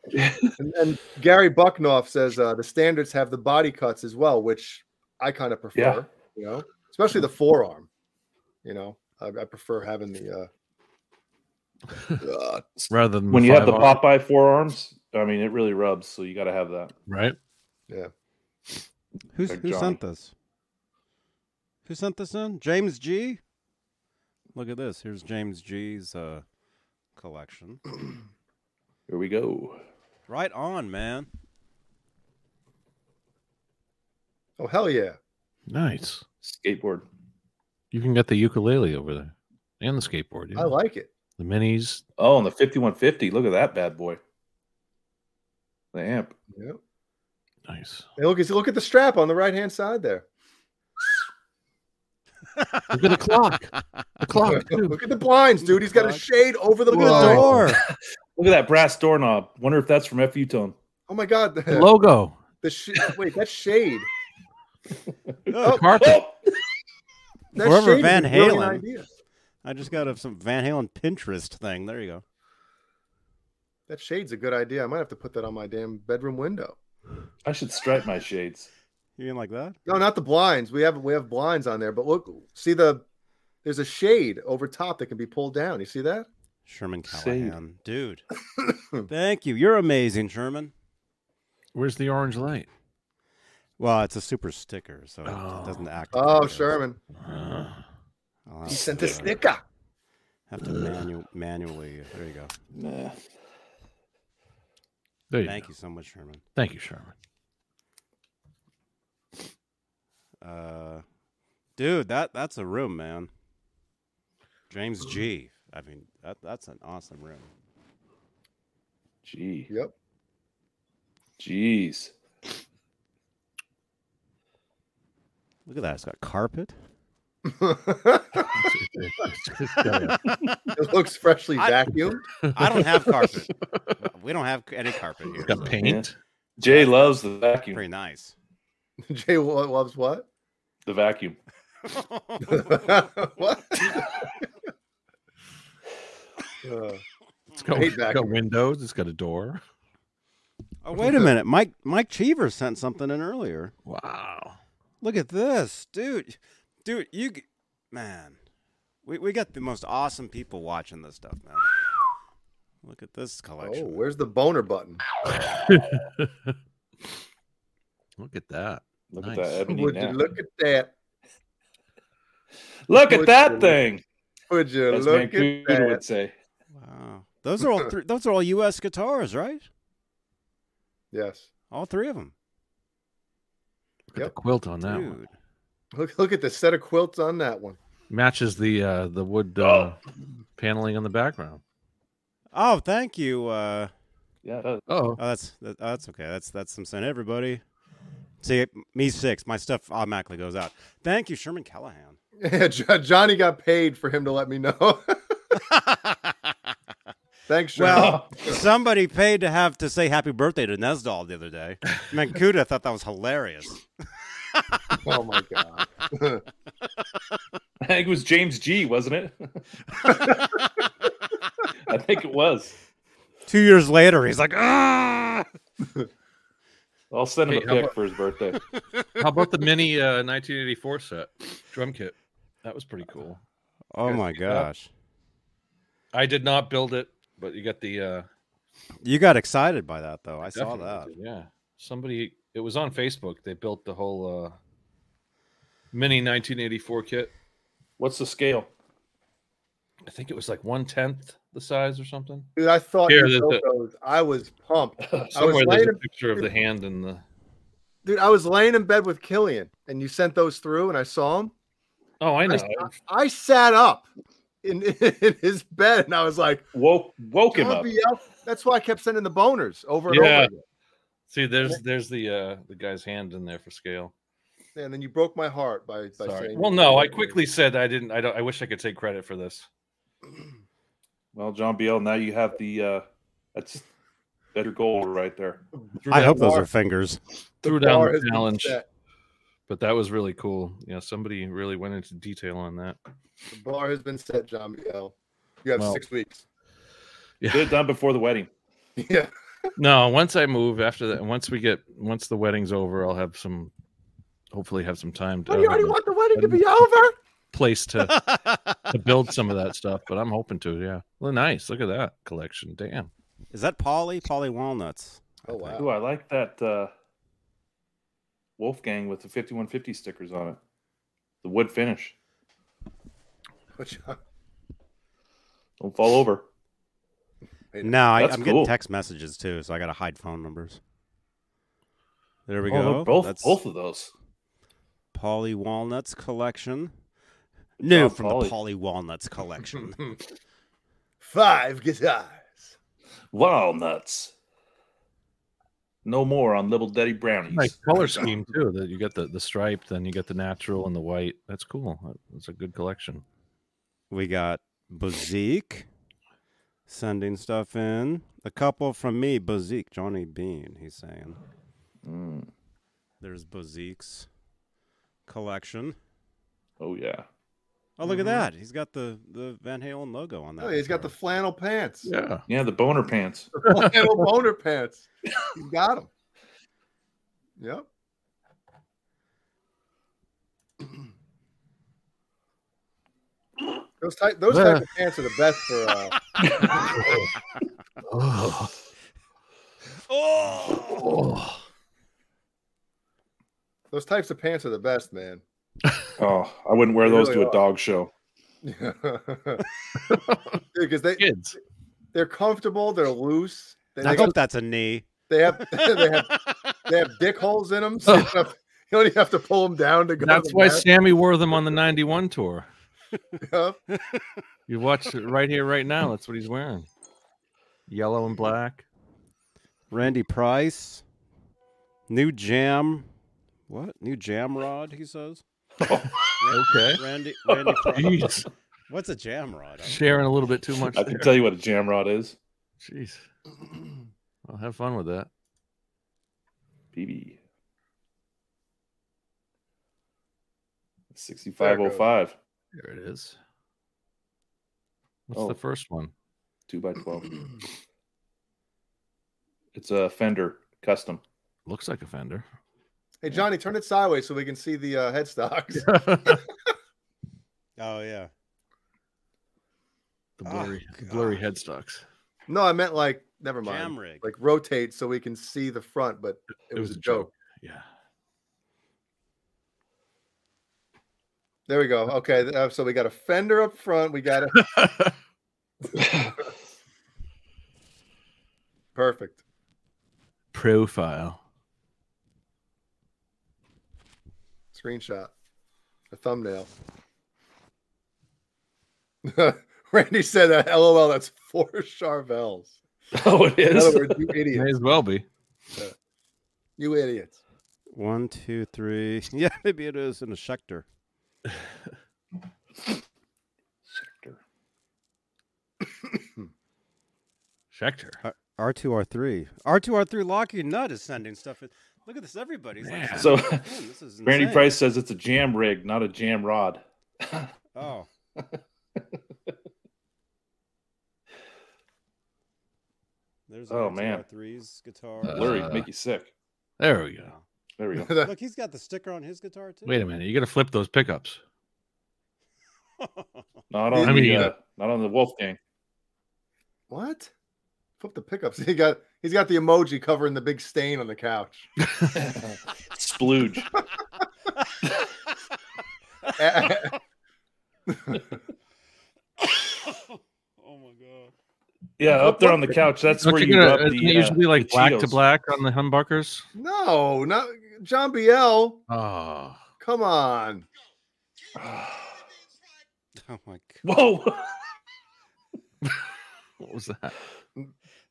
S4: And, and Gary Bucknoff says uh, the standards have the body cuts as well, which I kind of prefer.
S3: Yeah.
S4: You know, especially the forearm. You know, I, I prefer having the. Uh, uh,
S2: rather than
S3: When you have the
S2: five hour-
S3: Popeye forearms, I mean, it really rubs. So you got to have that.
S2: right?
S1: Who's,
S3: Big
S1: who
S3: Johnny.
S1: sent this? Who sent this in? James G. Look at this. Here's James G's uh, collection.
S3: Here we go.
S1: Right on, man.
S4: oh hell yeah!
S2: Nice.
S3: Skateboard.
S2: You can get the ukulele over there and the skateboard. yeah.
S4: I like it.
S2: the minis.
S3: Oh, and the 5150. Look at that bad boy. The amp.
S4: Yeah.
S2: Nice.
S4: Hey, look, at- look at the strap on the right hand side there.
S7: Look at the clock. The clock. Too.
S4: Look at the blinds, dude. He's got a shade over the
S1: Look at the
S4: blind.
S1: door.
S3: Look at that brass doorknob. Wonder if that's from FU Tone.
S4: Oh my god!
S7: The
S4: The,
S7: logo.
S4: the sh- wait, that's shade.
S1: Oh,
S7: The carpet.
S3: Oh!
S4: That
S1: Wherever
S4: shade is
S1: Van
S4: a brilliant
S1: Halen-
S4: idea.
S1: I just got a, some Van Halen Pinterest thing. There you go.
S4: That shade's a good idea. I might have to put that on my damn bedroom window.
S3: I should stripe my shades.
S1: You mean like that?
S4: No, not the blinds. We have we have blinds on there, but look, see the there's a shade over top that can be pulled down. You see that?
S1: Sherman
S3: Shade.
S1: Callahan. Dude. Thank you. You're amazing, Sherman.
S2: Where's the orange light?
S1: Well, it's a super sticker, so it- it doesn't
S2: Oh.
S1: act.
S4: Oh,
S1: like it is.
S4: Sherman,
S2: Ah.
S1: I'll have
S4: he
S1: to,
S4: sent a
S1: uh,
S4: snicker.
S1: Have to manu- manually. There you go.
S3: Nah.
S2: there you
S1: Thank
S2: go.
S1: you so much, Sherman.
S2: Thank you, Sherman.
S1: Uh, dude, that that's a room, man. James G. I mean, that that's an awesome room.
S3: Gee.
S4: Yep.
S3: Jeez.
S1: Look at that. It's got carpet.
S4: it looks freshly
S1: I-
S4: vacuumed.
S1: I don't have carpet. we don't have any carpet here.
S2: It's got paint.
S3: Jay loves the vacuum.
S1: Pretty nice.
S4: Jay lo- loves what?
S3: The vacuum.
S1: Oh,
S4: what? Uh,
S2: got,
S4: Way back.
S2: got windows. It's got a door.
S1: Oh, wait a minute. Mike Mike Cheever sent something in earlier.
S2: Wow.
S1: Look at this, dude. Dude, you g- man. We we got the most awesome people watching this stuff, man. Look at this
S4: Oh,
S1: collection.
S4: where's the boner button?
S2: Look at that.
S3: Look
S2: Nice.
S3: at that ebony
S4: Would you
S3: napkin. Look,
S4: look at that?
S3: at
S4: Would you-
S3: that thing,
S4: Would you
S3: as
S4: look at
S3: Vancouver
S4: that?
S3: would say.
S1: Wow. Those are all three those are all US guitars, right?
S4: Yes.
S1: All three of them.
S2: Look at
S4: Yep.
S2: the quilt on that one.
S1: Dude.
S4: Look look at the set of quilts on that one.
S2: Matches the uh the wood uh,
S4: Oh.
S2: paneling on the background.
S1: Oh, thank you. Uh
S3: Yeah, that-
S7: Oh,
S1: Oh, that's that, oh, that's okay. That's that's some sin. Everybody, see me six. My stuff automatically goes out. Thank you, Sherman Callahan.
S4: Jo- Johnny got paid for him to let me know. Thanks, Sean.
S1: Well, somebody paid to have to say happy birthday to Nesdal the other day. Mancuda thought that was hilarious.
S4: oh my god.
S3: I think it was James G, wasn't it? I think it was.
S1: Two years later, he's like, ah.
S3: I'll send him
S2: Hey,
S3: a
S2: how
S3: pic
S2: about-
S3: for his birthday.
S2: How about the mini uh 1984 set drum kit? That was pretty cool.
S1: Oh my gosh,
S2: I did not build it, but you got the uh
S1: you got excited by that though. I saw
S2: Definitely
S1: that.
S2: did, Yeah. Somebody it was on Facebook. They built the whole uh mini 1984 kit.
S3: What's the scale?
S2: I think it was like one tenth the size or something.
S4: Dude, I thought
S2: Here,
S4: you
S2: there's
S4: built those. I was pumped.
S2: Uh, Somewhere there's
S4: laying
S2: a
S4: in-
S2: picture of the hand and the
S4: Dude, I was laying in bed with Killian and you sent those through and I saw him.
S2: Oh, I know.
S4: I, I sat up in, in his bed and I was like,
S3: Woke woke him
S4: "John
S3: up.
S4: B. L." That's why I kept sending the boners over and
S2: Yeah.
S4: over again.
S2: See, there's there's the uh the guy's hand in there for scale.
S4: And then you broke my heart by, by
S2: Sorry.
S4: saying
S2: Well, no, I quickly said I didn't I don't I wish I could take credit for this.
S3: Well, John Biel, now you have the uh that's that's your goal right there.
S2: Threw
S1: I
S2: down-
S1: hope those
S4: bar-
S1: are fingers.
S2: threw down
S4: bar
S2: the
S4: has been
S2: challenge.
S4: set.
S2: But that was really cool. You know, somebody really went into detail on that.
S4: The bar has been set, John B. L. You have
S2: Well.
S4: six weeks.
S3: Get it done before the wedding.
S4: Yeah.
S2: No, once I move after that, once we get once the wedding's over, I'll have some hopefully have some time to
S4: But you
S2: have
S4: already
S2: a
S4: want the wedding to be over.
S2: place to, to build some of that stuff, but I'm hoping to, yeah. Well, nice. Look at that collection. Damn.
S1: Is that Polly? Polly walnuts. I
S4: Oh
S1: think.
S4: wow.
S3: Ooh, I like that uh Wolfgang with the 5150 stickers on it. The wood finish.
S4: Which-
S3: Don't fall over.
S1: No, I, I'm
S3: That's
S1: getting
S3: cool.
S1: text messages too, so I got to hide phone numbers. There we
S3: Oh,
S1: go.
S3: look, both
S1: That's-
S3: both of those.
S1: Polly Walnuts collection. New
S3: on
S1: from the
S3: Polly.
S1: Polly Walnuts collection.
S4: Five guitars.
S3: Walnuts. No more on Little Daddy Brownies.
S2: Nice color scheme too. That you get the the stripe, then you get the natural and the white. That's cool. That- That's a good collection.
S1: we got Bazik sending stuff in. A couple from me, Bazik, Johnny Bean, he's saying.
S3: Mm.
S1: There's Bazik's collection.
S3: Oh yeah.
S1: Oh, look
S3: Mm-hmm.
S1: at that. He's got the, the Van Halen logo on that.
S4: Oh, he's got the
S1: guitar.
S4: flannel pants.
S2: Yeah.
S3: Yeah, the boner pants.
S4: The flannel boner pants. You got them. Yep. Those type those type of pants are the best for uh,
S7: oh,
S1: Oh!
S7: oh.
S4: those types of pants are the best, man.
S3: Oh, I wouldn't wear
S4: They
S3: those
S4: really
S3: to a
S4: are.
S3: dog show.
S4: Because they
S2: Kids.
S4: they're comfortable, they're loose. They,
S1: I
S4: they,
S1: hope that's a knee.
S4: they have they have they have dick holes in them. So you, don't have, you don't even have to pull them down to go. to
S2: That's
S4: the
S2: why
S4: bathroom.
S2: Sammy wore them on the ninety one tour.
S4: Yep.
S2: You watch it right here, right now. That's what he's wearing. Yellow and black.
S1: Randy Price. New jam. What? New jam rod, he says.
S3: Oh,
S2: Okay.
S1: Randy, Randy Price.
S2: Jeez.
S1: What's a jam rod?
S2: Sharing a little bit too much.
S3: I can
S2: There.
S3: tell you what a jamrod is.
S2: Jeez. I'll have fun with that.
S3: BB. 6505.
S2: There it is. What's
S3: Oh.
S2: the first one?
S3: two by twelve. it's a Fender custom.
S2: Looks like a Fender.
S4: Hey Johnny, turn it sideways so we can see the uh, headstocks.
S2: the
S1: Oh yeah.
S7: blurry,
S1: Oh,
S7: the blurry
S1: God.
S7: headstocks.
S4: no, I meant like never mind.
S1: Jam rig.
S4: Like rotate so we can see the front, but it, was, a joke.
S7: Yeah.
S4: There we go. Okay, th- uh, so we got a fender up front. We got a perfect.
S7: Profile.
S4: screenshot, a thumbnail. Randy said, that, "LOL, that's four Charvels."
S3: Oh, it
S4: In other
S3: is.
S4: words, you
S2: May
S4: idiots!
S2: as well be.
S4: You idiots!
S1: One, two, three. Yeah, maybe it is in a Schecter.
S3: Sector.
S2: Schecter.
S1: R two, R three. R two, R three. Lock your nut is sending stuff. in. Look at this. Everybody's like,
S2: Man.
S1: sending
S3: So,
S1: stuff in. this is
S3: Randy
S1: insane.
S3: Price says it's a jam rig, not a jam rod.
S1: Oh, there's
S3: Oh,
S1: R two,
S3: man.
S1: R three's guitar.
S3: Blurry,
S7: Uh,
S3: make you sick.
S7: There we go.
S3: There we go.
S1: Look, he's got the sticker on his guitar too.
S7: Wait a minute. You got to flip those pickups.
S3: Not on
S4: I
S7: mean,
S3: the,
S7: you
S3: uh, not on the Wolfgang.
S4: what? Flip the pickups. He got he's got the emoji covering the big stain on the couch.
S3: Splooge.
S1: oh my god.
S3: Yeah, up there on the couch. That's
S2: Don't
S3: where
S2: you
S3: you
S2: get a-
S3: rub
S2: isn't
S3: the
S2: it usually
S3: uh,
S2: like
S3: the
S2: black to
S3: Cheetos.
S2: black on the humbuckers?
S4: no, not John Biel.
S7: Oh.
S3: Ah.
S4: Come on.
S1: Oh my god.
S3: Whoa!
S7: What was that?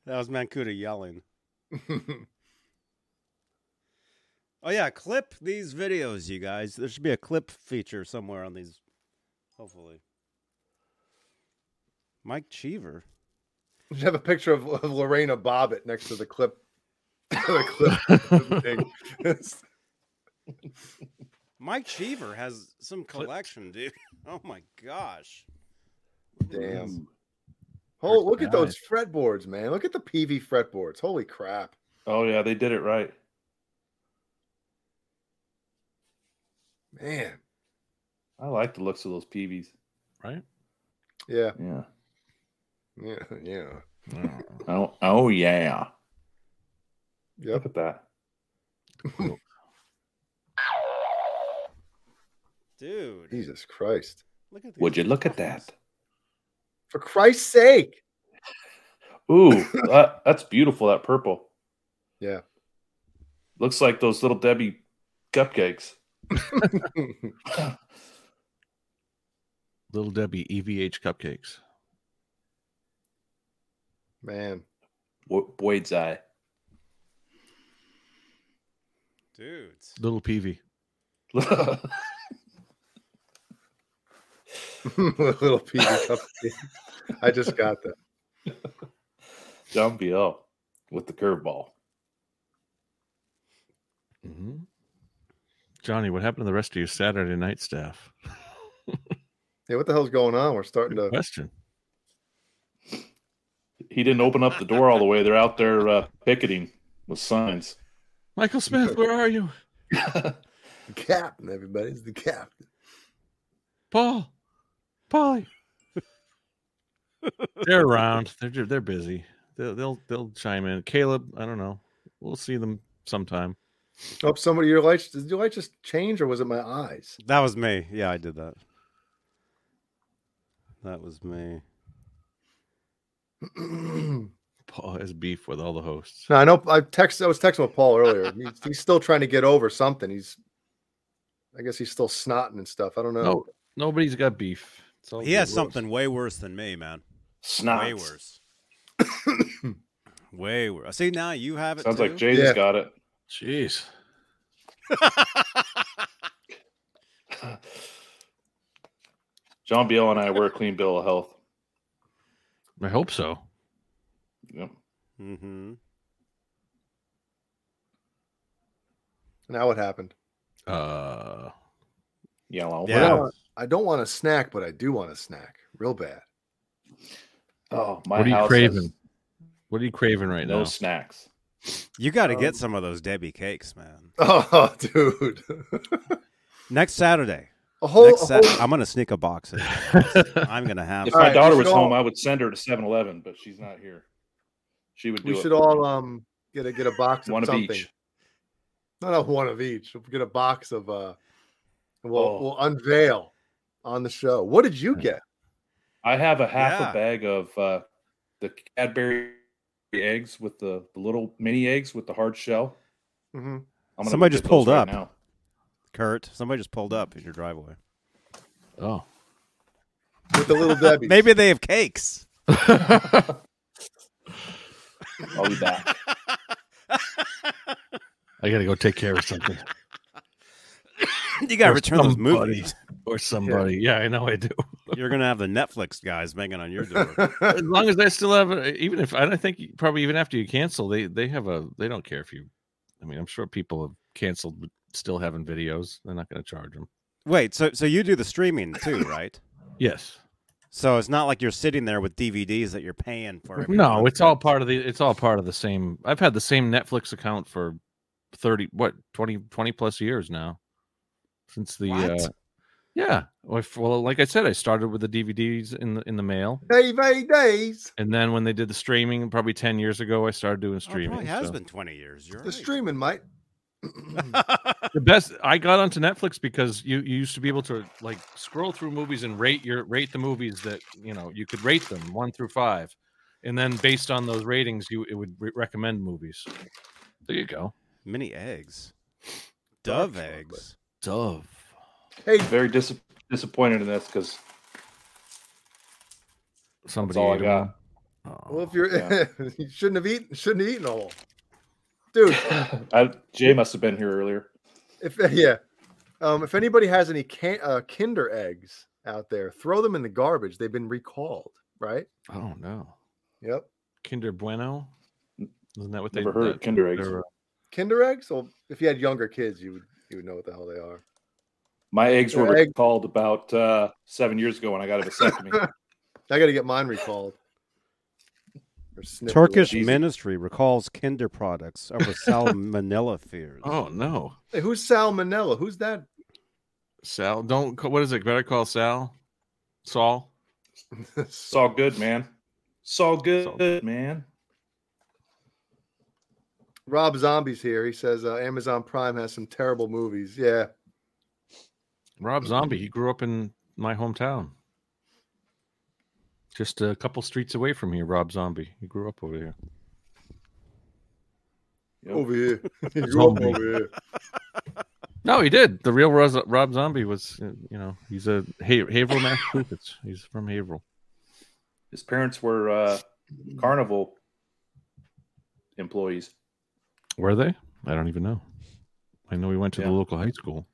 S1: That was Mancuda yelling. Oh yeah, clip these videos, you guys. There should be a clip feature somewhere on these. Hopefully. Mike Cheever.
S4: You should have a picture of, of Lorena Bobbitt next to the clip. the clip thing.
S1: Mike Cheever has some collection, dude. Oh my gosh.
S4: Damn. Oh, look at those fretboards, man. Look at the PV fretboards. Holy crap.
S3: Oh yeah, they did it right.
S4: Man.
S3: I like the looks of those PVs.
S7: Right?
S4: Yeah.
S3: Yeah.
S4: Yeah. Yeah.
S3: Oh, oh yeah. Look
S4: Yep.
S3: at that.
S1: Dude.
S4: Jesus Christ.
S1: Look at these
S3: Would you look at
S1: waffles.
S3: that?
S4: For Christ's sake.
S3: Ooh, that, that's beautiful. That purple.
S4: Yeah.
S3: Looks like those little Debbie cupcakes.
S7: Little Debbie
S2: E
S7: EVH cupcakes.
S4: man.
S3: Wo- Boyd's eye.
S1: Dudes.
S7: Little Peavy.
S4: Little PV cup. I just got that.
S3: John Biel with the curveball.
S7: hmm Johnny, what happened to the rest of your Saturday night staff?
S4: Hey, what the hell's going on? We're starting to.
S7: Question.
S3: He didn't open up the door all the way. They're out there uh, picketing with signs.
S7: Michael Smith, where are you?
S4: The captain, everybody. It's the captain.
S7: Paul, Polly. they're around. They're ju- they're busy. They'll, they'll they'll chime in. Caleb, I don't know. We'll see them sometime.
S4: Oh, somebody, your lights. Did your light just change or was it my eyes?
S1: That was me. Yeah, I did that. That was me.
S4: no,
S7: Paul has beef with all the hosts.
S4: I know. I text. I was texting with Paul earlier. He's, he's still trying to get over something. He's. I guess he's still snotting and stuff. I don't know.
S7: No, nobody's got beef. It's all
S1: He has
S7: good.
S1: something way worse than me, man. Way
S3: Snots.
S1: worse. Way worse. See now you have it.
S3: Sounds like
S1: too?
S3: Jay's
S4: Yeah.
S3: got it.
S7: Jeez.
S3: John Biel and I were a clean bill of health.
S7: I hope so.
S3: Yep.
S1: Mm-hmm.
S4: Now what happened?
S7: Uh,
S3: Yellow.
S1: Yeah.
S4: I don't want a snack, but I do want a snack real bad.
S3: Oh, my
S2: What are you
S3: house has
S2: craving What are you craving right
S3: No
S2: now?
S3: snacks.
S1: You got to
S4: Um,
S1: get some of those Debbie cakes, man.
S4: Oh, dude.
S1: Next Saturday.
S4: A
S3: Oh,
S4: whole,
S1: next
S4: a
S1: Sat-
S4: whole
S1: I'm going to sneak a box in. I'm going to have
S3: If
S1: some.
S4: All
S3: my
S4: right,
S3: daughter
S4: we
S3: was
S4: should
S3: home,
S4: all-
S3: I would send her to 7-Eleven, but she's not here. She would do
S4: we
S3: it.
S4: should all um get a get a box of
S3: one of
S4: something.
S3: each.
S4: No, not one of each. We'll get a box of uh and we'll
S3: Oh. Hmm.
S4: we'll unveil on the show. What did you get?
S3: I have a half
S1: Yeah.
S3: a bag of uh, the Cadbury eggs with the, the little mini eggs with the hard shell.
S4: Mm-hmm.
S3: I'm gonna
S1: Somebody
S3: go
S1: just
S3: get those
S1: pulled
S3: right
S1: up.
S3: now.
S1: Kurt, somebody just pulled up in your driveway.
S2: Oh.
S4: With the little Debbie.
S1: Maybe they have cakes.
S3: I'll be back.
S2: I gotta go take care of something.
S1: You got to
S2: Or
S1: return those
S2: somebody.
S1: movies.
S2: or somebody. Yeah. I know I do.
S1: You're going to have the Netflix guys banging on your door.
S2: As long as I still have, uh, even if I don't think probably even after you cancel, they they have a they don't care if you. I mean, I'm sure people have canceled, but still having videos. They're not going to charge them.
S1: Wait, so so you do the streaming too, right?
S2: Yes.
S1: So it's not like you're sitting there with DVDs that you're paying for. every
S2: No,
S1: month, Oh,
S2: it's all
S1: right?
S2: part of the it's all part of the same. I've had the same Netflix account for 30 what 20 20 plus years now. Since the
S1: What?
S2: uh yeah, well, if- well like I said I started with the DVDs in the in the mail
S4: Davey days.
S2: and then when they did the streaming probably 10 years ago I started doing
S1: Oh, it probably
S2: streaming.
S1: has
S2: so-
S1: been 20 years. You're
S4: The
S1: right.
S4: streaming, mate.
S2: The best I got onto Netflix because you, you used to be able to like scroll through movies and rate your rate the movies that you know you could rate them one through five, and then based on those ratings you it would re- recommend movies. There you go.
S1: Mini eggs. Dove
S4: chocolate.
S1: eggs.
S2: Dove.
S4: Hey,
S3: Very dis- disappointed in this because
S2: Somebody.
S3: that's all I
S2: ate
S3: got.
S2: them.
S4: well, if
S2: Oh.
S4: you're
S3: Yeah.
S4: you shouldn't have eaten shouldn't have eaten all. Dude,
S3: I, Jay must have been here earlier.
S4: if yeah. Um, if anybody has any can, uh, Kinder eggs out there, throw them in the garbage. They've been recalled, right?
S2: Oh no.
S4: Yep.
S2: Kinder Bueno. Isn't that what they
S3: Never heard of
S2: that-
S3: Kinder eggs.
S2: they're, uh,
S4: Kinder eggs? Well, if you had younger kids, you would you would know what the hell they are.
S3: My eggs were
S4: Your egg-
S3: recalled about uh, seven years ago when I got a vasectomy.
S4: I got to get mine recalled. Or snipped away.
S1: Turkish
S3: Easy.
S1: ministry recalls Kinder products over salmonella fears.
S2: Oh no.
S4: Hey, who's Salmonella? Who's that?
S2: Sal, don't. ca- What is it? Better call Sal. Saul.
S3: it's all good, man. It's all good, man.
S4: Rob Zombie's here. He says uh, Amazon Prime has some terrible movies. Yeah,
S2: Rob Zombie, he grew up in my hometown. Just a couple streets away from here, Rob Zombie. He grew up over here.
S3: You know,
S4: over here. You're
S2: Zombie.
S4: over here.
S2: No, he did. The real Ros- Rob Zombie was, uh, you know, he's a Ha- Haverhill, Massachusetts. He's from Haverhill.
S3: His parents were uh, carnival employees.
S2: Were they? I don't even know. I know he went to the
S3: Yeah.
S2: local high school.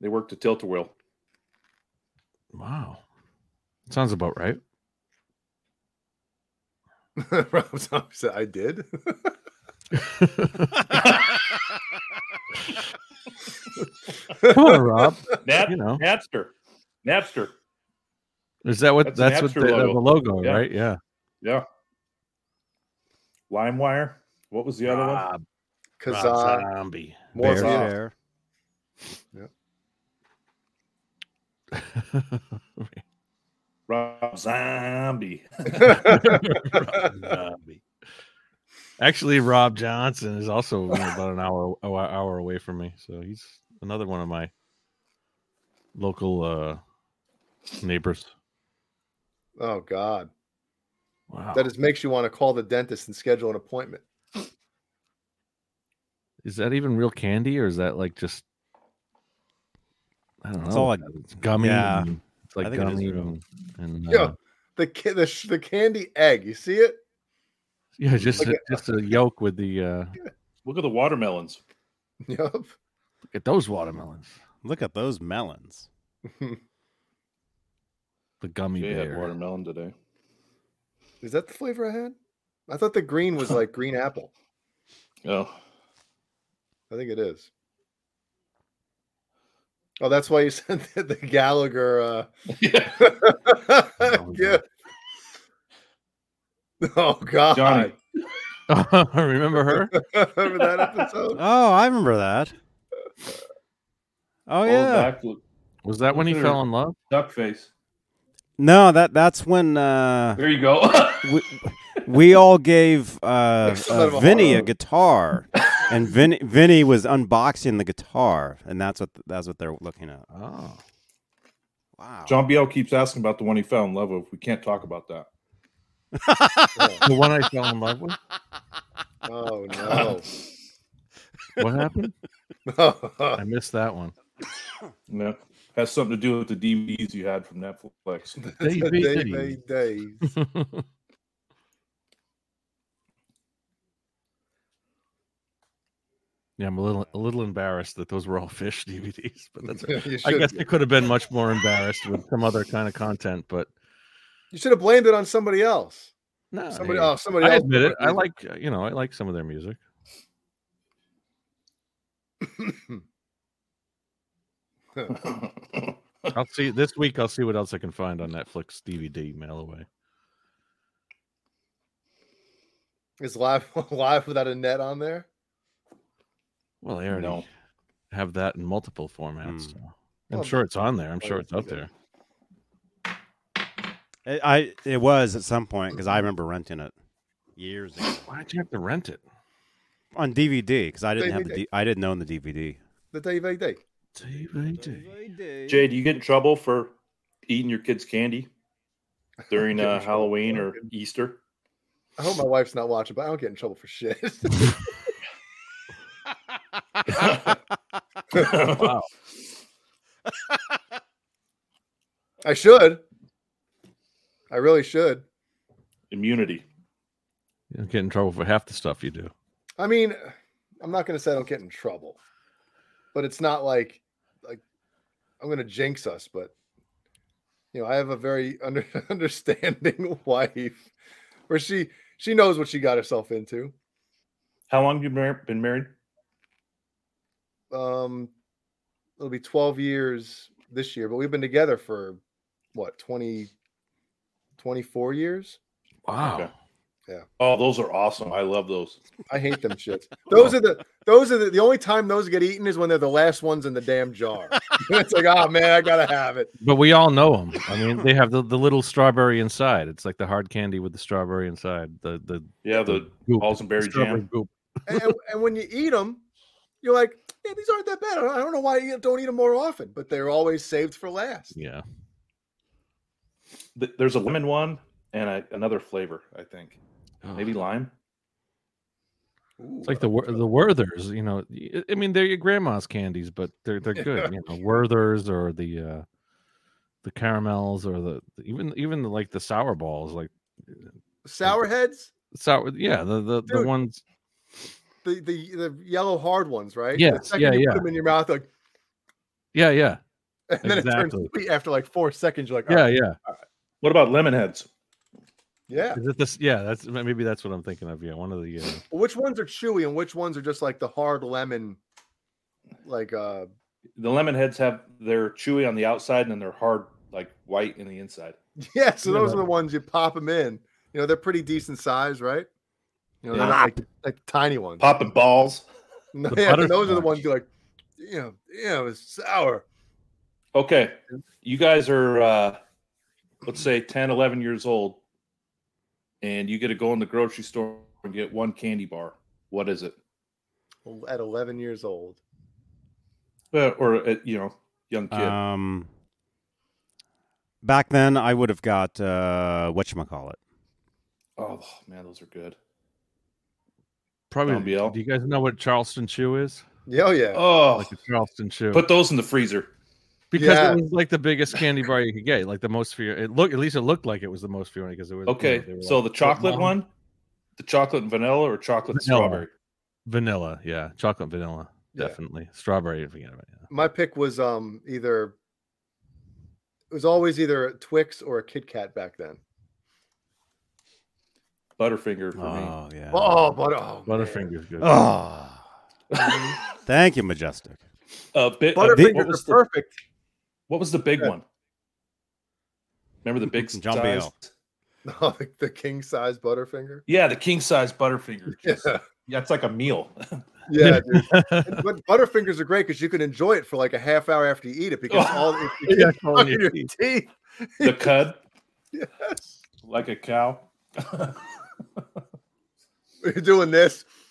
S3: They worked at Tilt a Wheel.
S2: Wow, sounds about right.
S4: Rob Zombie said, "I did."
S2: Come on, Rob.
S3: Nap-
S2: You know.
S3: Napster. Napster.
S2: Is that what?
S3: That's an
S2: That's, what the,
S3: Napster
S2: that's
S3: logo.
S2: the logo,
S3: Yeah.
S2: right? Yeah.
S3: Yeah. LimeWire. What was the other one?
S2: Rob
S4: Kazan,
S2: Zombie.
S4: more
S1: Fair
S4: Zombie.
S1: share.
S3: Rob Zombie.
S2: Zombie. Actually, Rob Johnson is also only about an hour a- a- hour away from me, so he's another one of my local uh, neighbors.
S4: Oh God,
S2: Wow,
S4: that just makes you want to call the dentist and schedule an appointment.
S2: is that even real candy, or is that like just I don't know?
S1: It's all like-
S2: It's gummy.
S1: Yeah.
S2: and- it's like
S1: I think it is
S2: gummy
S1: real.
S2: and, and,
S4: Yeah.
S2: uh,
S4: The ki- the, sh- the candy egg. You see it?
S2: yeah, just
S4: Like
S2: a- just a yolk with the uh, look
S3: Look at the watermelons.
S4: Yep.
S2: at those watermelons,
S1: Look at those melons.
S2: the gummy
S3: Jay had
S2: bear.
S3: watermelon today.
S4: Is that the flavor I had? I thought the green was like green apple.
S3: Oh.
S4: I think it is. Oh, that's why you sent the, the Gallagher. Uh...
S3: Yeah.
S4: yeah. Oh God!
S3: Johnny.
S2: Remember her?
S4: Remember that episode?
S1: Oh, I remember that. Oh
S3: Old
S1: yeah.
S3: backflip,
S2: Was that when he
S3: Wasn't
S2: fell
S3: her-
S2: in love?
S3: duck face.
S1: No, that that's when uh,
S3: There you go.
S1: we, we all gave uh,
S4: Like some kind of
S1: uh
S4: a
S1: Vinny a
S4: horror.
S1: guitar, and Vinny Vinny was unboxing the guitar, and that's what that's what they're looking at.
S2: Oh,
S1: Wow.
S3: John Biel keeps asking about the one he fell in love with. We can't talk about that.
S2: the one I fell in love with.
S4: Oh no!
S2: What happened?
S4: oh
S2: I missed that one.
S3: No, has something to do with the DVDs you had from Netflix.
S2: Dave,
S4: Dave, Dave, Dave.
S2: Yeah, I'm a little a little embarrassed that those were all fish DVDs, but that's.
S4: you
S2: I
S4: should,
S2: guess I could have been much more embarrassed with some other kind of content, but
S4: you should have blamed it on somebody else.
S2: no.
S4: Somebody,
S2: hey,
S4: oh, somebody
S2: I
S4: else.
S2: admit it. I like uh, you know I like some of their music. I'll see this week. I'll see what else I can find on Netflix DVD mail away.
S4: Is live live without a net on there?
S2: Well, they already
S3: No.
S2: have that in multiple formats.
S1: Mm.
S2: so. I'm
S4: Hmm. Well,
S2: sure it's on there. I'm sure
S4: well,
S2: it's up
S4: yeah.
S2: there.
S1: It, I it was at some point because I remember renting it years ago
S2: Why'd you have to rent it?
S1: on DVD because I didn't have the
S4: DVD.
S1: D- I didn't own the DVD.
S4: The Dave A Day.
S2: DVD.
S3: Jay, do you get in trouble for eating your kids' candy during
S4: Get in
S3: uh,
S4: trouble.
S3: Halloween or Easter?
S4: I hope my wife's not watching, but I don't get in trouble for shit.
S3: wow.
S4: I should. I really should.
S3: Immunity.
S2: You don't get in trouble for half the stuff you do.
S4: I mean, I'm not gonna say I don't get in trouble, but it's not like like I'm gonna jinx us, but you know, I have a very under, understanding wife where she she knows what she got herself into.
S3: How long have you mar- been married?
S4: Um it'll be 12 years this year, but we've been together for what 20 24 years?
S2: Wow.
S3: Okay.
S4: Yeah.
S3: Oh, those are awesome. I love those.
S4: I hate them shits. Those are the those are the, the only time those get eaten is when they're the last ones in the damn jar. it's like, oh man, I gotta have it.
S2: But we all know them. I mean, they have the, the little strawberry inside. It's like the hard candy with the strawberry inside. The the,
S3: Yeah, the
S2: goop.
S3: Halsenberry
S2: Strawberry
S3: jam.
S2: goop.
S4: and, and- and when you eat them, you're like, yeah, these aren't that bad. I don't- I don't know why you don't eat them more often, but they're always saved for last.
S2: Yeah.
S3: Th- There's a lemon one and a, another flavor, I think. Maybe lime.
S4: Ooh,
S2: It's like the Wer- the Werthers, you know. y- I mean, they're your grandma's candies, but they're they're good. You know, Werthers or the uh the caramels or the even even the, like the sour balls, like
S4: sour heads,
S2: sour. Yeah, the the, the
S4: Dude.
S2: ones.
S4: the, the the yellow hard ones, right? the
S2: Yes,
S4: second
S2: yeah,
S4: you
S2: yeah.
S4: put them in your mouth, like,
S2: Yeah, yeah,
S4: and then it
S2: Exactly.
S4: turns sweet after like four seconds. You're like,
S2: yeah,
S4: "Oh,
S2: yeah.
S3: What about lemon heads?
S4: yeah.
S2: Is it this? Yeah, that's maybe that's what I'm thinking of. Yeah, one of the. Uh,
S4: Which ones are chewy and which ones are just like the hard lemon, like uh,
S3: The lemon heads have they're chewy on the outside and then they're hard, like white in the inside.
S4: yeah. So
S2: Yeah,
S4: those are
S2: that-
S4: the ones you pop them in. You know, they're pretty decent size, right? You know, they're
S3: Yeah.
S4: not like, like tiny ones.
S3: Popping balls.
S4: No,
S2: The
S4: yeah, and those are the
S2: butterscotch.
S4: ones you're like, damn, damn, it's sour.
S3: Okay. You guys are, uh, let's say, 10, 11 years old, and you get to go in the grocery store and get one candy bar. What is it?
S4: Well, At 11 years old,
S3: Uh, or, uh, you know, young kid.
S2: Uh,
S1: Um, back then I would have got uh, what you call it.
S3: oh, man, those are good.
S2: probably.
S3: Down BL.
S2: Do you guys know what Charleston Chew is?
S4: yeah, oh, yeah,
S3: Oh,
S2: Like a Charleston Chew.
S3: put those in the freezer.
S2: because
S4: Yeah.
S2: it was like the biggest candy bar you could get, like the most fear. It looked at least it looked like it was the most fear because it was you know,
S3: Okay.
S2: they were
S3: So
S2: like
S3: the chocolate
S2: long-
S3: one, the chocolate and vanilla, or chocolate and
S2: Vanilla.
S3: strawberry?
S2: vanilla, yeah, chocolate vanilla,
S4: Yeah.
S2: definitely strawberry. Forget about it.
S4: my pick was um either it was always either a Twix or a Kit Kat back then.
S3: Butterfinger for
S1: Oh yeah.
S4: Oh, but oh, man.
S2: Butterfinger's good.
S1: Oh,
S3: me.
S1: thank you, Majestic.
S2: Uh,
S3: a bit, a bit- what, was
S4: Butterfingers are
S3: the,
S4: perfect.
S3: what was the big
S4: Yeah.
S3: one? Remember the big
S1: John
S3: size?
S1: Biel.
S4: No, Oh, the, the king size Butterfinger.
S3: Yeah, the king size Butterfinger.
S4: Yeah,
S3: Just- yeah, it's like a meal.
S4: yeah. Dude. And- but Butterfingers are great because you can enjoy it for like a half hour after you eat it because all it, it
S2: Yeah,
S4: gets
S2: all
S4: stuck
S2: in
S4: in
S2: your
S4: your teeth.
S3: The cud,
S4: Yes.
S3: like a cow.
S4: You're doing this.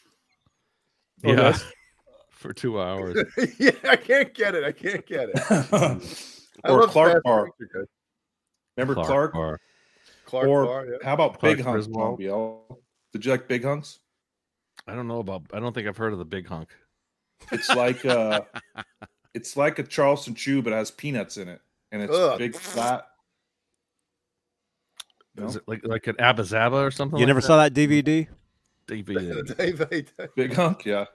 S2: Yeah.
S4: Oh, that's-
S2: for two hours.
S4: yeah, I can't get it. I can't get it. I
S3: Or
S4: love
S3: Clark
S4: fast
S3: Bar.
S4: food, good.
S3: Remember Clark?
S2: Bar.
S4: Clark
S3: Or-
S4: Bar, yeah.
S3: How about
S2: Clark
S3: Big Hunks,
S2: Griswold.
S3: Bombio? Did you like Big Hunks?
S2: I don't know about. I don't think I've heard of the Big Hunk.
S3: It's like uh it's like a Charleston chew, but it has peanuts in it. And it's
S4: Ugh.
S3: big flat. No?
S2: Is it like like an Abba Zaba or something?
S1: You
S2: like
S1: never
S2: that?
S1: saw that DVD?
S2: DVD.
S4: Dave, Dave, Dave.
S3: Big hunk, yeah.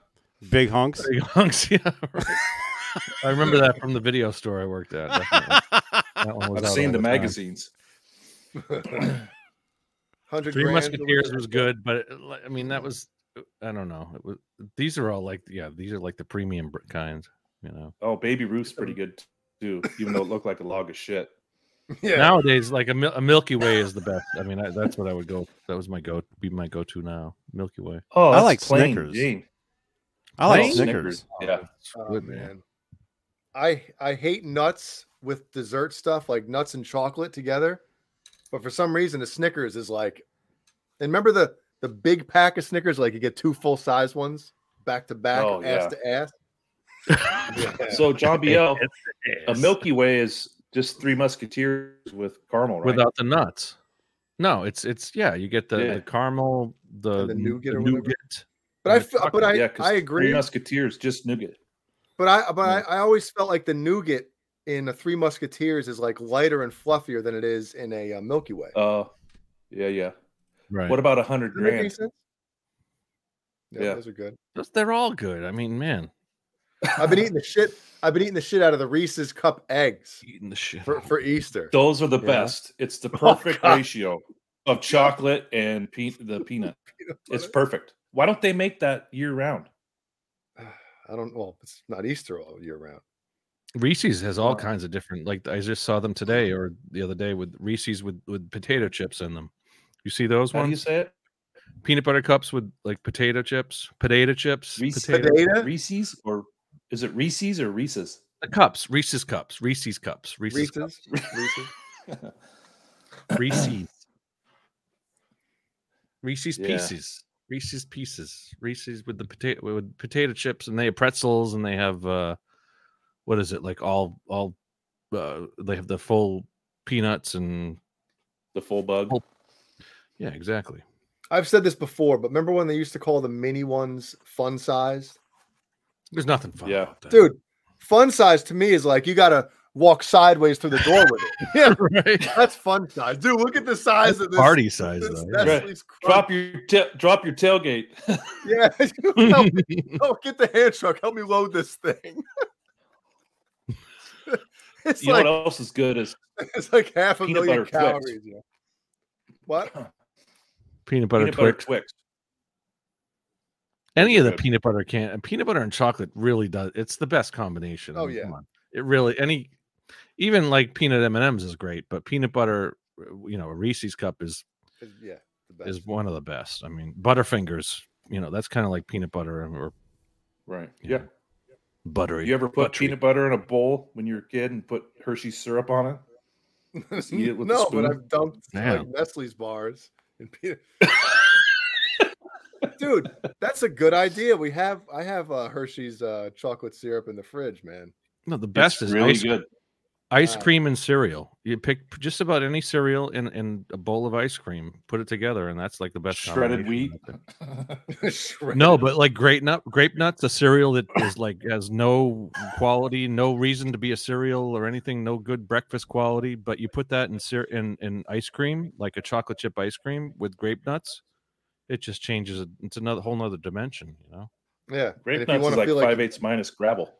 S1: Big hunks.
S2: Big hunks, yeah. right. I remember that from the video store I worked at. definitely. That one was
S3: I've
S2: out
S3: seen
S2: all
S3: the
S2: time.
S3: magazines.
S4: 100
S2: Three
S4: grand.
S2: Musketeers was good, but it, like, I mean that was I don't know. It was these are all like yeah, these are like the premium br- kinds, you know.
S3: Oh, Baby Ruth's pretty good too, even though it looked like a log of shit.
S4: Yeah.
S2: Nowadays, like a, mil- a Milky Way is the best. I mean, I, that's what I would go. That was my go. Be my go-to now. Milky Way.
S3: Oh,
S1: I that's like plain Snickers. Jane. I like
S3: Plain
S1: Snickers.
S3: Yeah.
S2: It's
S4: Oh,
S2: good, man.
S4: man. I I hate nuts with dessert stuff like nuts and chocolate together, but for some reason the Snickers is like, and remember the the big pack of Snickers like you get two full size ones back to back,
S3: Oh,
S4: ass
S3: yeah.
S4: to ass. Yeah.
S3: So John Biel, a
S2: Yes.
S3: Milky Way is just three musketeers with caramel, right?
S2: without the nuts. No, it's it's yeah. You get the,
S3: Yeah.
S2: the caramel, the,
S4: And the nougat
S2: the
S4: or whatever.
S2: nougat.
S4: but I feel, but I
S3: 'cause
S4: I
S3: Three
S4: agree.
S3: musketeers, just nougat.
S4: But I but I, I always felt like the nougat in a Three Musketeers is like lighter and fluffier than it is in a uh, Milky Way.
S3: Uh, yeah, yeah.
S2: Right.
S3: What about a hundred
S4: Does that make any
S3: grand?
S4: sense? Yeah,
S3: Yeah.
S4: those are good.
S2: Those- They're all good. I mean, man,
S4: I've been eating the shit. I've been eating the shit out of the Reese's cup eggs
S2: eating the shit.
S4: for, for Easter.
S3: Those are the
S4: Yeah. Oh,
S3: best. It's the perfect
S4: God.
S3: ratio of chocolate and pe- the peanut.
S4: Peanut
S3: It's
S4: butter.
S3: perfect. Why don't they make that year round?
S4: I don't. Well, it's not Easter all year round.
S2: Reese's has all
S3: Wow.
S2: kinds of different. Like I just saw them today or the other day with Reese's with with potato chips in them. You see those
S3: How do you
S2: ones?
S3: say it?
S2: Peanut butter cups with like potato chips, potato chips,
S3: Reese-
S2: potato
S4: Potato?
S3: Reese's or is it Reese's or Reese's?
S2: the uh, cups, Reese's cups, Reese's cups, Reese's cups,
S4: Reese's. Reese's.
S2: Reese's, Reese's
S3: Yeah.
S2: pieces, Reese's pieces, Reese's with the potato with potato chips, and they have pretzels, and they have uh, what is it like all all uh, they have the full peanuts and
S3: the full bug.
S2: Oh. yeah exactly
S4: I've said this before, but remember when they used to call the mini ones fun sized?
S2: There's nothing fun
S3: Yeah.
S2: about that.
S4: Dude, fun size to me is like you gotta walk sideways through the door with it. Yeah,
S2: right?
S4: that's fun size, dude. Look at the size of this
S2: Party size
S4: this
S2: though.
S4: Nestle's crunch.
S3: Drop your ta- drop your tailgate.
S4: Yeah,
S2: yeah.
S4: help, help, get the hand truck. Help me load this thing. it's
S3: you
S4: like
S3: know what else is good is
S4: it's like half a
S3: Peanut
S4: million
S3: butter Twix.
S4: calories. yeah. What?
S2: peanut butter
S3: peanut butter
S2: Twix.
S3: Twix.
S2: Any of the
S3: Good.
S2: peanut butter can peanut butter and chocolate really does. It's the best combination. I
S4: Oh,
S2: mean,
S4: yeah.
S2: come on. It really any even like peanut M and M's is great, but peanut butter, uh, you know, a Reese's cup is
S4: Yeah, the best.
S2: is one of the best. I mean, Butterfingers, you know, that's kind of like peanut butter or
S3: Right.
S2: Yeah.
S3: Yeah.
S2: buttery.
S3: You ever put
S2: buttery.
S3: peanut butter in a bowl when you were a kid and put Hershey syrup on it? Just eat it with a
S4: no,
S3: spoon.
S4: but I've dumped like
S2: Damn.
S4: Nestle's bars and peanut. Dude, that's a good idea. We have I have uh, Hershey's uh, chocolate syrup in the fridge, man.
S2: No, the best is
S3: really
S2: ice,
S3: good.
S2: ice
S4: Wow.
S2: cream and cereal. You pick just about any cereal and, and a bowl of ice cream, put it together, and that's like the best.
S3: Shredded
S2: combination
S3: wheat.
S2: right there.
S4: Shred-
S2: No, but like grape nut, grape nuts, a cereal that is like has no quality, no reason to be a cereal or anything, no good breakfast quality. But you put that in cere- in in ice cream, like a chocolate chip ice cream with grape nuts, it just changes it. It's another whole nother dimension, you know.
S4: yeah,
S3: Grape
S4: and if you
S3: nuts
S4: want
S3: is
S4: to
S3: like
S4: feel
S3: five
S4: like
S3: eighths minus gravel.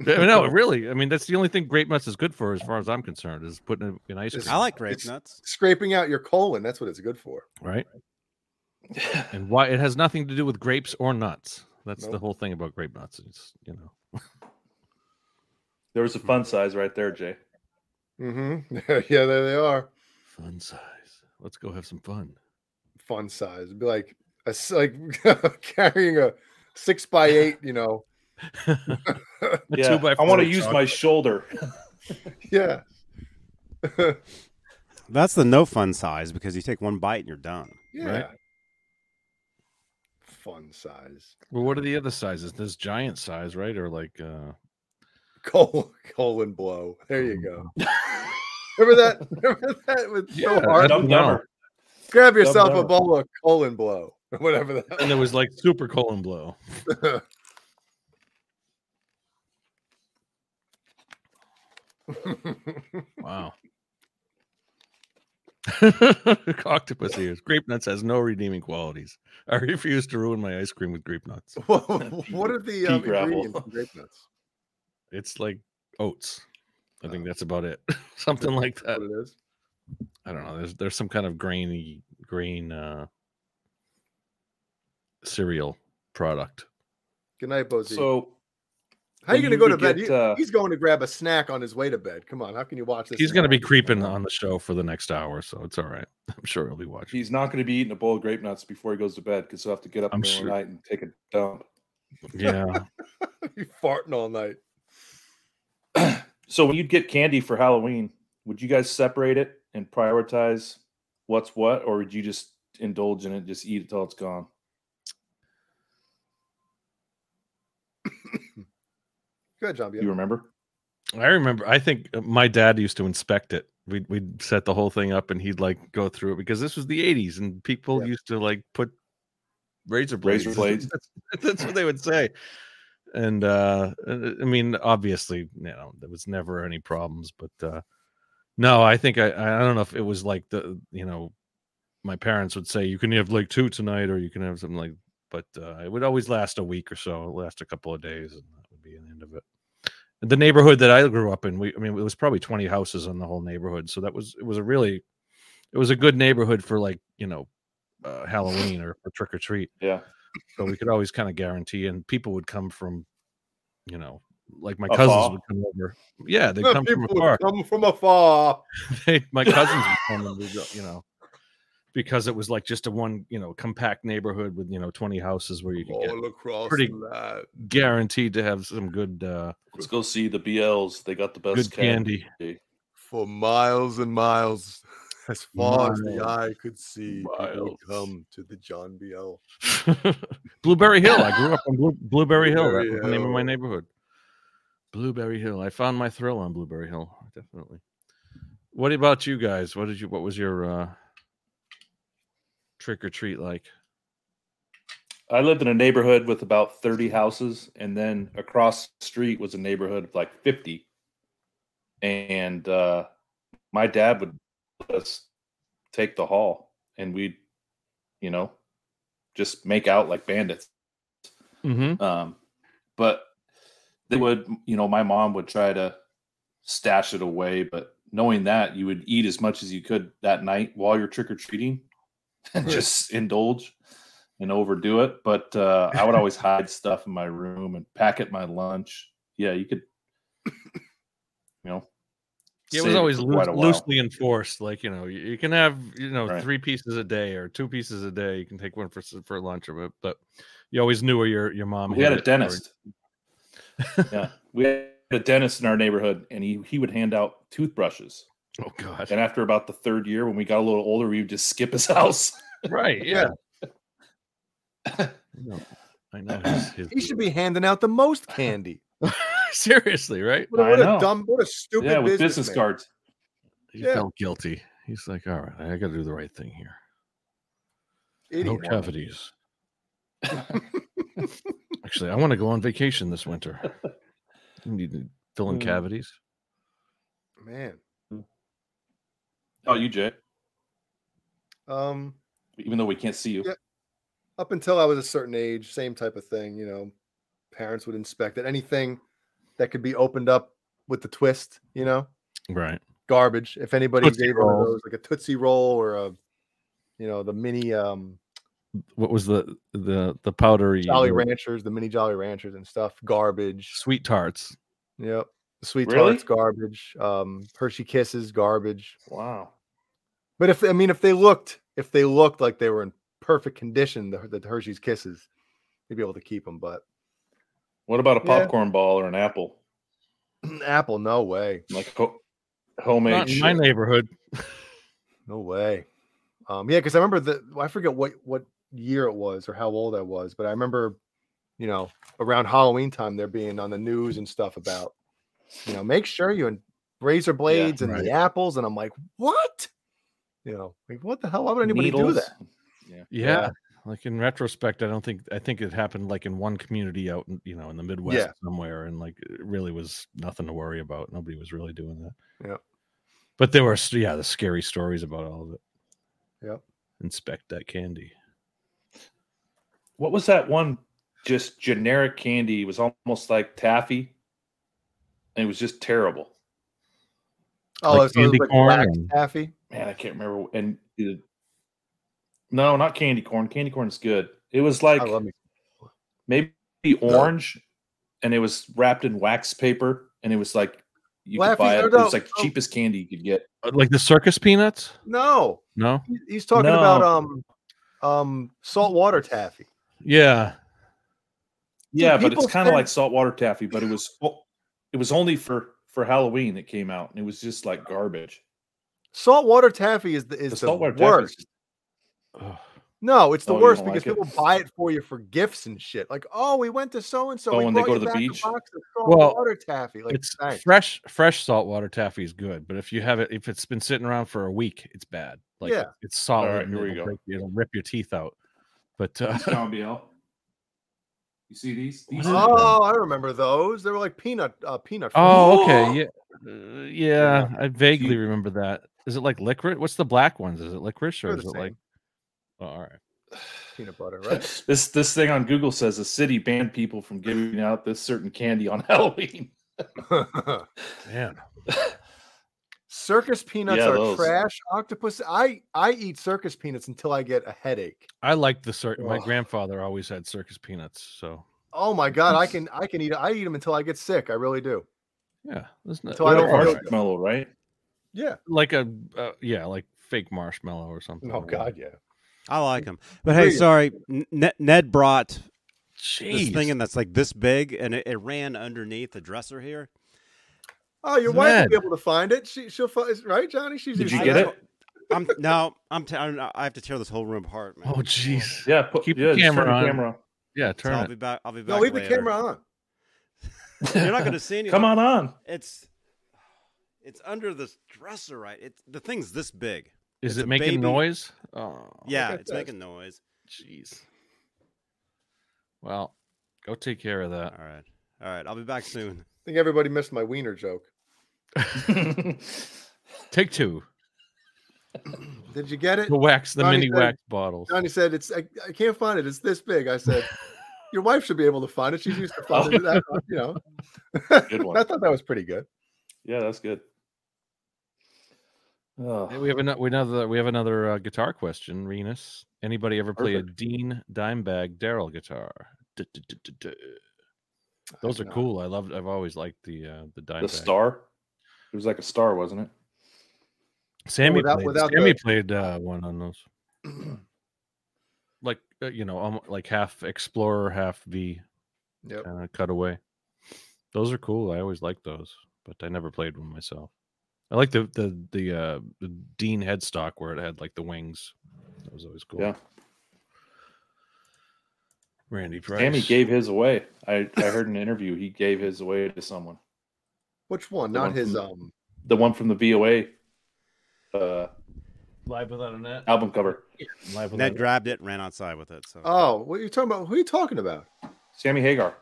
S2: I mean, no, really. I mean, that's the only thing grape nuts is good for, as far as I'm concerned, is putting it in ice
S4: It's-
S2: cream,
S4: I
S1: I like
S4: grape
S1: grape nuts.
S4: scraping out your colon, that's what it's good for.
S2: right? And why it has nothing to do with grapes or nuts. That's the
S4: Nope.
S2: whole thing about grape nuts. It's you know.
S3: There was a fun size right there, Jay.
S4: Mm-hmm. yeah, there they are.
S2: Fun size. Let's go have some fun.
S4: fun size. It'd be like a s- like carrying a six by eight. You know,
S3: Yeah,
S2: by
S3: I want
S2: four,
S3: to use
S2: John.
S3: my shoulder.
S4: yeah.
S1: That's the no fun size because you take one bite and you're done.
S4: Yeah.
S1: Right.
S4: Fun size.
S2: Well, what are the other sizes? There's giant size, right? Or like uh
S4: Colon, colon blow. There you go. remember that? Remember that with Joe Hart?
S2: that's-
S3: Dumb dumber.
S4: Grab yourself a
S3: Dumb
S4: bowl of colon blow or whatever
S2: and there was like super colon blow.
S4: that.
S2: Wow. Octopus ears. Grape nuts has no redeeming qualities. I refuse to ruin my ice cream with grape nuts.
S4: what, what are the
S3: Pea
S4: um,
S3: gravel.
S4: ingredients? in grape nuts?
S2: It's like oats. I think that's about it. Something like
S4: What
S2: that.
S4: it is?
S2: I don't know. There's there's some kind of grainy grain uh cereal product.
S4: Good night, Bozy.
S3: So
S4: how are you
S3: when
S4: going
S3: you
S4: to go to
S3: would
S4: bed?
S3: get,
S4: You-
S3: uh,
S4: he's going to grab a snack on his way to bed. Come on, how can you watch this?
S2: He's
S4: and
S2: gonna be
S4: not-
S2: creeping on the show for the next hour, so it's all right. I'm sure he'll be watching.
S3: he's not going to be eating a bowl of grape nuts before he goes to bed because he'll have to get up in
S2: I'm
S3: the middle of the
S2: sure.
S3: night and take a dump.
S2: Yeah.
S4: be farting all night.
S3: So when you'd get candy for Halloween, would you guys separate it and prioritize what's what, or would you just indulge in it, just eat it till it's gone?
S4: Go ahead, John. B.
S3: You remember?
S2: I remember. I think uh, my dad used to inspect it. We'd we'd set the whole thing up, and he'd like go through it because this was the '80s, and people
S4: Yeah.
S2: used to like put razor blades.
S3: Razor blades.
S2: That's, that's what they would say. And uh uh, I mean, obviously, you know, there was never any problems, but uh no, I think I I don't know if it was like the you know, my parents would say you can have like two tonight, or you can have something like, but uh, it would always last a week or so, last a couple of days, and that would be an end of it the neighborhood that I grew up in, we I mean it was probably 20 houses on the whole neighborhood. So that was it was a really it was a good neighborhood for like, you know, uh, Halloween or, or trick or treat.
S3: Yeah.
S2: So we could always kind of guarantee and people would come from you know, like my
S3: Afar.
S2: cousins would come over. Yeah, they come from
S4: People
S2: afar.
S4: Come from afar.
S2: They- my cousins would come and we'd go, you know, because it was like just a one, you know, compact neighborhood with, you know, 20 houses where you could get
S4: All across
S2: pretty-
S4: the land.
S2: guaranteed to have some good uh
S3: Let's go see the BLs. They got the best
S2: good candy.
S4: for miles and miles, as far as the
S2: Miles.
S4: eye could see. people would
S2: Miles.
S4: Come to the John BL.
S2: Blueberry Hill. I grew up on Blue, Blueberry Hill. That
S4: Blueberry
S2: was the name of my
S4: Hill.
S2: neighborhood. Blueberry Hill. I found my thrill on Blueberry Hill. Definitely. What about you guys? What did you? What was your uh, trick or treat like?
S3: I lived in a neighborhood with about 30 houses, and then across the street was a neighborhood of like 50. And uh, my dad would let us take the hall, and we'd, you know, just make out like bandits.
S2: Mm-hmm.
S3: Um, but they would, you know, my mom would try to stash it away, but knowing that you would eat as much as you could that night while you're trick or treating and
S4: Right.
S3: just indulge and overdo it. But uh, I would always hide stuff in my room and packet my lunch. Yeah, you could, you know,
S2: It
S3: save
S2: was always
S3: for
S2: loo-
S3: quite a while.
S2: loosely enforced. Like you know, you, you can have you know
S3: Right.
S2: three pieces a day or two pieces a day. You can take one for s- for lunch or what, but you always knew where your your mom.
S3: we
S2: hid
S3: had a
S2: it or-
S3: dentist. yeah, we had a dentist in our neighborhood, and he he would hand out toothbrushes.
S2: Oh God!
S3: And after about the third year, when we got a little older, we would just skip his house.
S2: Right? Yeah. I know. I know. his- his
S4: He should be handing out the most candy.
S2: Seriously, right?
S4: What, a-
S3: I
S4: what a
S3: know.
S4: dumb, what a stupid
S3: yeah, with
S4: businessman.
S3: business cards.
S2: He
S4: Yeah.
S2: felt guilty. He's like, all right, I got to do the right thing here. No
S4: Idiot.
S2: cavities. Actually, I want to go on vacation this winter. You need to fill in
S4: Hmm.
S3: Mm.
S2: cavities.
S4: Man.
S3: Oh, you Jay.
S4: Um,
S3: Even though we can't see you,
S4: Yeah. up until I was a certain age, same type of thing. You know, parents would inspect it. Anything that could be opened up with the twist, you know,
S2: Right.
S4: garbage. If anybody
S2: Tootsie
S4: gave one of
S2: Rolls.
S4: those, like a Tootsie Roll or a, you know, the mini um,
S2: What was the the the powdery
S4: Jolly
S2: the
S4: Ranchers, the mini Jolly Ranchers and stuff, garbage.
S2: sweet tarts?
S4: Yep. The Sweet
S3: Really?
S4: Tarts, garbage. Um, Hershey Kisses, garbage.
S3: wow.
S4: But if I mean, if they looked, if they looked like they were in perfect condition, the, the Hershey's Kisses, they'd be able to keep them. But
S3: What about a
S4: Yeah.
S3: popcorn ball or an apple?
S4: Apple, no way,
S3: Like ho- homemade
S2: Not in
S3: shit.
S2: my neighborhood.
S4: no way. Um, yeah, because I remember the I forget what what year it was or how old I was, but I remember, you know, around Halloween time there being on the news and stuff about, you know, make sure you razor blades and the apples, and I'm like, what? You know, like what the hell? Why would anybody do
S3: Needles.
S4: that?
S2: Yeah. Like in retrospect, I don't think I think it happened like in one community out, in, you know, in the Midwest
S4: Yeah.
S2: somewhere, and like it really was nothing to worry about. Nobody was really doing that.
S4: Yep.
S2: But there were s- yeah the scary stories about all of it.
S4: Yep.
S2: Inspect that candy.
S3: What was that one? Just generic candy. It was almost like taffy. And it was just terrible.
S2: Like
S4: Oh, so it was
S2: candy
S4: like
S2: corn
S4: black
S2: and-
S4: taffy.
S3: man, I can't remember. And uh, no, not candy corn. Candy corn is good. It was like
S4: I love me.
S3: maybe orange, and it was wrapped in wax paper, and it was like you
S4: Laffy-
S3: could buy it.
S4: no, Oh.
S3: It was
S4: no,
S3: like
S4: no.
S3: cheapest candy you could get.
S2: Uh, Like the circus peanuts?
S4: No,
S2: No.
S4: he- he's talking about
S3: No.
S4: um um saltwater taffy.
S2: Yeah.
S3: Yeah, but
S4: people
S3: it's kind of
S4: said-
S3: like saltwater taffy, but it was o- it was only for for Halloween that came out, and it was just like garbage.
S4: Saltwater taffy is the is the,
S3: saltwater taffy
S4: worst.
S3: is-
S2: Ugh.
S4: No, it's the
S3: Oh, you
S4: worst
S3: don't
S4: because
S3: like it?
S4: people buy it for you for gifts and shit. Like, oh, we went to so and so.
S3: Oh,
S4: we
S3: when they
S4: brought
S3: go
S4: you
S3: to the
S4: back a
S3: beach?
S4: box of
S2: Well,
S4: saltwater taffy. Like,
S2: it's
S4: thanks.
S2: fresh fresh saltwater taffy is good, but if you have it if it's been sitting around for a week, it's bad. Like
S4: Yeah.
S2: it's solid.
S3: right,
S2: and
S3: here we
S2: it'll
S3: go.
S2: break- it'll rip your teeth out. But uh,
S3: John Biel. You see these? These are-
S4: Oh, I remember those. They were like peanut uh, peanut.
S2: Oh, okay.
S3: Ooh.
S2: Yeah, Uh, yeah. I vaguely remember that. Is it like licorice? What's the black ones? Is it licorice
S4: They're
S2: or
S4: the
S2: is it
S4: same.
S2: like? Oh, all right.
S4: peanut butter, right?
S3: this this thing on Google says the city banned people from giving out this certain candy on Halloween.
S2: Man,
S4: circus peanuts
S3: Yeah,
S4: are
S3: those.
S4: trash. Octopus. I I eat circus peanuts until I get a headache.
S2: I like the circus. My
S4: Ugh.
S2: grandfather always had circus peanuts. So
S4: Oh my god, I can I can eat I eat them until I get sick. I really do.
S2: yeah, there's no,
S4: So I
S2: they're
S4: don't
S2: all
S4: feel
S2: right.
S4: good.
S3: marshmallow, right?
S4: Yeah.
S2: like a uh, yeah, like fake marshmallow or something.
S4: Oh
S2: like
S4: god,
S2: that.
S4: yeah.
S1: I like them. But hey,
S4: Agreed.
S1: sorry, N- Ned- Ned brought this
S2: jeez.
S1: thing in that's like this big, and it, it ran underneath the dresser here.
S4: Oh, your wife will
S2: Ned.
S4: be able to find it. She she'll find right, Johnny. She's
S3: Did
S4: usually-
S3: you
S1: I
S3: get
S1: know.
S3: it?
S1: I'm now. I'm. T- I'm I have to tear this whole room apart, man.
S2: oh jeez.
S3: Yeah, put,
S2: Keep the
S3: yeah, just turn
S2: camera on.
S3: camera
S2: Yeah,
S1: So I'll
S2: turn
S1: be
S2: it.
S1: back. I'll be back.
S4: No, leave the
S1: later.
S4: camera on.
S1: You're not gonna see anything.
S3: Come on on.
S1: It's it's under this dresser, right? It's the thing's this big.
S2: Is
S1: It's a
S2: it making
S1: baby-
S2: noise? Oh
S1: yeah,
S4: at
S1: it's
S4: this.
S1: making noise.
S2: jeez. Well, go take care of that.
S1: All right, all right. I'll be back soon.
S4: I think everybody missed my wiener joke.
S2: Take two.
S4: Did you get it?
S2: The wax, the
S4: Johnny
S2: mini
S4: said-
S2: wax bottles.
S4: Johnny said, "It's I, I can't find it. It's this big." I said, "Your wife should be able to find it. She's used to finding it." That, uh, you know,
S3: Good one.
S4: I thought that was pretty good.
S3: Yeah, that's good. Oh,
S2: Yeah, we have another. We have another. We have another uh, guitar question, Renus. Anybody ever play a
S3: Perfect.
S2: Dean Dimebag Daryl guitar? Du- du- du- du- du. Those are
S4: not.
S2: cool. I love. I've always liked the uh, the Dimebag.
S3: the star. It was like a star, wasn't it?
S2: Sammy
S4: without-
S2: played.
S4: without
S2: Sammy
S4: the-
S2: played uh, one on those. like uh, you know, almo- like half Explorer, half V,
S4: Yep.
S2: kind of cutaway. Those are cool. I always liked those, but I never played one myself. I like the the the, uh, the Dean headstock where it had like the wings. That was always cool.
S3: Yeah.
S2: Randy Price.
S3: Sammy gave his away. I, I heard in an interview he gave his away to someone.
S4: Which one?
S3: The
S4: Not
S3: one
S4: his.
S3: from-
S4: Um.
S3: The one from the VOA uh,
S2: live without a net.
S3: album cover.
S2: Live without
S1: Ned grabbed it, ran outside with it. So
S4: Oh, what are you talking about? Who are you talking about?
S3: Sammy Hagar.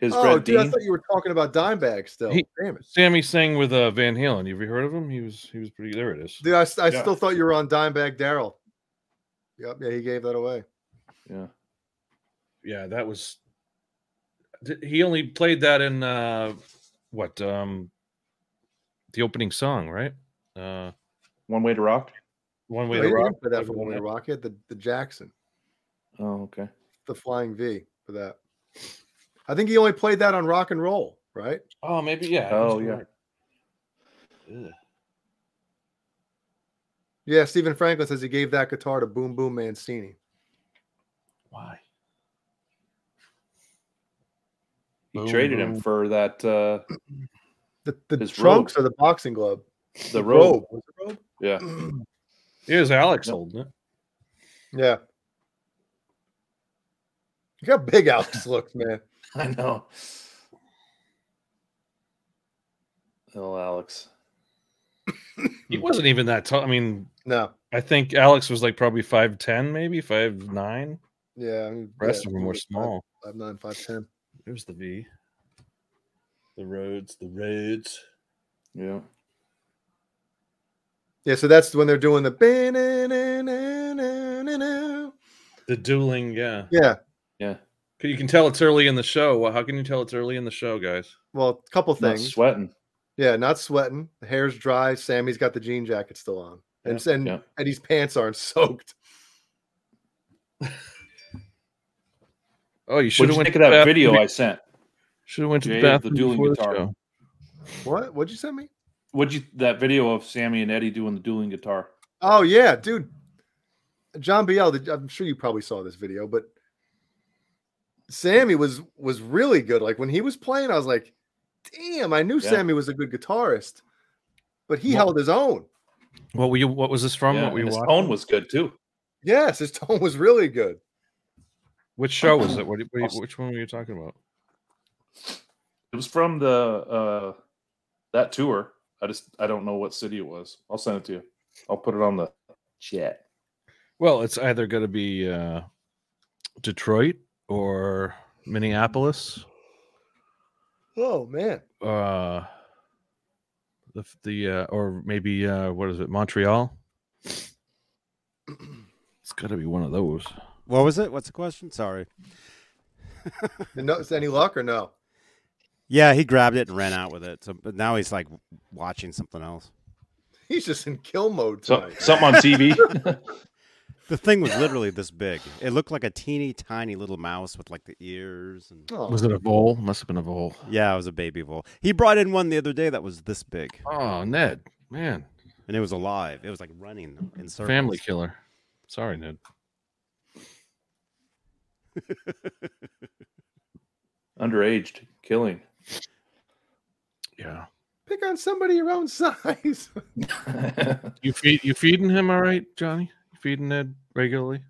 S3: His
S4: oh,
S3: red
S4: dude, I
S3: Dean.
S4: thought you were talking about Dimebag still.
S2: He-
S4: Damn it,
S2: Sammy sang with uh, Van Halen. Have you heard of him? He was he was pretty. There it is.
S4: dude. I, s- I
S3: Yeah.
S4: still thought you were on Dimebag Daryl. Yep. Yeah, he gave that away.
S3: Yeah.
S2: yeah, that was. Th- He only played that in uh what um the opening song, right? Uh
S3: One Way to Rock.
S2: One
S4: Wait,
S2: way to
S4: no, he didn't
S2: rock.
S4: play that for
S2: One
S4: One
S2: Way
S4: Way
S2: to
S4: Rock. He had the the Jackson,
S3: Oh, okay.
S4: the Flying V for that. I think he only played that on Rock and Roll, right?
S2: Oh, maybe yeah.
S3: Oh,
S2: that's
S3: yeah.
S2: right. Ugh.
S4: Yeah, Stephen Franklin says he gave that guitar to Boom Boom Mancini.
S2: Why?
S3: He
S2: Boom,
S3: traded
S2: boom.
S3: him for that uh
S4: The, the
S3: His
S4: trunks or the boxing glove?
S3: the robe.
S4: Was it robe?
S3: Yeah.
S2: Here's Alex holding it.
S4: Yeah. Look how big Alex looks, man.
S3: I know. Oh, Alex.
S2: He wasn't even that tall. I mean,
S4: No.
S2: I think Alex was like probably five ten, maybe five nine.
S4: Yeah. I mean,
S2: The rest
S4: yeah,
S2: of them were
S4: five-
S2: small.
S4: Five nine, five ten.
S2: There's the V. The roads, the roads.
S3: Yeah.
S4: Yeah, so that's when they're doing the
S2: The dueling, yeah.
S4: yeah.
S3: Yeah.
S2: You can tell it's early in the show. Well, how can you tell it's early in the show, guys?
S4: Well, a couple
S3: Not
S4: things.
S3: sweating.
S4: Yeah, not sweating. The hair's dry. Sammy's got the jean jacket still on, and and
S3: yeah.
S4: Eddie's pants aren't soaked.
S2: Oh, you should
S3: What'd
S2: have
S3: you
S2: went
S3: think
S2: to
S3: of that
S2: the bathroom
S3: video I sent?
S2: Should have went to
S3: Jay
S2: the
S3: of the
S2: bathroom.
S3: dueling
S2: before the
S3: guitar.
S2: show.
S4: What? What'd you send me?
S3: What'd you that video of Sammy and Eddie doing the dueling guitar?
S4: Oh yeah, dude. John BL, did- I'm sure you probably saw this video, but Sammy was was really good. Like when he was playing, I was like, "Damn, I knew
S3: Yeah.
S4: Sammy was a good guitarist." But he
S3: Well-
S4: held his own.
S2: What were you? What was this from?
S3: Yeah,
S2: what were
S3: and
S2: you
S3: his
S2: watching?
S3: tone was good too.
S4: Yes, his tone was really good.
S2: Which show was it? What, do you- what, do you-
S3: Awesome.
S2: which one were you talking about?
S3: It was from the uh that tour. I just I don't know what city it was. I'll send it to you. I'll put it on the chat.
S2: Well, it's either going to be uh, Detroit or Minneapolis.
S4: Oh man,
S2: Uh, the the uh, or maybe uh, what is it? Montreal. It's got to be one of those.
S1: What was it? What's the question? Sorry.
S4: And no, is any luck or no?
S1: Yeah, he grabbed it and ran out with it. So, but now he's like watching something else.
S4: He's just in kill mode
S3: So
S4: tonight.
S3: something on TV.
S1: The thing was literally this big. It looked like a teeny tiny little mouse with like the ears and
S4: Oh,
S2: Was it a bowl? Must have been a bowl.
S1: yeah, it was a baby vole. He brought in one the other day that was this big,
S2: Oh, Ned, man,
S1: and it was alive. It was like running in circles.
S2: family killer. Sorry, Ned.
S3: Underaged killing.
S2: Yeah,
S4: pick on somebody your own size.
S2: you feed you feeding him all right, Johnny? You feeding Ned regularly?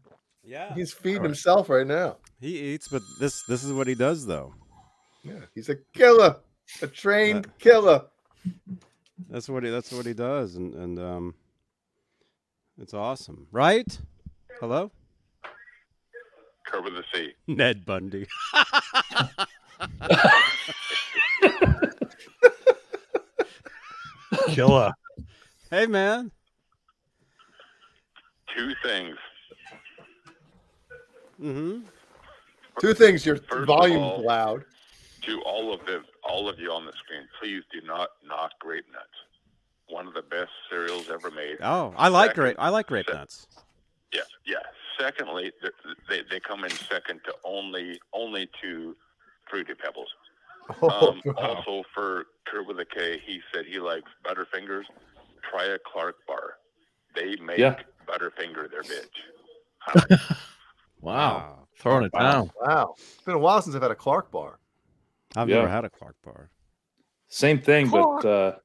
S1: Yeah,
S4: he's feeding himself right now.
S1: he eats, but this this is what he does though.
S4: Yeah, he's a killer, a trained killer.
S1: That's what he that's what he does, and and um, it's awesome, right? Hello,
S5: Curve of the Sea.
S1: Ned Bundy.
S2: Killer.
S1: Hey man,
S5: Two things.
S1: mm-hmm.
S4: Two things: your
S5: First of
S4: volume's
S5: all-
S4: loud.
S5: to all of the all of you on the screen, please do not knock Grape Nuts. One of the best cereals ever made.
S1: Oh, I like
S5: Second-
S1: grape. I like grape
S5: sec-
S1: nuts.
S5: Yeah, yeah. Secondly, th- they they come in second to only only to Fruity Pebbles.
S4: Oh,
S5: Um, Also for Curb with a K, he said he likes Butterfingers. Try a Clark bar. They make
S3: Yeah.
S5: Butterfinger their bitch.
S2: Wow. Throwing it down.
S4: wow, it's been a while since I've had a Clark bar.
S1: I've
S3: Yeah.
S1: never had a Clark bar.
S3: Same thing, but uh,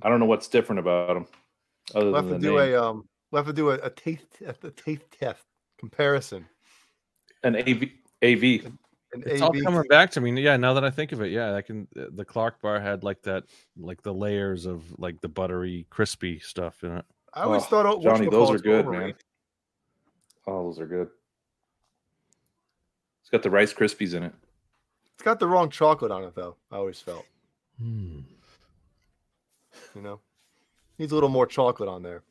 S3: I don't know what's different about them. Other
S4: We'll have to
S3: than
S4: do
S3: the name.
S4: a um, we'll have to do a, a taste test, a taste test comparison.
S3: an AV, AV.
S4: An
S2: It's all
S4: AB.
S2: coming back to me. Yeah, now that I think of it, yeah, I can. uh, The Clark bar had like that, like the layers of like the buttery, crispy stuff in it.
S4: I always
S3: Oh,
S4: thought oh, what's
S3: Johnny,
S4: it
S3: those
S4: called
S3: are
S4: is
S3: good, man.
S4: overrated.
S3: Oh, those are good. It's got the Rice Krispies in it.
S4: It's got the wrong chocolate on it though. I always felt,
S2: Hmm.
S4: you know, needs a little more chocolate on there.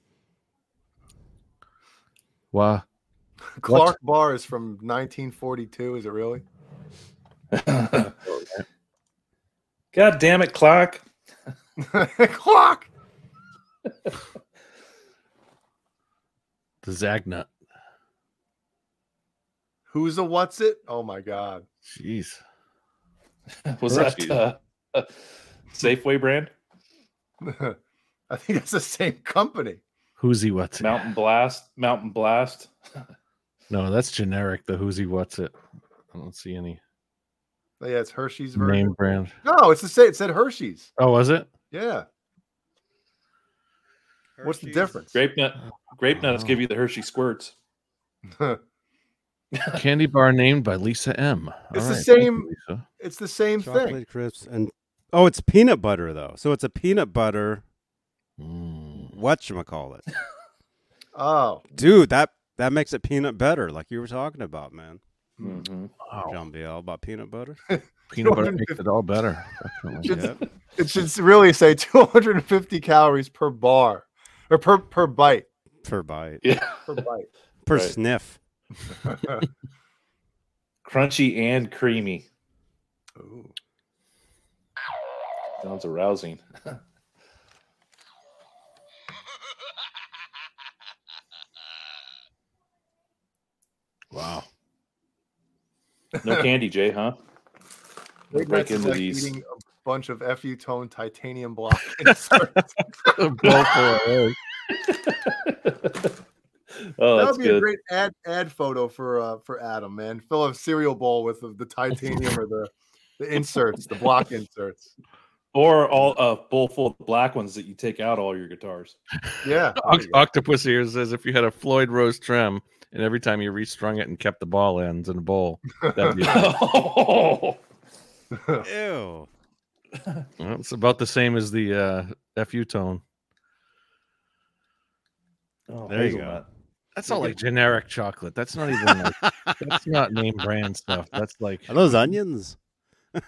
S2: Wow.
S4: Clark bar is from 1942. Is it really?
S3: God damn it, Clark.
S4: Clark.
S2: The Zagnut.
S4: Who's a what's it? Oh my god.
S2: Jeez.
S3: Was that uh, Safeway brand?
S4: I think that's the same company.
S2: Who's he? What's it?
S3: Mountain Blast, Mountain Blast.
S2: No, that's generic. The who's he? What's it? I don't see any
S4: But Oh, yeah, it's Hershey's version.
S2: name brand.
S4: No, it's the same. It said Hershey's.
S2: Oh, was it?
S4: Yeah. What's the difference?
S3: Grape nut, grape nuts give you the Hershey squirts.
S2: Candy bar named by Lisa M.
S4: It's
S2: All right,
S4: the
S2: thank you,
S4: same-
S2: Lisa.
S4: it's the same
S1: Chocolate
S4: thing.
S1: crisps and oh, it's peanut butter though. So it's a peanut butter.
S2: Mm.
S1: What call it,
S4: Oh,
S1: dude? That that makes it peanut better, like you were talking about, man.
S2: Wow.
S1: John B. L. about peanut butter.
S2: Peanut butter makes it all better. Definitely.
S4: Just-
S1: Yeah.
S4: it should really say 250 calories per bar or per per bite.
S1: per bite,
S3: Yeah,
S4: Per bite.
S1: per
S3: Right.
S1: sniff.
S3: crunchy and creamy.
S4: Ooh.
S3: Sounds arousing.
S2: Wow.
S3: No candy, Jay, huh?
S4: Big
S3: break
S4: Nuts is
S3: into
S4: like
S3: these.
S4: eating a bunch of fu tone titanium block inserts.
S3: oh,
S4: that
S3: that's
S4: would be a
S3: good.
S4: great ad ad photo for uh, for Adam, man. Fill a cereal bowl with the, the titanium or the the inserts, the block inserts.
S3: Or all a bowl full of black ones that you take out all your guitars.
S4: Yeah. there
S2: Oct-
S4: you go.
S2: Octopus here says if you had a Floyd Rose trim and every time you restrung it and kept the ball ends in a bowl, that'd be
S3: oh,
S1: Ew.
S2: well, it's about the same as the uh, fu tone.
S1: There you go.
S3: hazelnut.
S2: That's all like generic chocolate. That's not even like that's not name brand stuff. That's like
S1: Are those onions?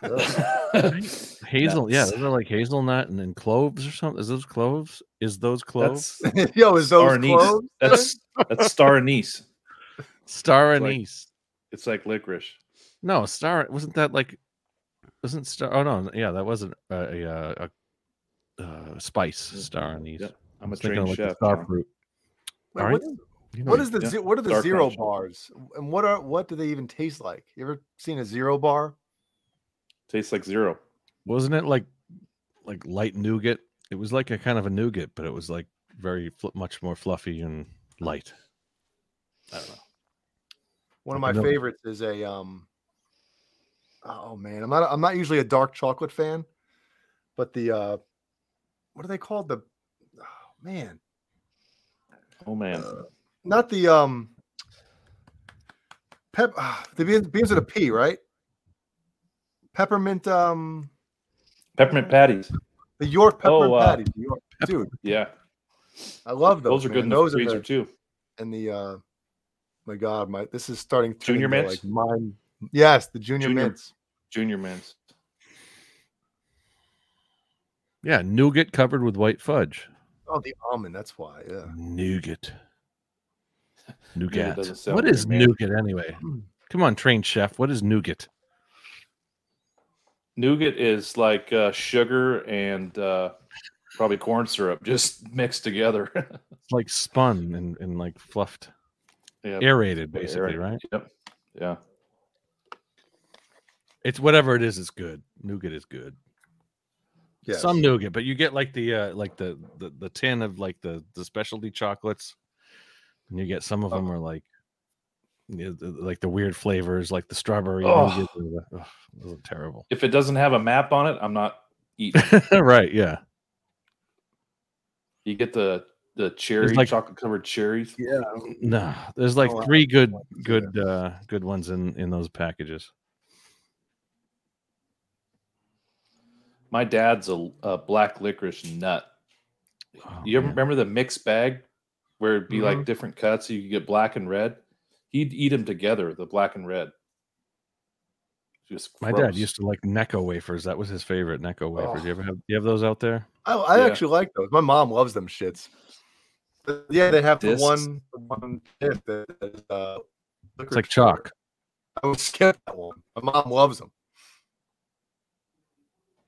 S2: hazel. Yeah,
S3: Nuts.
S2: those are like hazelnut and then cloves or something. Is those cloves? Is those cloves?
S3: That's
S4: Yo, is
S3: star
S4: those
S3: anise.
S4: cloves?
S3: That's that's star anise.
S2: Star
S3: It's like-
S2: anise.
S3: It's like licorice.
S2: No, star wasn't that like wasn't star? Oh no, yeah, that wasn't a, a, a, uh spice star anise.
S3: Yep.
S2: I
S3: I'm a
S2: was thinking of,
S3: trained
S2: like, the
S3: chef.
S2: star
S3: John.
S2: fruit.
S4: Wait,
S2: Are
S4: what,
S2: you? You know
S4: what
S2: you-
S4: is the
S3: Yeah.
S4: ze- what are the
S3: Dark
S4: zero
S3: Knight.
S4: bars? And what are what do they even taste like? You ever seen a zero bar?
S3: Tastes like zero.
S2: wasn't it like like light nougat? It was like a kind of a nougat, but it was like very fl- much more fluffy and light. I don't know.
S4: One of
S2: I
S4: my
S2: know.
S4: favorites is a um. Oh man, I'm not I'm not usually a dark chocolate fan, but the uh, what are they called? The oh, man,
S3: Oh man.
S4: not the um. Pep, ah, the beans, beans with a P, right? Peppermint, um, Oh.
S3: Peppermint patties.
S4: the York
S3: Oh,
S4: peppermint
S3: uh,
S4: patties. the York, dude,
S3: Yeah.
S4: I love those.
S3: Those are
S4: man.
S3: good in the
S4: Those
S3: freezer
S4: are the,
S3: too.
S4: and the uh, my God, my this is starting to
S3: Junior
S4: into,
S3: mints?
S4: Like mine, yes, the junior,
S3: Junior-
S4: mints.
S3: Junior mints.
S2: Yeah, nougat covered with white fudge.
S4: Oh, the almond. That's why. Yeah.
S2: Nougat. Nougat.
S3: doesn't sound
S2: What
S3: good,
S2: is
S3: man.
S2: nougat anyway? Come on, train chef. What is nougat?
S3: Nougat is like uh, sugar and uh, probably corn syrup just mixed together.
S2: It's like spun and, and like fluffed,
S3: yeah.
S2: aerated basically,
S3: aerated.
S2: right?
S3: Yep. Yeah.
S2: It's whatever it is, it's good. Nougat is good.
S4: Yes.
S2: Some nougat, but you get like the uh like the the, the tin of like the the specialty chocolates, and you get some of them are like you know, the- like the weird flavors, like the strawberry.
S3: Oh.
S2: nougat or the- ugh, those are terrible.
S3: If it doesn't have a map on it, I'm not eating.
S2: right? Yeah.
S3: you get the the cherry
S2: like-
S3: chocolate covered cherries.
S4: Yeah.
S2: No, there's like
S4: Oh, I-
S2: three good,
S4: like to see
S2: good, uh, good ones in in those packages.
S3: My dad's a, a black licorice nut.
S2: Oh,
S3: You ever
S2: man.
S3: remember the mixed bag where it'd be
S2: Mm-hmm.
S3: like different cuts? So you could get black and red. He'd eat them together, the black and red. Just
S2: My dad
S3: gross.
S2: used to like Necco wafers. That was his favorite Necco wafers.
S4: Oh.
S2: You ever have? You have those out there?
S4: I, I
S3: Yeah.
S4: actually like those. My mom loves them shits. But Yeah, they have the
S3: Discs?
S4: one, the one disc that is, uh,
S2: It's like chalk.
S4: I would skip that one. My mom loves them.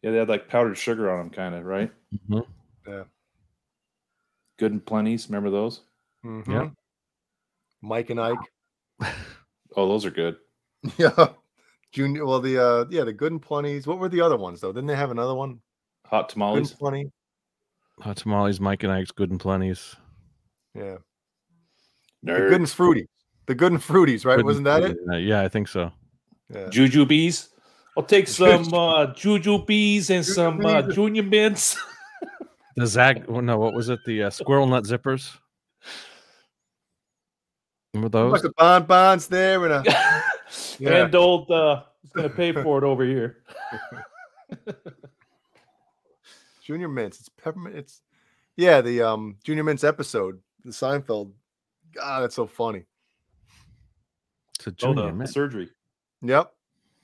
S3: Yeah, they had like powdered sugar on them, kind of right.
S2: Mhm.
S3: Good and plenties. Remember those?
S4: Mhm. Mike and Ike.
S3: Oh, those are good.
S4: Yeah. Junior. Well, the uh, yeah, the Good and Plenties. What were the other ones though? Didn't they have another one?
S3: Hot
S4: Good
S3: tamales.
S4: and Plenty.
S2: Hot Oh, tamales, Mike and Ike's, good and plenty's.
S4: Yeah. The
S3: Nerd.
S4: good and fruity. The good and fruities, right?
S2: Good and
S4: Wasn't that it?
S2: plenty. Uh, yeah, I think so.
S4: Yeah.
S6: Juju bees. I'll take some uh, Juju bees and some uh, Junior Mints.
S2: The Zag, oh, no, what was it? The uh, squirrel nut zippers. Remember those?
S4: Like a bonbons there and a Yeah.
S6: And old uh, is going to pay for it over here.
S4: Junior Mints. It's peppermint. It's yeah, the um Junior Mints episode, the Seinfeld. God, that's so funny.
S2: It's a
S3: Oh,
S2: junior
S3: the, the
S2: mint.
S3: surgery.
S4: Yep.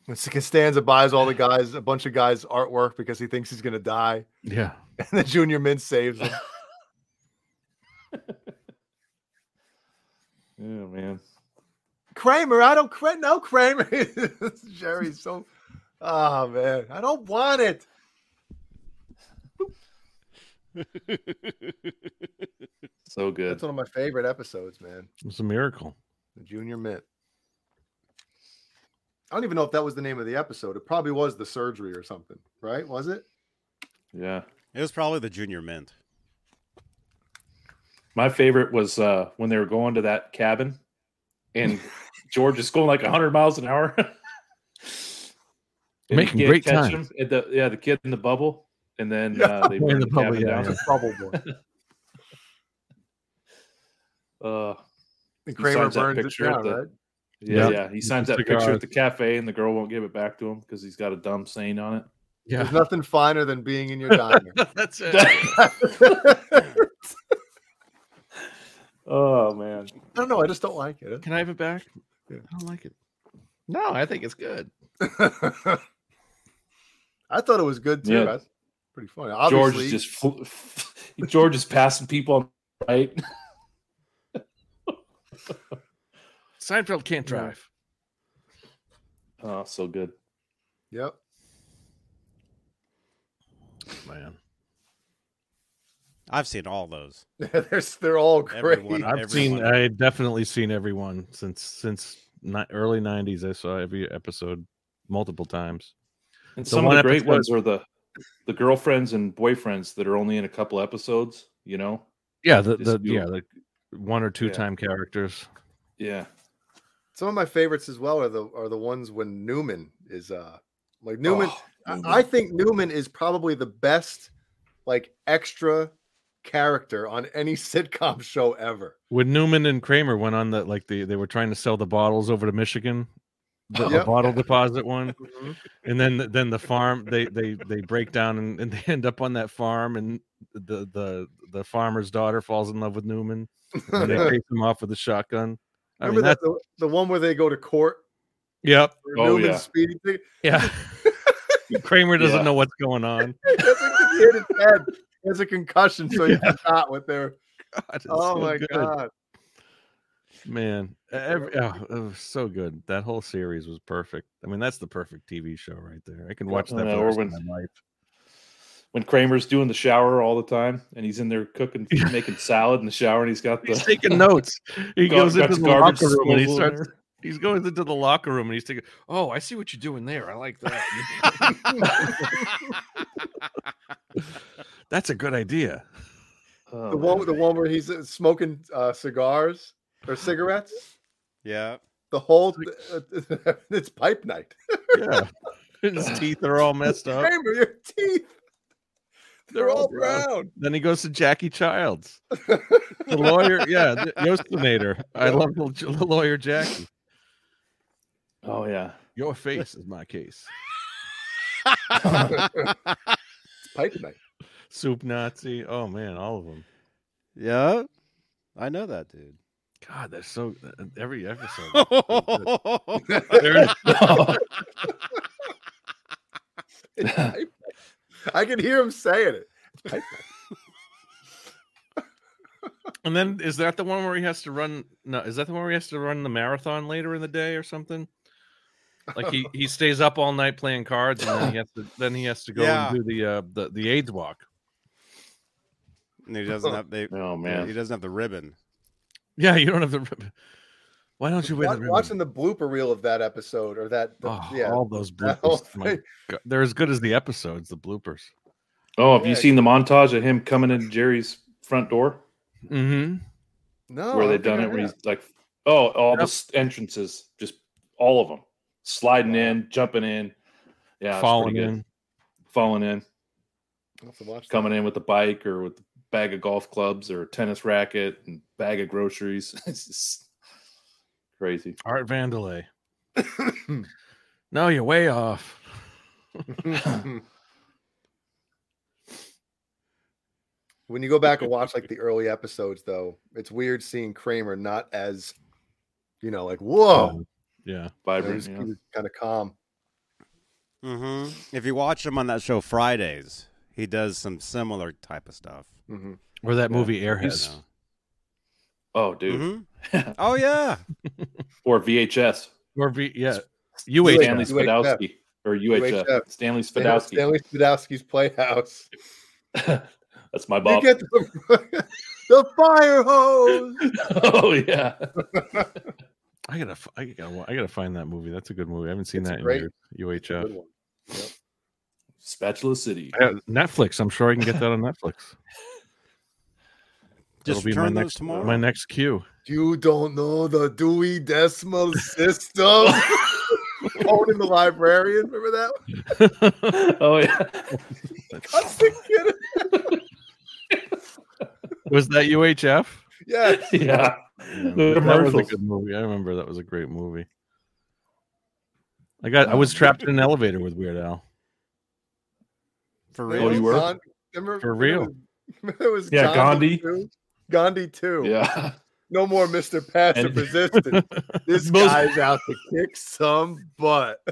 S4: And so Costanza buys all the guys, a bunch of guys' artwork because he thinks he's gonna die,
S2: Yeah.
S4: and the Junior Mint saves him.
S3: Yeah, man.
S4: Kramer, I don't cra- no Kramer. Jerry's so oh man, I don't want it.
S3: So good.
S4: That's one of my favorite episodes, man.
S2: It's a miracle.
S4: The Junior Mint. I don't even know if that was the name of the episode. It probably was the surgery or something, right? Was it?
S3: Yeah.
S1: It was probably the junior mint.
S3: My favorite was uh, when they were going to that cabin and George is going like 100 miles an hour. And you
S2: Making
S3: can't
S2: great time.
S3: catch him. And the, yeah, the kid in the bubble. And then
S4: Yeah.
S3: uh, they
S2: Boy in
S3: burn
S2: the
S3: the,
S2: bubble,
S3: cabin
S2: yeah,
S3: down.
S4: Bubble boy.
S3: Uh,
S4: And
S3: He
S4: Kramer
S3: signs that
S4: burns it
S3: picture at
S4: down,
S3: the-
S4: right?
S3: yeah,
S2: Yeah.
S3: yeah. He signs
S2: the
S3: that picture
S2: cigar.
S3: at the cafe and the girl won't give it back to him because he's got a dumb saying on it.
S2: Yeah.
S4: There's nothing finer than being in your diner.
S2: That's it.
S3: oh, man.
S4: I don't know. I just don't like it.
S2: Can I have it back?
S4: Yeah.
S2: I don't like it. No, I think it's good.
S4: I thought it was good too.
S3: Yeah.
S4: That's pretty funny. Obviously,
S3: George is just fl- George is passing people on the right.
S2: Seinfeld can't
S3: Yeah.
S2: drive.
S3: Oh, so good.
S4: yep.
S2: Man.
S1: I've seen all those.
S4: they're, they're all great.
S1: Everyone I-
S2: I've seen
S1: Everyone.
S2: I definitely seen everyone since since ni- early 90s. I saw every episode multiple times.
S3: And
S2: The
S3: some of
S2: one
S3: the great
S2: episode-
S3: ones are the the girlfriends and boyfriends that are only in a couple episodes. You know,
S2: Yeah, the,
S3: Just
S2: the
S3: do-
S2: yeah, the one or two
S3: Yeah.
S2: time characters.
S3: yeah,
S4: Some of my favorites as well are the are the ones when Newman is uh like Newman.
S3: Oh,
S4: I-
S3: Newman.
S4: I think Newman is probably the best like extra character on any sitcom show ever.
S2: When Newman and Kramer went on the like the they were trying to sell the bottles over to Michigan, the, the
S4: Yep.
S2: bottle deposit one,
S3: Mm-hmm.
S2: and then then the farm they they they break down and, and they end up on that farm and the the the farmer's daughter falls in love with Newman and they chase him off with a shotgun. I
S4: Remember
S2: mean
S4: that
S2: that's
S4: the, the one where they go to court
S2: yep
S4: for
S3: Oh,
S4: Newman's
S3: yeah.
S4: speeding thing?
S2: yeah. Kramer doesn't
S3: Yeah.
S2: know what's going on.
S4: He doesn't get hit his head. He has a concussion, so he forgot what they're.
S2: God, it's
S4: Oh
S2: so
S4: my
S2: good.
S4: god!
S2: man every, oh, it was so good that whole series was perfect i mean that's the perfect tv show right there i can watch
S3: I
S2: that
S3: know,
S2: for the
S3: or
S2: rest of
S3: when-
S2: my life
S3: when Kramer's doing the shower all the time, and he's in there cooking, making salad in the shower, and he's got the
S2: he's taking notes he
S3: gar-
S2: goes
S3: got
S2: into
S3: the
S2: the locker room and he
S3: disposal in
S2: starts he's going into the locker room and he's thinking oh i see what you're doing there i like that that's a good idea
S3: there. Oh,
S4: The one,
S3: man.
S4: the one where he's uh, smoking uh, cigars or cigarettes.
S1: Yeah.
S4: The whole it's pipe night.
S2: yeah his teeth are all messed up
S4: Kramer, your teeth. They're
S3: Oh,
S4: all brown.
S2: then he goes to jackie childs the lawyer yeah the yostinator i love the, the lawyer jackie
S3: oh yeah,
S2: your face is my case
S4: It's pipe night.
S2: Soup Nazi. Oh man, all of them.
S1: yeah. I know that dude.
S2: God, they're so uh, every episode.
S1: yeah,
S2: they're-
S4: It's pipe night. I can hear him saying it. It's pipe night.
S2: and then is that the one where he has to run? No, is that the one where he has to run the marathon later in the day or something? Like he he stays up all night playing cards, and then he has to then he has to go
S1: Yeah.
S2: and do the uh the, the AIDS walk.
S1: and he doesn't have they,
S3: oh
S1: he
S3: man,
S1: doesn't have the ribbon.
S2: Yeah, you don't have the. ribbon. Why don't you wear
S4: Wa-
S2: the ribbon?
S4: watching the blooper reel of that episode or that, the-
S2: Oh,
S4: yeah,
S2: all those
S4: that whole
S2: bloopers. My
S4: thing.
S2: God, They're as good as the episodes, the bloopers.
S3: Oh, have you
S4: Yeah.
S3: seen the montage of him coming in Jerry's front door
S2: Mm-hmm.
S4: No,
S3: where
S4: I
S3: they done
S4: don't
S3: it?
S4: think I
S3: Where
S4: have.
S3: he's like, oh, all the s- entrances, just all of them, sliding in, jumping in, yeah, it's pretty
S2: Falling
S3: good.
S2: in.
S3: falling in,
S4: I'll have to watch that.
S3: coming in with the bike or with a bag of golf clubs or a tennis racket and bag of groceries. it's just crazy.
S2: Art Vandelay. No, you're way off.
S4: when you go back and watch like the early episodes, though, it's weird seeing Kramer not as, you know, like whoa,
S2: Oh, yeah.
S4: You know,
S3: Vibrant.
S4: he's,
S3: you know?
S4: kind of calm.
S1: hmm If you watch him on that show Fridays, he does some similar type of stuff.
S4: Mhm.
S2: Or that
S3: Yeah.
S2: movie Airheads.
S3: He's- Oh, dude.
S2: Mm-hmm.
S1: Mhm. Oh yeah.
S3: Or VHS.
S2: Or v- yeah.
S4: Wait,
S3: Stanley
S4: UHF.
S3: Spadowski. Or UHF.
S4: UHF.
S3: Stanley
S4: Stanley-
S3: Spadowski.
S4: Stanley Spadowski's playhouse.
S3: That's my
S4: You
S3: Bob.
S4: get the, the fire hose.
S3: oh, yeah.
S2: I gotta, f- I gotta, wa- I gotta find that movie. That's a good movie. I haven't seen
S4: It's
S2: that
S4: great.
S2: in years.
S4: It's a good
S2: UHF.
S4: one.
S3: Spatula City.
S2: I have Netflix. I'm sure I can get that on Netflix.
S1: Just
S2: That'll be my
S1: return those
S2: next-
S1: tomorrow.
S2: My next cue.
S4: You don't know the Dewey Decimal System. Conan the librarian, remember that? one?
S3: oh, yeah.
S4: That's the kid.
S2: Was that UHF?
S4: Yes.
S3: yeah. The
S2: that was a
S3: commercials.
S2: good movie. I remember that was a great movie. I got. I was trapped in an elevator with Weird Al.
S1: For
S4: Remember
S1: real.
S3: Oh, you were?
S4: Gandhi- remember-
S2: For
S4: remember
S2: real.
S4: It was, it was
S3: Yeah, Gandhi.
S4: too? Gandhi too.
S3: Yeah.
S4: No more Mr. Passive
S3: And-
S4: Resistance. This
S3: Most-
S4: guy's out to kick some butt.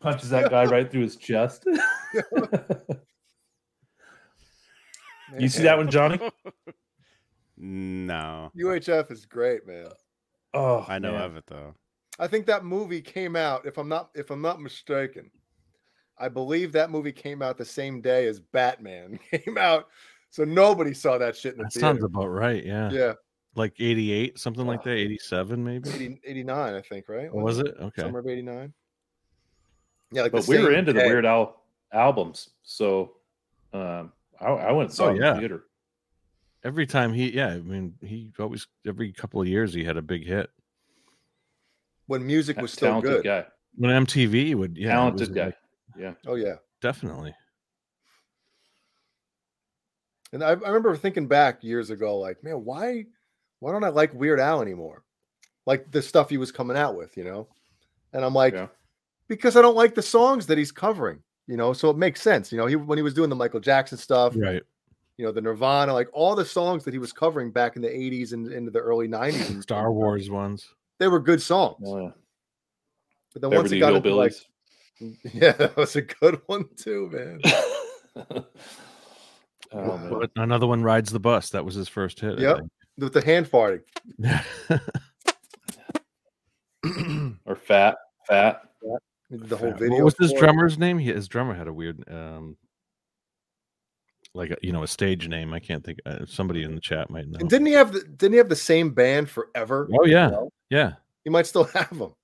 S3: Punches that guy right through his chest. you see that one, Johnny?
S1: No.
S4: UHF is great, man.
S3: Oh,
S1: I know
S3: man.
S1: of it though.
S4: I think that movie came out, if I'm not if I'm not mistaken, I believe that movie came out the same day as Batman came out. So nobody saw that shit in the
S2: That sounds
S4: theater.
S2: about right. Yeah,
S4: Yeah,
S2: like '88, something like that. '87, maybe.
S4: 80, 89, I think, right?
S2: Or Was it okay?
S4: Summer of 89. Yeah, like
S3: but
S4: the
S3: we were
S4: same
S3: into the
S4: day.
S3: Weird Al albums, so um, I, I went and saw
S2: Oh,
S3: it in
S2: yeah.
S3: the theater.
S2: Every time he, yeah, I mean, he always every couple of years he had a big hit.
S4: when music was still
S3: talented guy,
S4: good.
S2: When MTV would, yeah, it was
S3: talented guy.
S2: like-
S4: Oh yeah.
S2: definitely.
S4: And I, I remember thinking back years ago, like, man, why, why don't I like Weird Al anymore? Like the stuff he was coming out with, you know? And I'm like,
S3: Yeah.
S4: because I don't like the songs that he's covering, you know? So it makes sense, you know? He when he was doing the Michael Jackson stuff,
S2: Right.
S4: you know, the Nirvana, like all the songs that he was covering back in the '80s and into the early '90s, and
S2: Star Wars ones.
S4: they were good songs.
S3: Oh, yeah.
S4: But then once
S3: Beverly
S4: he got into like,
S3: Hillbillies.
S4: yeah, that was a good one too, man.
S3: oh, man.
S2: But another one rides the bus. That was his first hit. I
S4: Yep. With the hand farting,
S2: think.
S3: Or fat, fat.
S4: the whole
S2: Yeah.
S4: video.
S2: What was his
S4: for it.
S2: drummer's name? He, his drummer had a weird, um, like a, you know, a stage name. I can't think. Uh, somebody in the chat might know.
S4: And didn't he have the didn't he have the same band forever?
S2: oh yeah,
S4: know?
S2: yeah.
S4: You might still have them.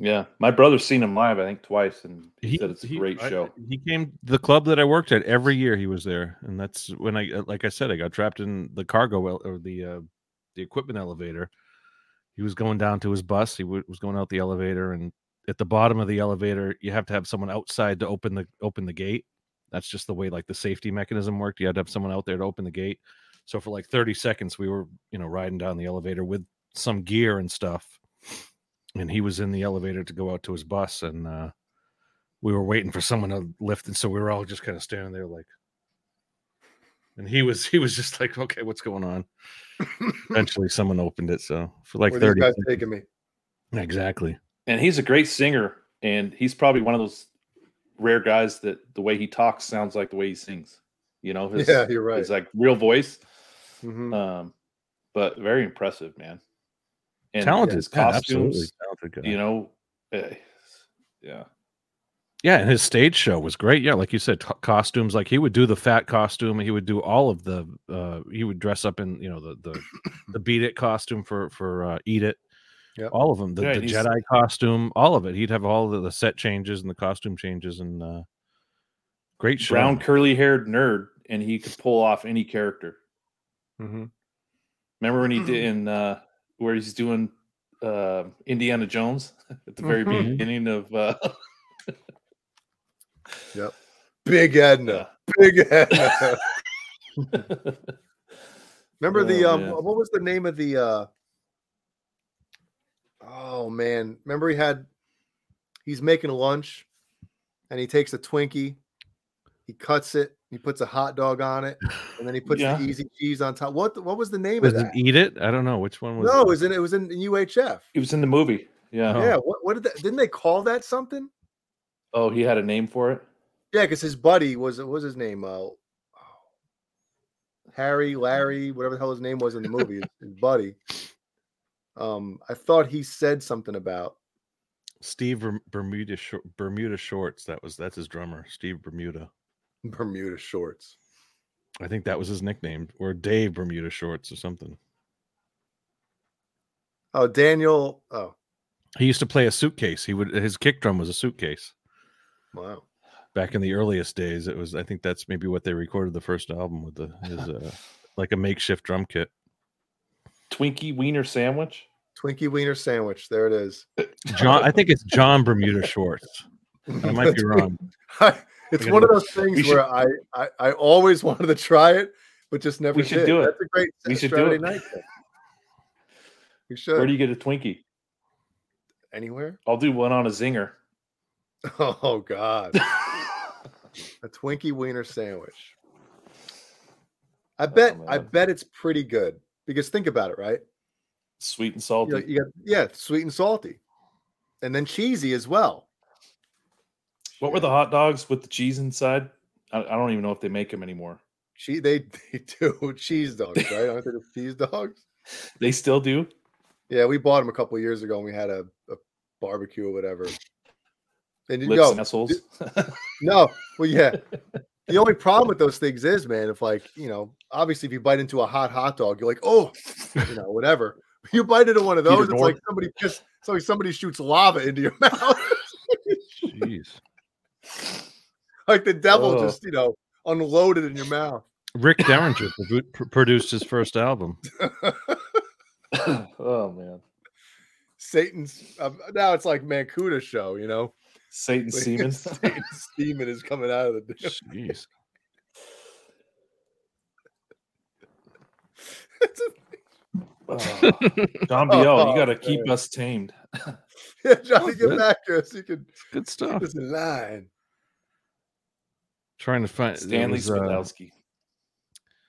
S3: Yeah, my brother's seen him live, I think, twice, and he,
S2: He
S3: said it's a
S2: he-
S3: great
S2: I-
S3: show.
S2: he came the club that I worked at every year. He was there, and that's when I, uh, like I said, I got trapped in the cargo el- or the uh, the equipment elevator. He was going down to his bus. He w- was going out the elevator, and at the bottom of the elevator, you have to have someone outside to open the open the gate. That's just the way like the safety mechanism worked. You had to have someone out there to open the gate. So for like 30 seconds, we were you know riding down the elevator with some gear and stuff, and he was in the elevator to go out to his bus, and uh, we were waiting for someone to lift, and so we were all just kind of standing there like. And he was he was just like, okay, what's going on? Eventually, someone opened it. So for like
S4: Where these
S2: thirty,
S4: guys
S2: seconds-
S4: taking me?
S2: exactly.
S3: And he's a great singer, and he's probably one of those rare guys that the way he talks sounds like the way he sings. You know, his,
S4: yeah, you're right.
S3: his like real voice.
S4: Mhm.
S2: uh,
S3: Um, but very impressive, man. And
S2: talented,
S3: his
S2: yeah, absolutely
S3: costumes,
S2: talented guy.
S3: you know, eh, yeah.
S2: Yeah, and his stage show was great. Yeah, like you said, co- costumes. Like he would do the fat costume. He would do all of the. Uh, he would dress up in you know the the the beat it costume for for uh, eat it.
S4: Yep.
S2: all of them. The,
S3: Yeah,
S2: the
S3: and he's-
S2: Jedi costume, all of it. He'd have all the, the set changes and the costume changes, and uh, Great show.
S3: brown curly haired nerd, and he could pull off any character.
S2: Mm-hmm.
S3: Remember when he did in uh, where he's doing uh, Indiana Jones at the
S4: Mm-hmm.
S3: very
S2: Mhm.
S3: beginning of uh,
S4: Big Edna. Big Edna.
S3: uh,
S4: Remember the
S3: Oh,
S4: um
S3: man.
S4: what was the name of the uh oh man. Remember he had he's making lunch and he takes a Twinkie, he cuts it, he puts a hot dog on it, and then he puts
S3: Yeah.
S4: the easy cheese on top. What what was the name
S2: Was
S4: of
S2: it
S4: that?
S2: Eat It? I don't know which one was.
S4: No, it was in it was in UHF.
S3: He was in the movie. Yeah.
S2: Oh.
S4: Yeah, what, what did that didn't they call that something?
S3: Oh, he had a name for it.
S4: Yeah, because his buddy was what was his name? Uh, oh, Harry, Larry, whatever the hell his name was in the movie, his- his buddy. Um, I thought he said something about
S2: Steve Berm- Bermuda Shor- Bermuda Shorts. That was that's his drummer, Steve Bermuda.
S4: Bermuda shorts.
S2: I think that was his nickname, or Dave Bermuda Shorts or something.
S4: Oh, Daniel. Oh,
S2: He used to play a suitcase. He would his kick drum was a suitcase
S4: wow.
S2: back in the earliest days. It was I think that's maybe what they recorded the first album with the his uh, like a makeshift drum kit.
S3: Twinkie Wiener Sandwich.
S4: Twinkie Wiener sandwich. There it is.
S2: John, I think it's John Bermuda Shorts. I might be wrong.
S4: it's
S2: gotta
S4: one of
S2: look.
S4: those things
S3: We should-
S4: where I, I I always wanted to try it, but just never
S3: We should
S4: did.
S3: do it.
S4: That's a great
S3: We
S4: Sa-
S3: should do
S4: Saturday
S3: it.
S4: night. Thing. We should
S3: Where do you get a Twinkie?
S4: anywhere.
S3: I'll do one on a zinger.
S4: Oh God. A Twinkie wiener sandwich. I bet I
S3: Oh, man.
S4: bet it's pretty good because think about it, right?
S3: Sweet and
S4: You, know,
S3: salty.
S4: you got yeah, sweet and salty, and then cheesy as well.
S3: What were the hot dogs with the cheese inside? I, I don't even know if they make them anymore.
S4: She they, they do cheese dogs, right? Aren't they just cheese dogs?
S3: They still do.
S4: Yeah, we bought them a couple years ago, and we had a, a barbecue or whatever. And you
S3: Lips
S4: go,
S3: and assholes.
S4: No, well, yeah. The only problem with those things is, man, if like you know, obviously, if you bite into a hot hot dog, you're like, oh, you know, whatever. You bite into one of
S3: Peter
S4: those, it's
S3: North.
S4: like somebody just it's like somebody shoots lava into your mouth,
S2: Jeez.
S4: like the devil
S3: Oh.
S4: just you know unloaded in your mouth.
S2: Rick Derringer produ- pr- produced his first album.
S3: oh man,
S4: Satan's um, now it's like Mancuda show, you know,
S3: Satan
S4: Like,
S3: semen.
S4: Satan's demon is coming out of the.
S2: Jeez.
S3: Oh. John Biel,
S4: oh,
S3: you got to keep us tamed.
S4: yeah, Johnny, get
S2: good.
S4: back here so you can
S2: Good
S4: keep
S2: stuff.
S4: us in line.
S2: Trying to find it
S3: Stanley
S2: was, uh,
S3: Spadowski.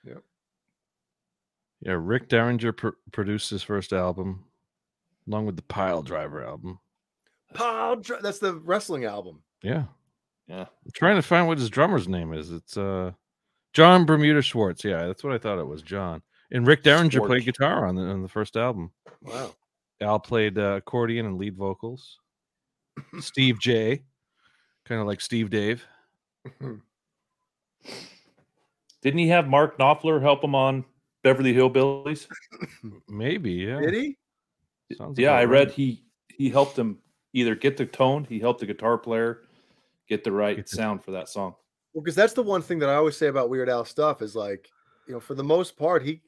S2: yeah, Rick Derringer pr- produced his first album, along with the Pile Driver album.
S4: Pile dri- that's the wrestling album.
S2: Yeah,
S3: Yeah.
S2: I'm trying to find what his drummer's name is. It's uh, John Bermuda Schwartz. Yeah, that's what I thought it was. John and Rick Derringer played
S3: Schwartz.
S2: guitar on the on the first album.
S4: Wow,
S2: Al played uh, accordion and lead vocals. Steve J, kind of like Steve Dave.
S3: Didn't he have Mark Knopfler help him on Beverly Hillbillies?
S2: Maybe yeah.
S4: did he?
S2: Sounds
S3: Yeah,
S2: about
S3: I
S2: right.
S3: read he he helped him either get the tone, he helped the guitar player get the right
S2: Get the-
S3: sound for that song.
S4: Well, because that's the one thing that I always say about Weird Al stuff is like, you know, for the most part, he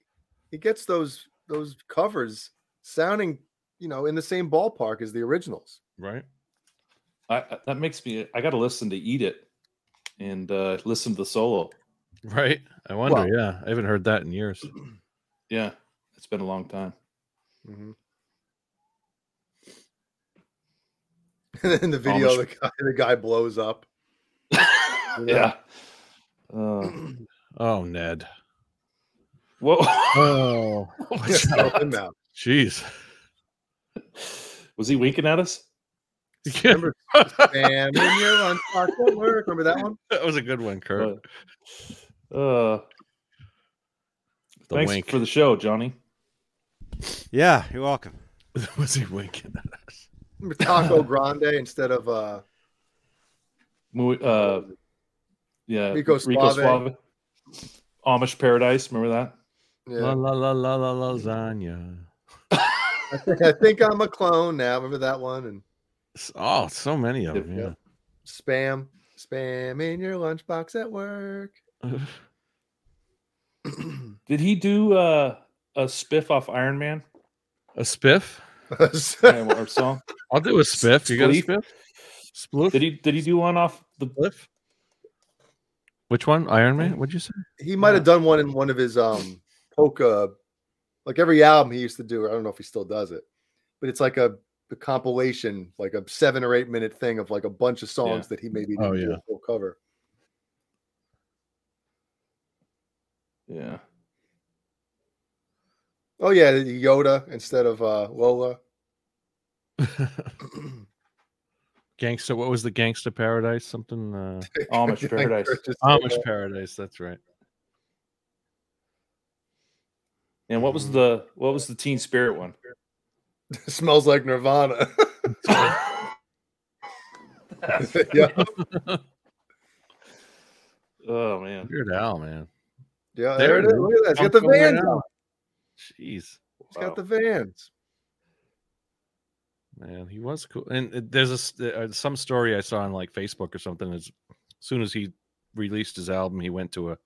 S4: he gets those those covers sounding, you know, in the same ballpark as the originals.
S2: right.
S3: I, I- that makes me I got to listen to Eat It and uh listen to the solo.
S2: Right. I wonder.
S4: Well-
S2: yeah, I haven't heard that in years.
S3: Yeah, it's been a long time.
S4: Mm-hmm. And then the video, the guy, the guy blows up.
S3: yeah. Uh,
S2: Oh, Ned.
S3: whoa.
S2: Oh,
S4: Just help him out.
S2: jeez.
S3: Was he winking at us?
S4: Remember- Bam, in your lunch box at work. Remember that one?
S2: that was a good one, Kurt.
S3: Uh,
S2: The
S3: thanks
S2: wink.
S3: for the show, Johnny.
S1: Yeah, you're welcome.
S2: was he winking?
S4: Remember Taco Grande instead of uh
S3: Mu- Uh, yeah,
S4: Rico Suave.
S3: Amish Paradise. Remember that?
S2: La
S4: yeah,
S2: la la la la lasagna.
S4: I, think, I think I'm a clone now. Remember that one and
S2: S- Oh, so many of
S3: Yep,
S2: them. Yeah.
S4: spam. Spam in your lunchbox at work.
S3: Did he do uh, a spiff off Iron Man
S2: A spiff?
S3: Yeah, or song?
S2: I'll do a spiff. You got a
S3: Spleef?
S2: spiff? Sploof?
S3: Did he did he do one off the
S2: Spliff? Which one? Iron Man? What'd you say?
S4: he might have done one in one of his um polka like every album he used to do i don't know if he still does it but it's like a, a compilation like a seven or eight minute thing of like a bunch of songs that he maybe didn't
S2: Oh,
S4: do
S2: yeah.
S4: a full cover
S3: Yeah.
S4: oh yeah yoda instead of uh lola
S2: Gangsta. What was the Gangsta Paradise? Something. Uh,
S3: Amish Paradise.
S4: Just- uh,
S2: Amish Paradise. That's right.
S3: And what was the what was the Teen Spirit one?
S4: smells like nirvana yeah
S3: Oh man.
S2: Weird Al, man.
S4: yeah
S2: There
S4: there,
S2: it
S4: it is
S2: is.
S4: look at that it's got
S2: I'm
S4: the
S2: coming right
S4: vans on.
S2: Jeez.
S4: it's got the vans
S2: Man, he was cool. And it- there's a s- uh, some story I saw on like Facebook or something. As soon as he released his album, he went to a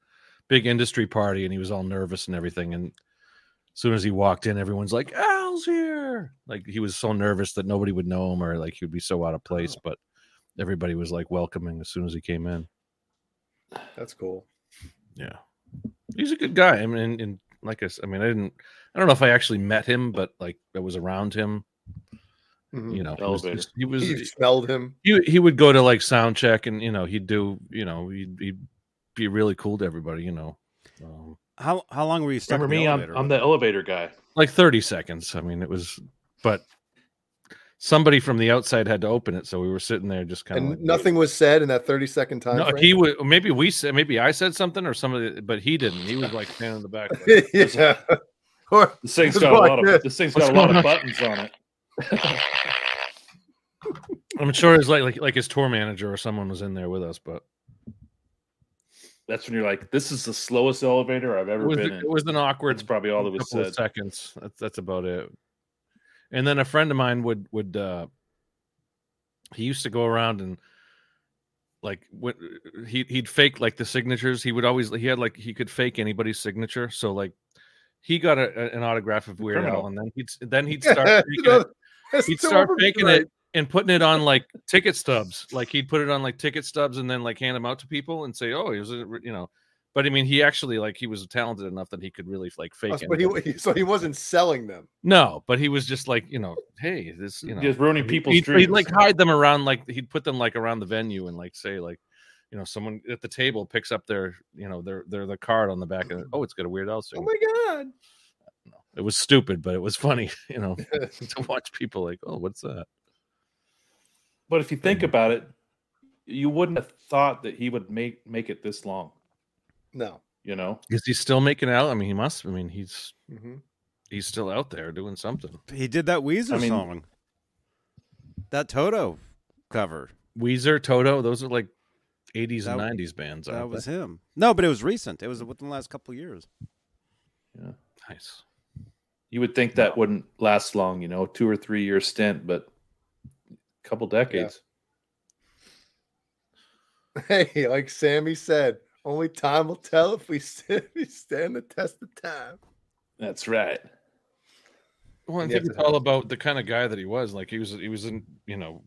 S2: big industry party and he was all nervous and everything. And as soon as he walked in, everyone's like, "Al's here!" Like he was so nervous that nobody would know him or like he would be so out of place. But everybody was like welcoming as soon as he came in.
S4: that's cool
S2: Yeah, he's a good guy. I mean, and, and like I, s- I mean, I didn't, I don't know if I actually met him, but like I was around him.
S4: Mhm.
S2: You know, he was,
S3: Elevator.
S2: just- he was
S4: you smelled him
S2: he he would go to like sound check and you know he'd do you know he'd, he'd be really cool to everybody you know um,
S1: How how long were you stuck?
S3: Remember
S1: in the
S3: me? I'm,
S1: elevator
S3: I'm
S1: with
S3: the
S1: him?
S3: elevator guy.
S2: like 30 seconds i mean it was but somebody from the outside had to open it so we were sitting there just kind of
S4: and
S2: like,
S4: nothing was said in that 30 second time
S2: no,
S4: frame.
S2: he would maybe we said maybe i said something or somebody but he didn't he was like standing in the back like,
S4: yeah or
S3: This thing's
S4: It's
S3: got a
S4: like
S3: lot
S4: this.
S3: of this thing's got
S2: What's
S3: a lot
S2: going
S3: of buttons on it.
S2: i'm sure it was like, like like his tour manager or someone was in there with us but
S3: That's when you're like, this is the slowest elevator I've
S2: it
S3: ever
S2: was,
S3: been in.
S2: it was an awkward
S3: That's probably all that was
S2: couple of
S3: said.
S2: seconds. That's that's about it. And then a friend of mine would would uh he used to go around and like what he he'd fake like the signatures. He would always he had like he could fake anybody's signature. So like he got a, a- an autograph of Weird Al,
S3: Criminal.
S2: and then he'd s- then he'd
S4: Yeah,
S2: start
S4: that's
S2: faking it
S4: another- that's
S2: he'd
S4: two
S2: start
S4: of 'em
S2: making
S4: tonight.
S2: it and putting it on like ticket stubs. Like he'd put it on like ticket stubs and then like hand them out to people and say, "Oh, here's a re- you know." But I mean, he actually like he was talented enough that he could really like fake.
S4: Oh, But he,
S2: anybody.
S4: he- so he wasn't selling them.
S2: no, but he was just like you know, hey, this you know,
S3: Just ruining people's
S2: he'd,
S3: dreams.
S2: he'd like hide them around like he'd put them like around the venue and like say like. You know, someone at the table picks up their, you know, their their the card on the back, and oh, it's got a Weird Al
S4: Oh
S2: signature.
S4: my god!
S2: It was stupid, but it was funny, you know, to watch people like, oh, what's that?
S3: but if you think about it, you wouldn't have thought that he would make make it this long.
S4: No.
S3: You know,
S2: Is he still making out? I mean, he must. I mean, he's
S4: Mhm.
S2: he's still out there doing something.
S1: He did that Weezer
S3: I mean-
S1: song. That Toto cover.
S2: Weezer, Toto, those are like '80s and
S1: That-
S2: '90s bands.
S1: That
S2: aren't
S1: was
S2: they?
S1: him. No, but it was recent. It was within the last couple of years.
S2: nice.
S3: you would think that wouldn't last long. You know, two or three year stint, but a couple decades.
S4: Hey, like Sammy said, only time will tell if we, st- if we stand the test of time.
S3: That's right.
S2: Well, I
S4: And
S2: think
S4: you have
S2: it's
S4: to have-
S2: all about the kind of guy that he was. Like he was, he was in, you know,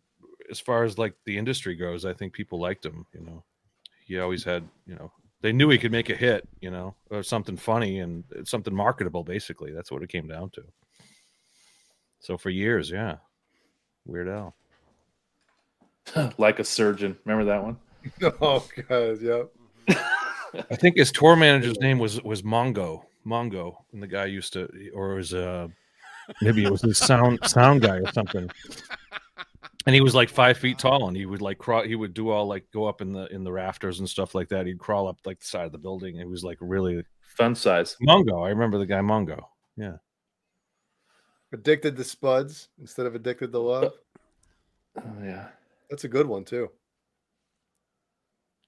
S2: as far as like the industry goes, I think people liked him. You know, he always had, you know, they knew he could make a hit, you know, or something funny and uh, something marketable. Basically, that's what it came down to. So for years, yeah, Weird Al.
S3: like a surgeon. Remember that one?
S4: Oh god, yep.
S2: I think his tour manager's name was was Mongo. Mongo, and the guy used to, or it was uh, maybe it was his sound sound guy or something. And he was like five feet tall, and he would like crawl. He would do all like go up in the in the rafters and stuff like that. He'd crawl up like the side of the building. It was like really
S3: Fun size.
S2: Mongo. I remember the guy Mongo.
S4: Addicted to spuds instead of addicted to love.
S3: Oh, yeah.
S4: That's a good one too.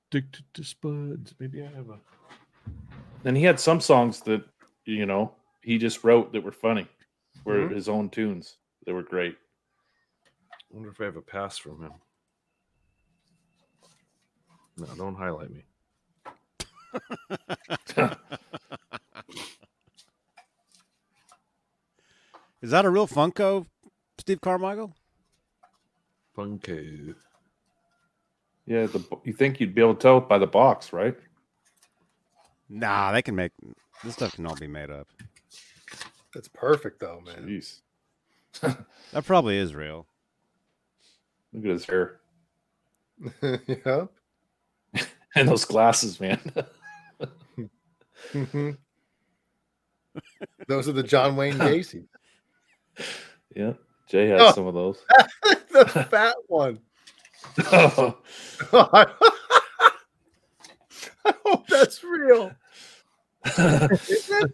S2: Addicted to spuds. Maybe I have a.
S3: And he had some songs that you know he just wrote that were funny, were
S2: Mm-hmm.
S4: Mhm.
S3: his own tunes that were great.
S2: I wonder if I have a pass from him. No, don't highlight me.
S1: Is that a real Funko, Steve Carmichael?
S2: Funko.
S3: Yeah, the, bo- you think you'd be able to tell by the box, right?
S1: Nah, they can make this stuff can all be made up.
S4: That's perfect though, man.
S3: Jeez,
S1: That probably is real.
S3: look at his hair
S4: yeah.
S3: and those glasses, man.
S4: Mhm. Those are the John Wayne Gacy.
S3: yeah, Jay has
S4: Oh.
S3: some of those.
S4: the fat one. I hope that's real. Is it?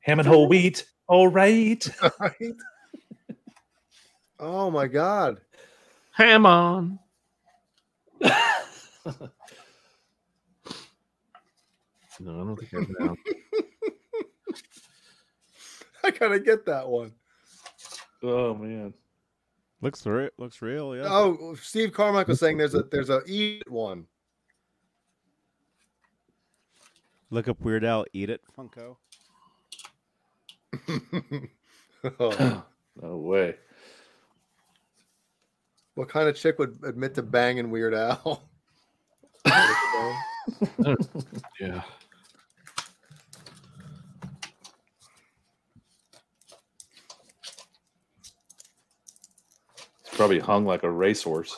S6: Ham and whole wheat. All right.
S4: Right? Oh my god.
S2: Ham on. no, I don't think I have that.
S4: I gotta get that one.
S3: oh man,
S1: Looks real. Looks real. Yeah.
S4: Oh, Steve Carmichael's saying there's a there's a eat It one.
S1: Look up Weird Al. Eat it, Funko.
S4: Oh,
S3: no way.
S4: what kind of chick would admit to banging Weird Al?
S2: Yeah.
S3: It's probably hung like a racehorse.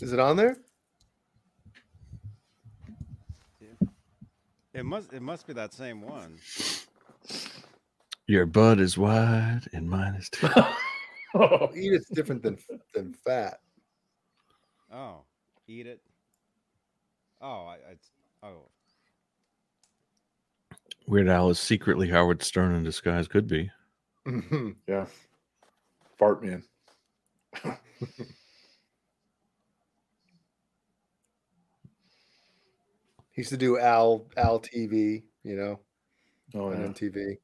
S4: Is it on there?
S1: It must. It must be that same one.
S2: Your butt is wide and mine is too.
S4: Well, eat it's different than than fat.
S1: Oh, eat it. Oh, I. I oh,
S2: Weird Al is secretly Howard Stern in disguise. Could be.
S4: Mhm.
S3: Yeah, fart man.
S4: he used to do Al Al TV, you know,
S3: Oh
S4: on
S3: yeah.
S4: MTV.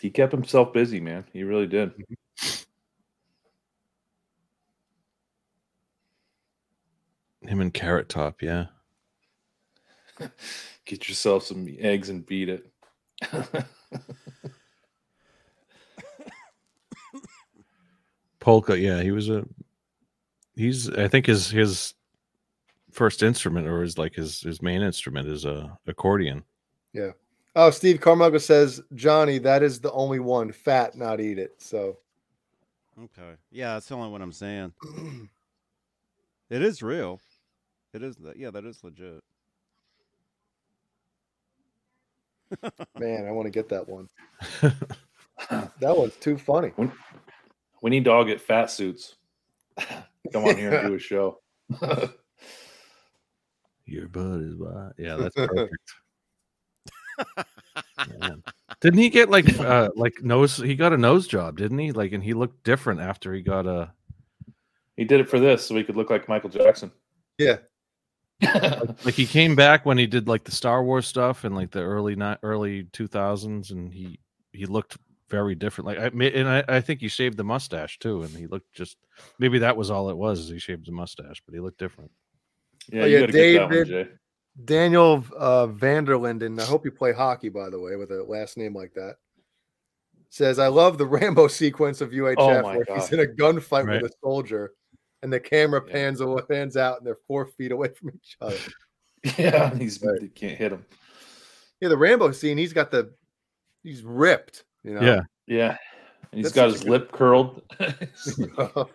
S3: he kept himself busy, man. He really did.
S4: Mm-hmm.
S2: Him and Carrot Top. Yeah.
S3: Get yourself some eggs and beat it.
S2: Polka. Yeah. He was a. He's. I think his his first instrument or his like his his main instrument is a accordion.
S4: Oh, Steve Carmichael says, Johnny, that is the only one. Fat, not eat it. So
S1: okay. Yeah, that's the only one I'm saying. it is real. It is. le- Yeah, that is legit.
S4: man, I want to get that one. that one's too funny.
S3: We need to all get fat suits. Come on here and do a show.
S2: Your butt is wide. Yeah, that's perfect. Man. Didn't he get like uh like nose? He got a nose job, didn't he? Like, and he looked different after he got a.
S3: He did it for this so he could look like Michael Jackson.
S4: Yeah.
S2: like he came back when he did like the Star Wars stuff in like the early not early two thousands, and he he looked very different. Like I ma- and I, I think he shaved the mustache too, and he looked just maybe that was all it was. Is he shaved the mustache, but he looked different.
S3: yeah,
S4: Oh,
S3: you
S4: yeah,
S3: gotta get that one,
S4: David-
S3: Jay.
S4: Daniel uh, Vanderlinden, I hope you play hockey, by the way, with a last name like that. Says, I love the Rambo sequence of UHF
S3: Oh my
S4: where he's
S3: God.
S4: in a gunfight
S2: Right.
S4: with a soldier and the camera
S3: Yeah.
S4: pans away, pans out and they're four feet away from each other.
S3: Yeah, he's
S4: Right.
S3: they can't hit him.
S4: Yeah, the Rambo scene, he's got the he's ripped, you know.
S3: Yeah. And he's
S4: That's
S3: got
S4: such a
S3: his
S4: good-
S3: lip curled.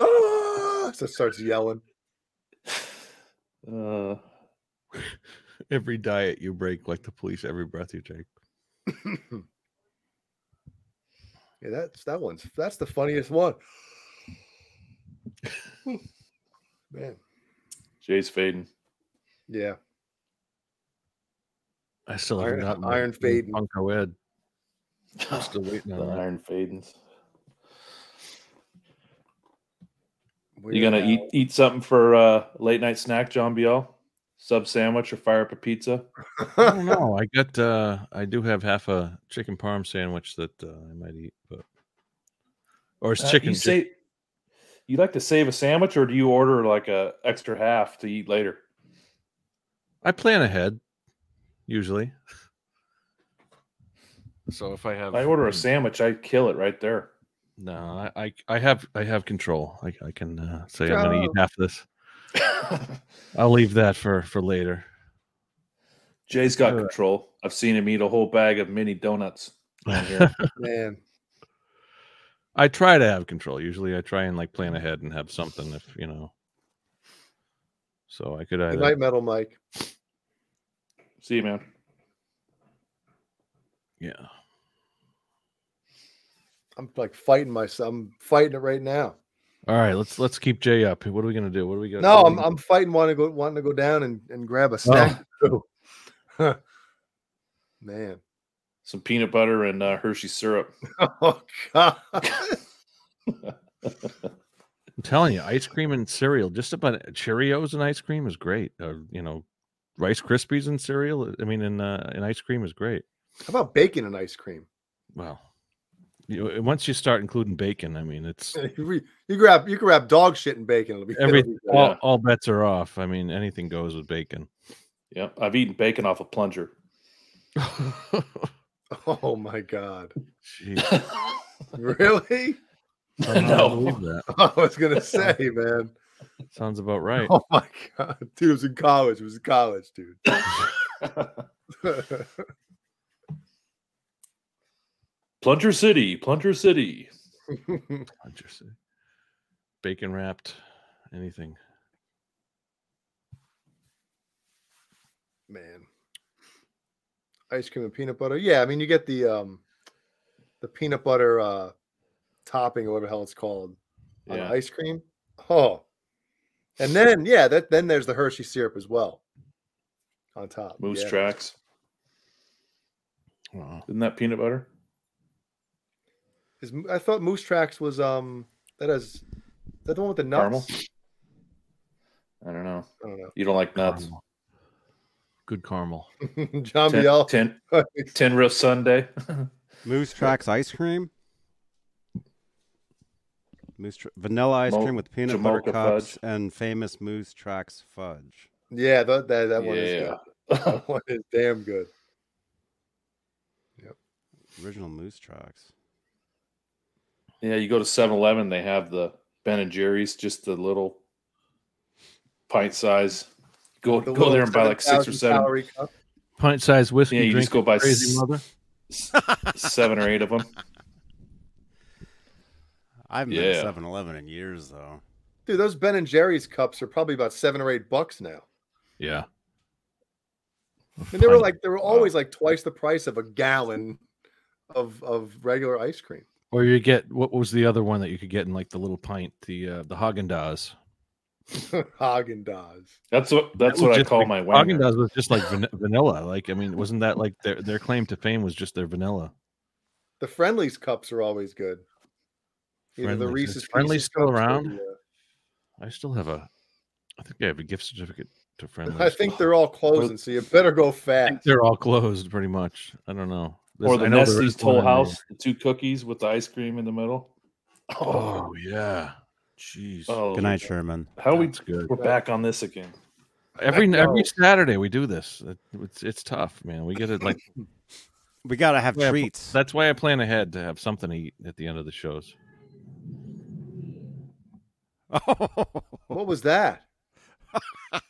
S4: Ah! so starts yelling.
S3: uh,
S2: Every diet you break, like the police, every breath you take.
S4: Yeah, that's that one's that's the funniest one. Man,
S3: Jay's fading.
S4: yeah.
S2: I still haven't
S4: Iron-
S2: gotten my-
S4: Iron
S2: my
S4: Maiden.
S2: Funko Ed.
S3: I'm
S2: still waiting
S3: the
S2: on that.
S3: iron fadings. You
S4: Weird
S3: gonna
S4: Al.
S3: eat eat something for uh late night snack, John Biel? sub sandwich or fire up a pizza?
S2: I don't know. I got. Uh, I do have half a chicken parm sandwich that uh, I might eat, but or it's
S3: Uh,
S2: chicken.
S3: You,
S2: chick-
S3: say, you like to save a sandwich, or do you order like a extra half to eat later?
S2: I plan ahead, usually. So if I have, Hmm.
S3: If I order a sandwich, I kill it right there.
S2: No, I, I, I have, I have control. I, I can uh, say I'm going to eat
S4: Control.
S2: half of this. I'll leave that for for later.
S3: Jay's got
S2: Uh,
S3: control. I've seen him eat a whole bag of mini donuts. on here.
S4: Man,
S2: I try to have control. Usually, I try and like plan ahead and have something if you know. So I could
S4: good
S2: either
S4: night, Metal Mike.
S3: See you, man.
S2: yeah.
S4: I'm like fighting myself. I'm fighting it right now.
S2: All right, let's let's keep Jay up. What are we gonna do? What are we gonna?
S4: No,
S2: what are we
S4: I'm
S2: gonna-
S4: I'm fighting wanting to go wanting to go down and, and grab a snack. too. Man.
S3: Some peanut butter and uh, Hershey syrup.
S4: Oh god.
S2: I'm telling you, ice cream and cereal, just about Cheerios and ice cream is great. Uh, you know, Rice Krispies and cereal. I mean, and uh, and ice cream is great.
S4: How about bacon and ice cream?
S2: Well, you, uh, once you start including bacon, I mean, it's
S3: Uh,
S4: you grab you can wrap dog shit in bacon. It'll be it'll
S2: every
S4: be good.
S2: all, all bets are off. I mean, anything goes with bacon.
S3: Yep, I've eaten bacon off a plunger.
S4: Oh my god.
S2: Jeez,
S4: Really?
S2: somehow I
S3: No.
S2: believe that.
S4: I was gonna say, man.
S2: sounds about right.
S4: Oh my god. Dude, it was in college. It was in college, dude.
S3: plunger City, Plunger City.
S2: Interesting. Bacon wrapped, anything.
S4: Man. Ice cream and peanut butter. Yeah, I mean you get the um the peanut butter uh topping or whatever the hell it's called on the
S3: Yeah.
S4: ice cream. Oh. And then yeah, that then there's the Hershey syrup as well on top.
S3: Moose
S4: yeah.
S3: tracks.
S2: Wow.
S3: Isn't that peanut butter?
S4: Is, I thought Moose Tracks was um that is, is that the one with the nuts?
S3: Caramel? I don't know.
S4: I don't
S3: You don't like nuts.
S2: Caramel. Good caramel.
S4: know. John
S3: Ten,
S4: Biel.
S3: ten, ten Roof Sunday.
S1: Moose Tracks ice cream. Moose tra- vanilla ice
S3: Mo-
S1: cream with peanut butter
S3: Jamaica
S1: cups
S3: fudge. yeah.
S1: and famous Moose Tracks fudge.
S4: Yeah, that that, that one is good. That one is damn good.
S1: Original Moose Tracks.
S3: yeah, you go to 7 Eleven, they have the Ben and Jerry's, just the little pint size. Go,
S4: The
S3: go
S4: little
S3: there and buy like six or
S4: 7,000
S3: seven.
S4: calorie cup.
S2: Pint sized whiskey.
S3: Yeah, you
S2: drink
S3: just go buy
S2: crazy
S3: s-
S2: mother.
S3: seven or eight of them.
S1: I haven't been
S3: Yeah.
S1: to 7 Eleven in years, though.
S4: Dude, those Ben and Jerry's cups are probably about seven or eight bucks now.
S2: Yeah.
S4: And they were
S2: Pint-
S4: like they were always like twice the price of a gallon of of regular ice cream.
S2: Or you get what was the other one that you could get in like the little pint, the uh, the Haagen Dazs.
S4: Hagen Dazs.
S3: That's what that's what I call my
S2: Haagen
S3: wagon.
S2: Dazs was just like van- vanilla. Like I mean, wasn't that like their their claim to fame was just their vanilla?
S4: The Friendly's cups are always good. Either the
S2: Friendly's. Is
S4: Reese's
S2: Friendly's
S4: Pieces
S2: still
S4: cups or
S2: around?
S4: the,
S2: I still have a, I think I have a gift certificate to
S4: uh,
S2: friendly.
S4: I think they're all closing, so you better go fast.
S2: they're all closed pretty much. I don't know.
S3: Or
S2: This- I
S3: the
S2: know there
S3: Nestle's
S2: is one
S3: Toll
S2: in there.
S3: House, the two cookies with the ice cream in the middle.
S2: Oh yeah, jeez.
S3: Oh,
S1: Good night, Sherman.
S3: How we
S2: That's good.
S3: we're back on this again.
S2: Every every
S4: go.
S2: Saturday we do this. It- It's it's tough, man. We get it like
S1: We got to have
S2: Yeah, but
S1: treats.
S2: that's why I plan ahead to have something to eat at the end of the shows.
S4: What was that?
S3: I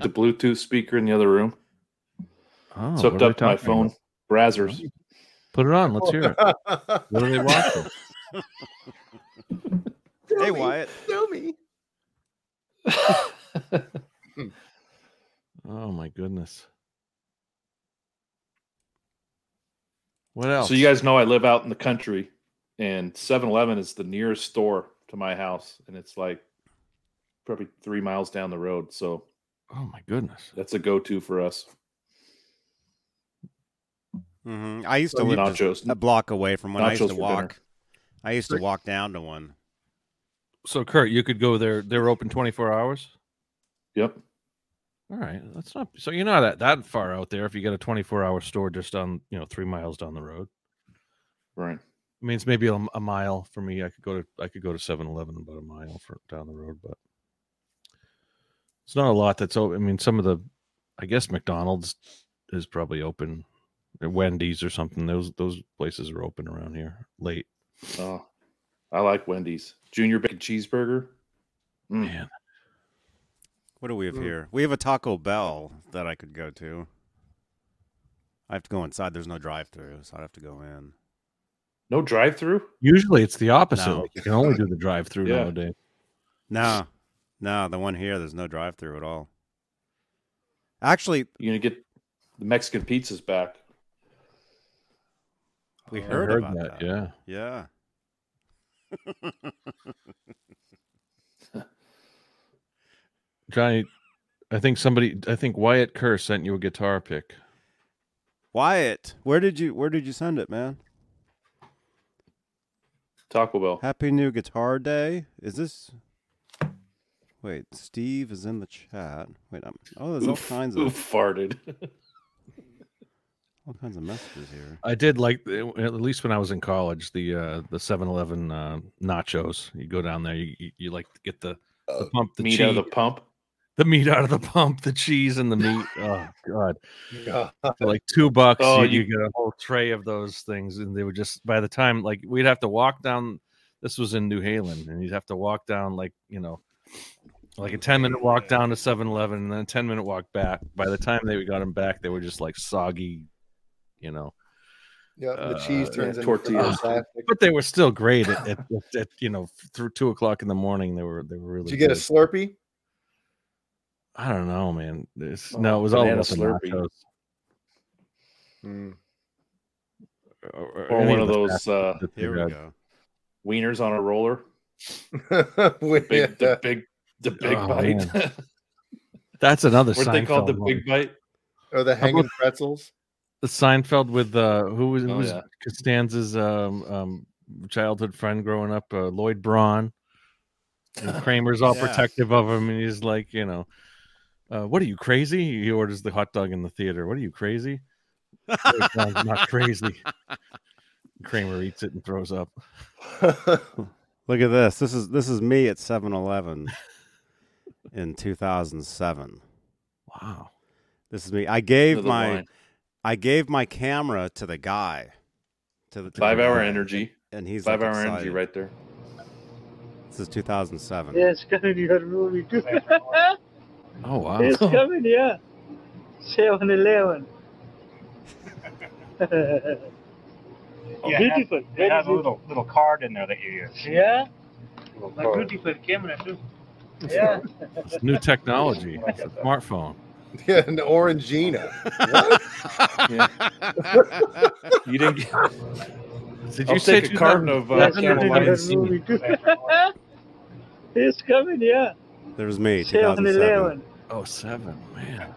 S3: the Bluetooth speaker in the other room.
S2: Oh,
S3: It's
S2: what
S3: hooked
S2: are
S3: up
S2: they
S3: to my
S2: talking
S3: phone.
S2: about?
S3: Brazzers.
S2: Put it on.
S4: Oh.
S2: Let's hear it. What are they watching?
S1: hey, Wyatt.
S4: Show me.
S2: oh my goodness. What else?
S3: So you guys know I live out in the country, and 7-Eleven is the nearest store to my house, and it's like probably three miles down the road. So
S2: Oh my goodness.
S3: that's a go-to for us.
S1: hmm I used to
S3: Some
S1: live just
S3: nachos.
S1: a block away from one. I used
S3: Nachos
S1: to
S3: for
S1: walk.
S3: dinner.
S1: I used to walk down to one.
S2: So Kurt, you could go there. They're open twenty four hours.
S3: Yep.
S2: All right, that's not so you're not that, that far out there. If you get a 24 hour store just on you know three miles down the road,
S3: Right.
S2: I mean it's maybe a, a mile for me. I could go to I could go to 7-Eleven about a mile for down the road, but it's not a lot. That's open. I mean some of the I guess McDonald's is probably open, or Wendy's or something. Those those places are open around here late.
S3: Oh, I like Wendy's Junior Bacon Cheeseburger.
S1: Hmm.
S3: Mm.
S2: Man,
S1: What do we have
S4: Mm.
S1: here? We have a Taco Bell that I could go to. I have to go inside. There's no drive-through, so I have to go in.
S3: No drive-through.
S2: usually it's the opposite.
S1: No.
S2: Like, you can only do the drive through
S3: Yeah.
S2: nowadays.
S1: No, no, the one here, there's no drive-through at all. Actually,
S3: You're gonna get the Mexican pizzas back.
S1: we
S2: Oh, I
S1: heard, about that.
S2: Yeah.
S1: Yeah.
S2: Johnny, I think somebody, I think Wyatt Kerr sent you a guitar pick.
S1: Wyatt, where did you where did you send it, man?
S3: Taco Bell.
S1: Happy New Guitar Day. Is this? Wait, Steve is in the chat. Wait, I'm... oh, there's all
S3: Oof,
S1: kinds
S3: oof,
S1: of
S3: farted.
S1: all kinds of messages here.
S2: I did like, eh, at least when I was in college, the uh the Seven Eleven uh, nachos. You go down there, you you, you like get the, the pump, the
S3: Uh, Meat
S2: cheese,
S3: out of
S2: the...
S3: the pump.
S2: meat out of the pump, the cheese and the meat. Oh God,
S4: Yeah.
S2: For like two bucks,
S3: Oh,
S2: you, you
S3: you-
S2: get a whole tray of those things, and they were just by the time like we'd have to walk down. This was in New Haven, and you'd have to walk down like you know, like a ten minute walk down to 7-Eleven, and then a ten minute walk back. By the time they got them back, they were just like soggy, you know.
S4: Yeah, the
S2: Uh,
S4: cheese
S2: yeah,
S4: turns into
S3: tortillas.
S4: plastic.
S2: But they were still great at, at, at, at, you know through two o'clock in the morning. They were they were really.
S4: Did you get a
S2: good.
S4: Slurpee?
S2: I don't know, man. This,
S3: Oh,
S2: no, it was all
S3: banana
S2: about the
S3: Slurpee.
S2: nachos.
S1: Mm.
S2: Or,
S3: Or
S2: any
S3: one
S2: of
S3: of
S2: the
S3: those
S2: fast
S3: uh,
S2: food that they
S1: Here
S2: had.
S1: we go.
S3: wieners on a roller.
S4: With-
S3: Big, the big, the big
S2: Oh,
S3: bite.
S2: man. That's another.
S3: Weren't they called the
S2: Seinfeld
S3: big bite?
S4: uh, or the
S2: about-
S4: hanging pretzels?
S2: the Seinfeld with uh who was, who
S3: Oh,
S2: was
S3: yeah.
S2: Costanza's um um childhood friend growing up, uh, Lloyd Braun. And Kramer's all
S1: Yeah.
S2: protective of him, and he's like, you know, uh, what are you crazy? He orders the hot dog in the theater. What are you crazy? Lloyd Braun's not crazy. Kramer eats it and throws up.
S1: Look at this. This is this is me at 7-Eleven in 2007.
S2: Wow.
S1: This is me. I gave
S3: Another
S1: my
S3: line.
S1: I gave my camera to the guy. To the to the
S3: five hour
S1: guy,
S3: energy.
S1: and he's
S3: Five
S1: like,
S3: hour energy
S1: excited.
S3: right there.
S1: This is 2007.
S8: Yeah, it's coming. You gotta really do that.
S2: Oh wow.
S8: it's coming, yeah. 7 Eleven.
S9: Yeah, it has,
S8: beautiful.
S9: it
S8: very
S9: has a
S8: beautiful.
S9: little little card in there that you use.
S8: Yeah,
S9: Little
S8: a
S9: card.
S8: beautiful camera too. Yeah.
S2: It's new technology.
S9: I
S2: It's a
S9: get that.
S2: smartphone.
S4: yeah, an Orangina.
S3: You didn't. Get,
S2: Did you
S3: I'll
S2: say
S3: take a carton
S2: 2000?
S3: of uh,
S8: Yes,
S2: I've
S8: you
S2: never
S8: did
S2: wanted to
S8: that
S2: see
S3: Camel
S8: movie too. it's coming, yeah.
S1: There's me.
S8: 7
S1: 2007.
S8: Eleven.
S2: Oh seven, man.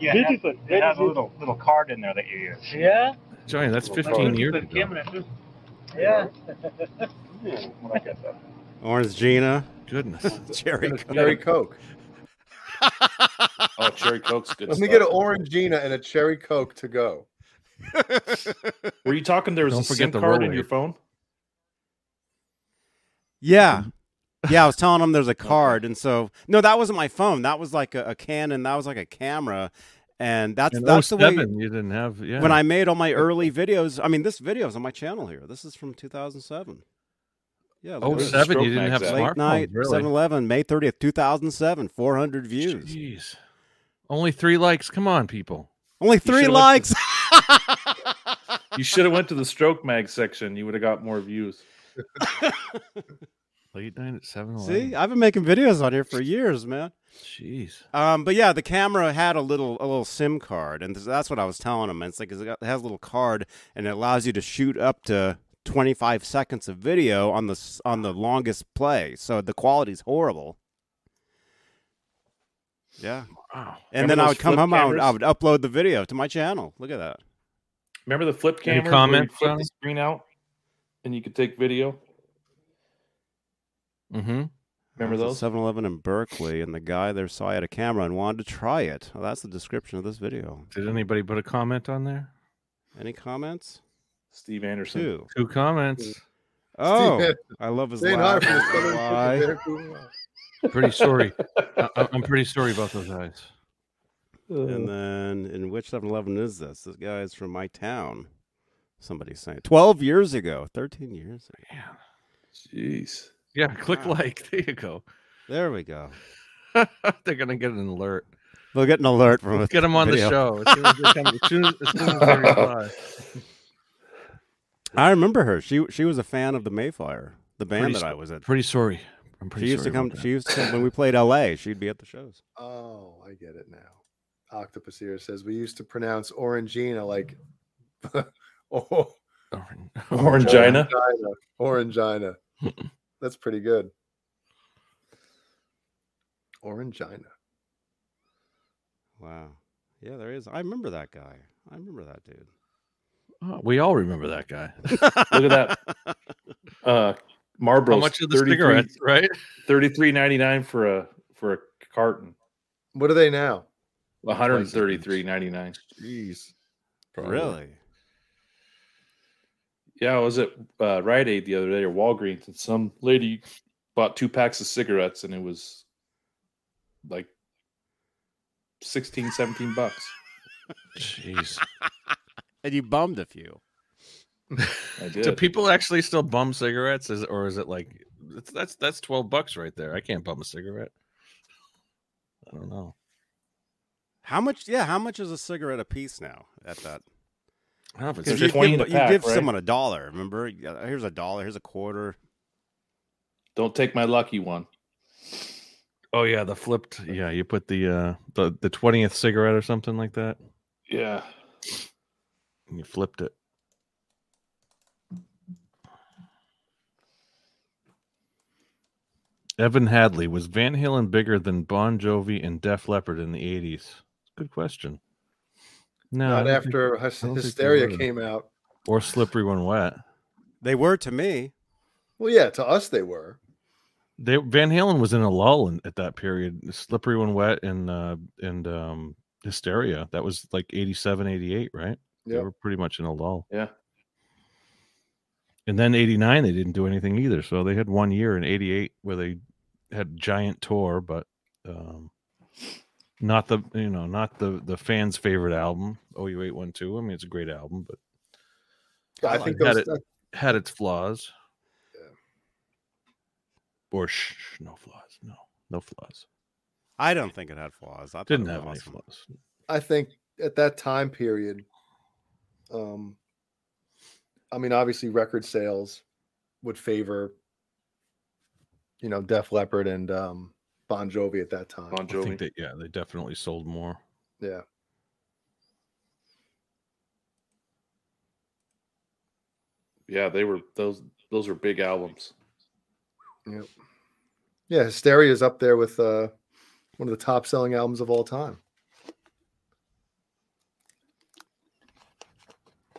S9: Yeah, it has,
S8: beautiful.
S9: it
S8: very
S9: has a
S8: beautiful.
S9: little little card in there that you use.
S8: Yeah,
S2: Johnny, that's
S9: A
S2: fifteen years
S8: beautiful
S2: ago.
S8: camera too. Yeah.
S9: Ooh, when I get that.
S1: Orange Gina.
S2: Goodness.
S1: Cherry. Coke.
S4: Cherry Coke.
S3: oh, cherry coke's good.
S4: Let me
S3: stuff.
S4: get an Orangina and a Cherry Coke to go.
S3: Were you talking? There was
S2: Don't
S3: a SIM
S2: forget the
S3: card in
S2: Rolade.
S3: your phone.
S1: Yeah. Yeah, I was telling him there's a card. And so, no, that wasn't my phone. That was like a, a Canon. That was like a camera. And that's,
S2: And
S1: that's the way
S2: 07, you didn't have yeah.
S1: when I made all my early videos. I mean, this video is on my channel here. This is from 2007. Yeah. look
S2: Oh,
S1: at this.
S3: seven,
S2: seven, you didn't have
S3: Stroke
S1: Late
S2: smartphones,
S1: night,
S2: really.
S1: 7 Eleven, May 30th, 2007, 400 views.
S2: Jeez. Only three likes. Come on, people.
S1: Only three
S3: should've went
S1: likes.
S3: to- You should have went to the stroke mag section. You would have got more views.
S2: Late night at seven
S1: See, I've been making videos on here for years, man.
S2: Jeez.
S1: Um, but yeah, the camera had a little a little SIM card, and that's what I was telling him. It's like it's got- it has a little card, and it allows you to shoot up to 25 seconds of video on the s- on the longest play. So the quality's horrible. Yeah,
S2: Wow.
S1: and
S3: Remember
S1: then I
S3: those
S1: would come
S3: flip
S1: home, I would, I would
S3: cameras?
S1: upload the video to my channel. Look at that.
S3: Remember the flip
S2: Any
S3: camera? where you
S2: comments,
S3: flip
S2: Johnny?
S3: the screen out, and you could take video.
S2: Mm-hmm.
S3: Remember those?
S1: 7 Eleven in Berkeley, and the guy there saw I had a camera and wanted to try it. Well, that's the description of this video.
S2: Did anybody put a comment on there?
S1: Any comments?
S3: Steve Anderson.
S1: Two.
S2: Two comments.
S1: Oh, I love his
S4: Saying hi
S1: laugh.
S4: from the southern tip of
S1: Why?
S4: Vancouver.
S2: Pretty sorry. I, I- I'm pretty sorry about those eyes.
S1: And then, in which 7 Eleven is this? This guy is from my town. Somebody's saying 12 years ago, 13 years ago.
S2: Yeah.
S3: Jeez.
S2: Yeah. Click
S1: Wow.
S2: like. There you go.
S1: There we go.
S2: They're gonna get an alert.
S1: They'll get an alert from us.
S2: Get them on
S1: video.
S2: the show. As soon as they come, as soon as, as soon as they reply.
S1: I remember her. She she was a fan of the Mayflower, the band
S2: Pretty
S1: that
S2: sp-
S1: I was in.
S2: Pretty sorry. I'm
S1: She
S2: pretty
S1: used to
S2: sorry.
S1: come.
S2: about
S1: She used to come when we played L.A. She'd be at the shows.
S4: Oh, I get it now. Octopus here says we used to pronounce Orangina like oh,
S2: that.
S1: Oh,
S3: Orangina.
S4: Orangina. Orangina. That's pretty good. Orangina.
S1: Wow. Yeah, there is. I remember that guy. I remember that dude.
S2: Oh, we all remember that guy.
S3: Look at that. Uh, Marlboro.
S2: How much of the cigarettes, right?
S3: Thirty-three ninety-nine for a for a carton.
S4: What are they now?
S3: One hundred and thirty-three ninety-nine.
S2: Jeez.
S1: Really?
S3: Yeah, I was at uh, Rite Aid the other day or Walgreens, and some lady bought two packs of cigarettes, and it was like 16, 17 bucks.
S2: Jeez.
S1: And you bummed a few.
S3: I
S2: Do
S3: did.
S2: people actually still bum cigarettes, is, or is it like that's, that's that's twelve bucks right there? I can't bum a cigarette. I don't know.
S1: How much? Yeah, how much is a cigarette a piece now? At that,
S2: I don't know if it's
S3: Because
S1: 'Cause
S2: fif-
S1: you
S3: 20
S1: give,
S3: in a
S1: you
S3: pack,
S1: give
S3: right?
S1: someone a dollar. Remember, Yeah, here's a dollar. Here's a quarter.
S3: Don't take my lucky one.
S2: Oh yeah, the flipped. Yeah, you put the uh the the twentieth cigarette or something like that,
S3: Yeah.
S2: and you flipped it. Evan Hadley was Van Halen bigger than Bon Jovi and Def Leppard in the eighties? Good question. No, I
S4: Not
S2: don't think-
S4: after hys-
S2: I don't think they
S4: hysteria
S2: were.
S4: came out.
S2: or slippery when wet.
S1: They were to me.
S4: Well, yeah, to us they were.
S2: They Van Halen was in a lull in, at that period. Slippery when wet and uh, and um, hysteria. That was like 87, 88, right? They
S4: Yep.
S2: were pretty much in a lull.
S3: Yeah.
S2: And then 89 they didn't do anything either. So they had one year in 88 where they had giant tour, but um not the you know, not the the fans favorite album, Oh OU812. I mean, it's a great album, but
S4: I
S1: like
S4: think
S2: that
S4: those,
S2: it- had its flaws.
S4: Yeah.
S2: Or sh- sh- no flaws. No, no flaws.
S1: I don't think it had flaws. I thought
S2: Didn't
S1: it was
S2: have any
S1: awesome.
S2: flaws.
S4: I think at that time period, um, I mean, obviously record sales would favor, you know, Def Leppard and um, Bon Jovi at that time.
S3: Bon
S2: I think
S3: Jovi.
S2: that yeah, they definitely sold more.
S4: yeah.
S3: yeah, they were those those were big albums.
S4: Yep. Yeah, Hysteria is up there with uh, one of the top selling albums of all time.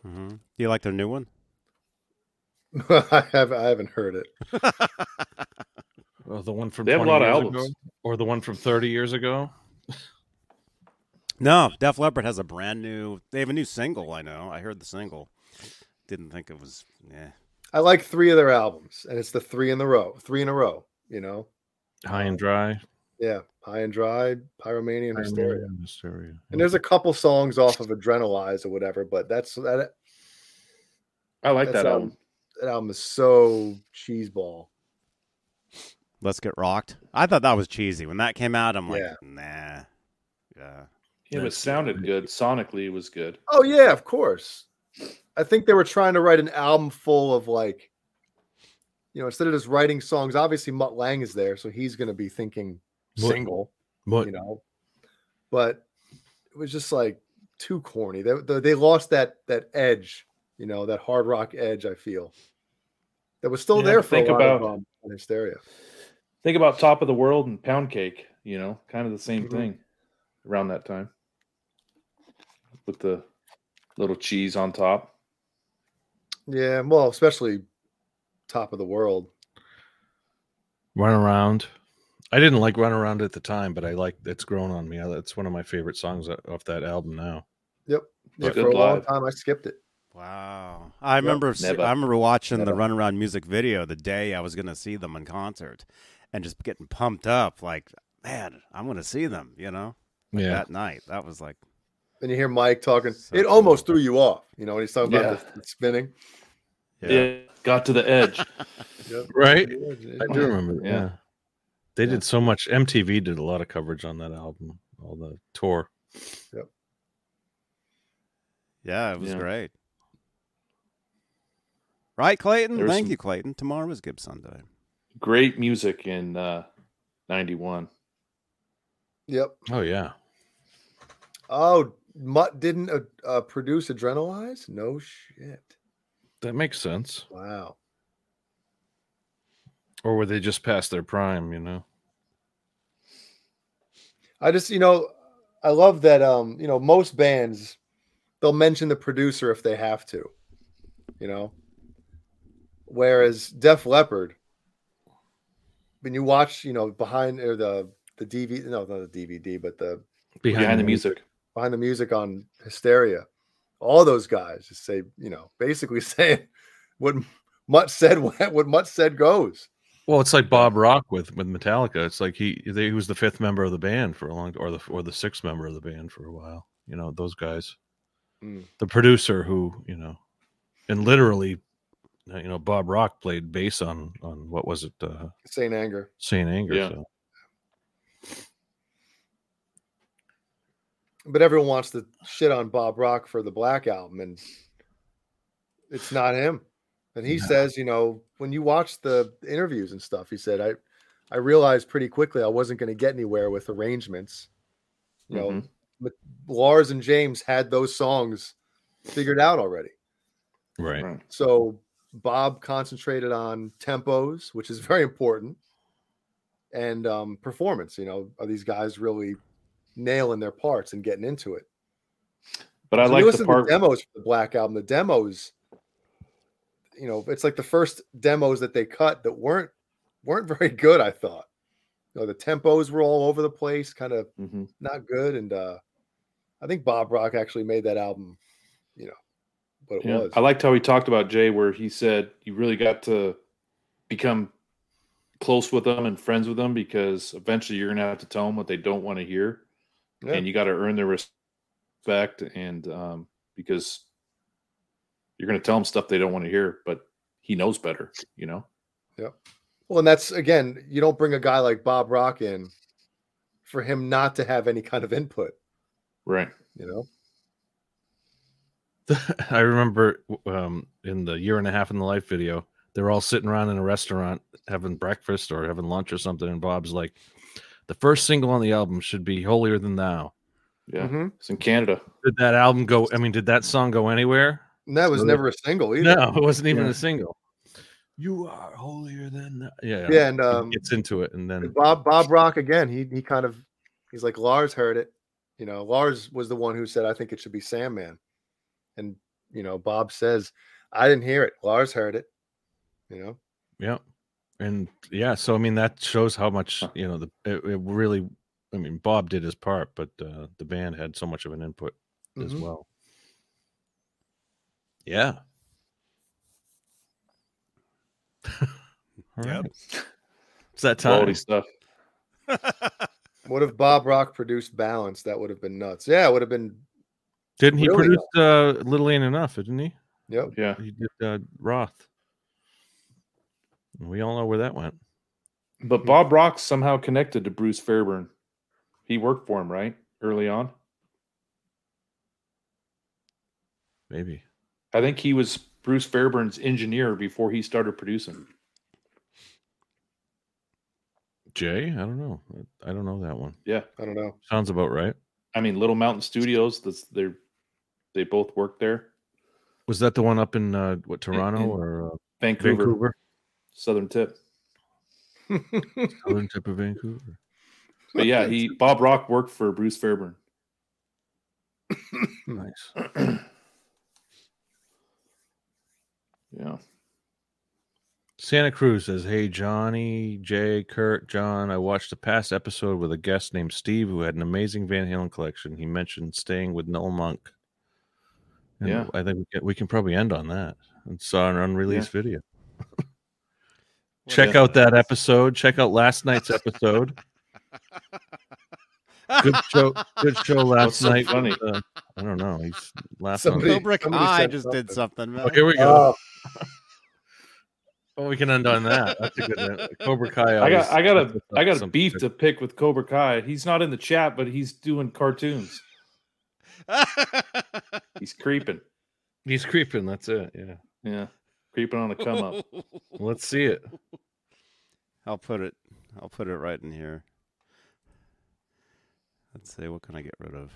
S1: Mhm. Do you like their new one?
S4: I have I haven't heard it.
S2: Well, Oh, the one from
S3: They have a lot of
S2: 20 years
S3: albums.
S2: ago, or the one from 30 years ago.
S1: No, Def Leppard has a brand new. They have a new single. I know. I heard the single. Didn't think it was. Yeah.
S4: I like three of their albums, and it's the three in the row, three in a row. You know,
S2: High and dry.
S4: yeah, High and Dry, Pyromania, and Hysteria.
S2: Hysteria, Hysteria.
S4: And there's a couple songs off of Adrenalize or whatever, but that's that,
S3: I like
S4: That's
S3: that album.
S4: album. that album is so cheeseball.
S1: Let's get rocked. I thought that was cheesy when that came out. I'm like,
S4: Yeah.
S1: nah. Yeah.
S3: Yeah, but it sounded good. Sonically, it was good.
S4: Oh yeah, of course. I think they were trying to write an album full of like, you know, instead of just writing songs. Obviously, Mutt Lang is there, so he's going to be thinking
S2: Mutt.
S4: single,
S2: But
S4: you know. But it was just like too corny. They, they they lost that that edge, you know, that hard rock edge. I feel that was still
S3: Yeah,
S4: there
S3: but
S4: for
S3: think
S4: a lot
S3: about-
S4: of um, hysteria.
S3: Think about Top of the World and Pound Cake, you know, kind of the same
S4: Mhm.
S3: thing around that time with the little cheese on top.
S4: Yeah, well, especially top of the world.
S2: run around. I didn't like Run Around at the time, but I like it's grown on me. I- It's one of my favorite songs o- off that album now.
S4: Yeah,
S3: But
S4: for
S3: good
S4: a long
S3: live.
S4: time, I skipped it.
S1: Wow. I remember s-
S3: never.
S1: I remember watching the
S3: Never.
S1: runaround music video the day I was going to see them in concert and just getting pumped up like, man, I'm going to see them, you know? Like
S2: Yeah.
S1: That night. That was like
S4: And you hear Mike talking.
S1: So
S4: it
S1: cool.
S4: almost threw you off. You know when he's talking about
S3: Yeah.
S4: the, the spinning.
S3: Yeah. got to the edge.
S4: Yep.
S2: Right?
S4: Yeah,
S2: I do remember. Yeah.
S3: Yeah.
S2: They
S3: Yeah.
S2: did so much. MTV did a lot of coverage on that album, all the tour.
S1: Yeah, it was
S3: Yeah.
S1: great. Right, Clayton?
S3: There was
S1: Thank
S3: some-
S1: you, Clayton. Tomorrow is Gibbs Sunday.
S3: Great music in uh, '91.
S4: Yep.
S2: Oh, yeah.
S4: Oh, Mutt didn't uh, uh, produce Adrenalize? No shit.
S2: That makes sense.
S4: Wow.
S2: Or were they just past their prime, you know?
S4: I just, you know, I love that. Um, you know, most bands they'll mention the producer if they have to, you know. Whereas Def Leppard, when you watch, you know, behind or the the DVD, no, not the DVD, but the
S3: Behind, the music.
S4: behind the music on Hysteria, all those guys just say, you know, basically saying what Mutt said, what Mutt said goes.
S2: Well, it's like Bob Rock with with Metallica. It's like he they, he was the fifth member of the band for a long, or the or the sixth member of the band for a while. You know those guys,
S3: Hmm.
S4: Mm.
S2: the producer who you know, and literally, you know Bob Rock played bass on on what was it, uh,
S4: Saint Anger.
S2: Saint Anger.
S3: Yeah.
S2: So.
S4: but everyone wants to shit on Bob Rock for the Black album, and it's not him. And he
S2: No.
S4: says, you know, when you watch the interviews and stuff, he said, I, I realized pretty quickly I wasn't going to get anywhere with arrangements. You know,
S3: Mhm.
S4: Lars and James had those songs figured out already.
S2: Right.
S3: Right.
S4: So Bob concentrated on tempos, which is very important, and um, performance. You know, are these guys really nailing their parts and getting into it?
S3: But I
S4: So
S3: like
S4: you
S3: the
S4: listen to
S3: part.
S4: demos for the Black Album. The demos, you know, it's like the first demos that they cut that weren't weren't very good. I thought, you know, the tempos were all over the place, kind of
S3: Mhm.
S4: not good. And uh I think Bob Rock actually made that album, you know, what it
S3: Yeah.
S4: was.
S3: I liked how he talked about Jay, where he said you really got to become close with them and friends with them because eventually you're going to have to tell them what they don't want to hear,
S4: Yeah.
S3: and you got to earn their respect, and um, because you're going to tell them stuff they don't want to hear, but he knows better, you know.
S4: Well, and that's again, you don't bring a guy like Bob Rock in for him not to have any kind of input.
S3: Right.
S4: You know,
S2: I remember um, in the year and a half in the life video, they're all sitting around in a restaurant having breakfast or having lunch or something, and Bob's like, "The first single on the album should be Holier Than Thou."
S3: Yeah.
S4: Mhm.
S3: It's in Canada.
S2: Did that album go? I mean, did that song go anywhere?
S4: and that was
S2: Really?
S4: never a single either.
S2: No, it wasn't even
S3: Yeah.
S2: a single. You are holier than that. Yeah,
S4: Yeah, and um,
S2: it's into it, and then
S4: Bob Bob Rock again. He he kind of he's like Lars heard it. You know, Lars was the one who said I think it should be Sandman, and you know Bob says I didn't hear it. Lars heard it. You know,
S2: yeah, and yeah. So I mean, that shows how much you know. The it, it really, I mean, Bob did his part, but uh, the band had so much of an input as
S4: Mhm.
S2: well. Yeah. All
S1: Yep.
S2: right. It's that time.
S3: Quality stuff.
S4: what if Bob Rock produced Balance? That would have been nuts. Yeah, it would have been.
S2: Didn't he
S4: Really
S2: produce uh, Little Ain't Enough? Didn't he?
S4: Yep.
S3: Yeah.
S2: He did uh, Roth. We all know where that went.
S3: But Bob Rock's somehow connected to Bruce Fairburn. He worked for him, right? Early on.
S2: Maybe.
S3: I think he was Bruce Fairburn's engineer before he started producing.
S2: Jay? I don't know. I don't know that one.
S3: Yeah.
S4: I don't know.
S2: Sounds about right.
S3: I mean, Little Mountain Studios. That's they they both work there.
S2: Was that the one up in uh, what Toronto
S3: in
S2: or uh,
S3: Vancouver,
S2: Vancouver?
S3: Southern Tip.
S2: Southern tip of Vancouver.
S3: But yeah, he Bob Rock worked for Bruce Fairburn.
S2: Nice.
S3: Yeah,
S2: Santa Cruz says, Hey, Johnny, Jay, Kurt, John, I watched a past episode with a guest named Steve who had an amazing Van Halen collection. He mentioned staying with Noel Monk. And
S3: Yeah.
S2: I think we can, we can probably end on that. And saw an unreleased video. check out that episode. Check out last night's episode. Good show. Good show
S3: What's
S2: last
S3: so
S2: night.
S3: funny?
S2: Uh, I don't know. He's laughing.
S4: Somebody-
S1: Kubrick
S4: somebody
S1: I
S4: said
S1: just did something. man.
S2: Oh, here we go.
S6: Oh,
S2: Well, we can end on that. That's a good Cobra Kai.
S3: I got
S2: always
S3: I got
S2: sets
S3: a
S2: us
S3: I
S2: up
S3: got a
S2: some-
S3: beef to pick with Cobra Kai. He's not in the chat, but he's doing cartoons. He's creeping.
S2: He's creeping. That's it. Yeah.
S3: Yeah. Creeping on the come up.
S2: Let's see it.
S1: I'll put it. I'll put it right in here. Let's see. What can I get rid of?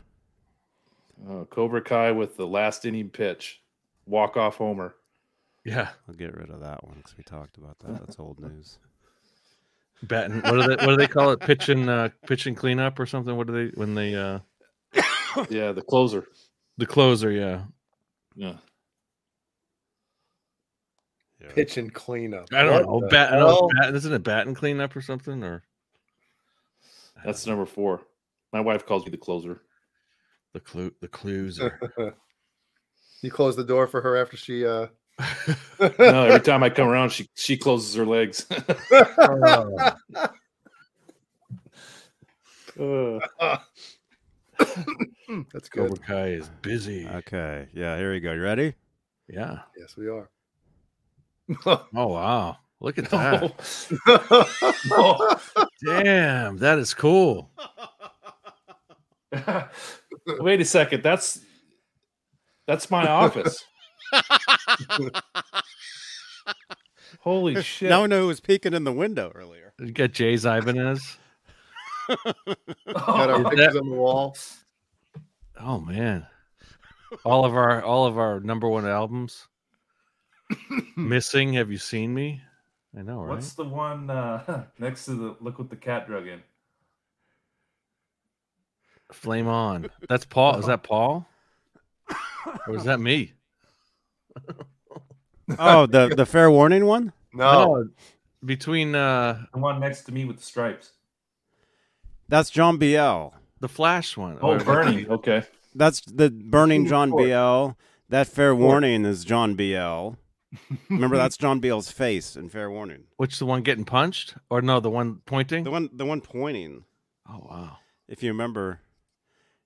S3: Oh, Cobra Kai with the last inning pitch. Walk off homer.
S2: Yeah.
S1: I'll get rid of that one because we talked about that. That's old news.
S2: Batting. What do they? What do they call it? Pitching. Uh, pitching cleanup or something. What do they? When they. Uh,
S3: Yeah, the closer.
S2: the closer. Yeah.
S3: Yeah.
S4: Pitching cleanup.
S2: I don't
S4: What
S2: know.
S4: the
S2: Bat. I don't know,
S4: hell?
S2: bat- isn't it batting cleanup or something? Or
S3: That's number four. My wife calls me the closer.
S2: the clue. The clues. Are...
S4: You close the door for her after she. uh
S3: No, every time I come around, she she closes her legs. Uh,
S4: hmm, That's good.
S2: Cobra Kai is busy.
S1: Okay. Yeah. Here we go. You ready?
S2: yeah.
S4: Yes, we are.
S2: Oh wow. Look at that. Damn. That is cool.
S3: Wait a second. That's that's my office. Holy shit.
S1: Now I know who was peeking in the window earlier.
S2: You got Jay's Ibanez.
S4: Got
S2: Is
S4: our
S2: that-
S4: pictures on the wall.
S2: Oh man. All of our all of our number one albums. Missing, have you seen me? I know, right?
S6: What's the one uh, next to the look with the cat drug in?
S2: Flame on. That's Paul. Is that Paul? Or is that me?
S1: Oh, the the fair warning one.
S4: No,
S2: Between uh
S6: The one next to me with the stripes.
S1: That's John Biel.
S2: the Flash one.
S3: Oh,
S2: Or-
S3: burning. Okay.
S1: That's the burning John
S4: Report.
S1: Biel. That fair warning is John Biel. Remember, that's John Biel's face in fair warning.
S2: Which the one getting punched? Or no, the one pointing?
S1: The one, the one pointing.
S2: Oh wow.
S1: If you remember,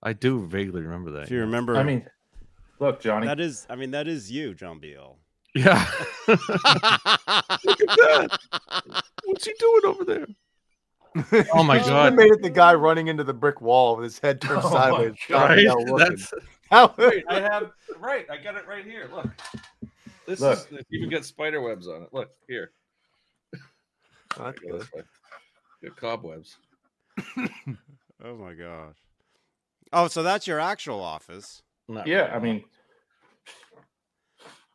S2: I do vaguely remember that.
S1: if you remember,
S3: I mean, look, Johnny.
S1: that is. I mean, that is you, John Biel.
S2: Yeah. Look at that. What's he doing over there? Oh my
S4: Should've
S2: god.
S4: made it the guy running into the brick wall with his head turned
S6: Oh, my
S4: sideways.
S6: God.
S2: Right?
S4: Johnny L. looking.
S2: That's
S4: How-
S6: I have right. I got it right here. Look.
S2: This
S3: Look.
S2: is it's even got spider webs on it. Look here.
S4: That's
S2: Go
S4: good.
S2: this way. Got cobwebs.
S1: Oh my gosh. Oh, so that's your actual office.
S2: Not
S3: yeah,
S2: really.
S3: I mean,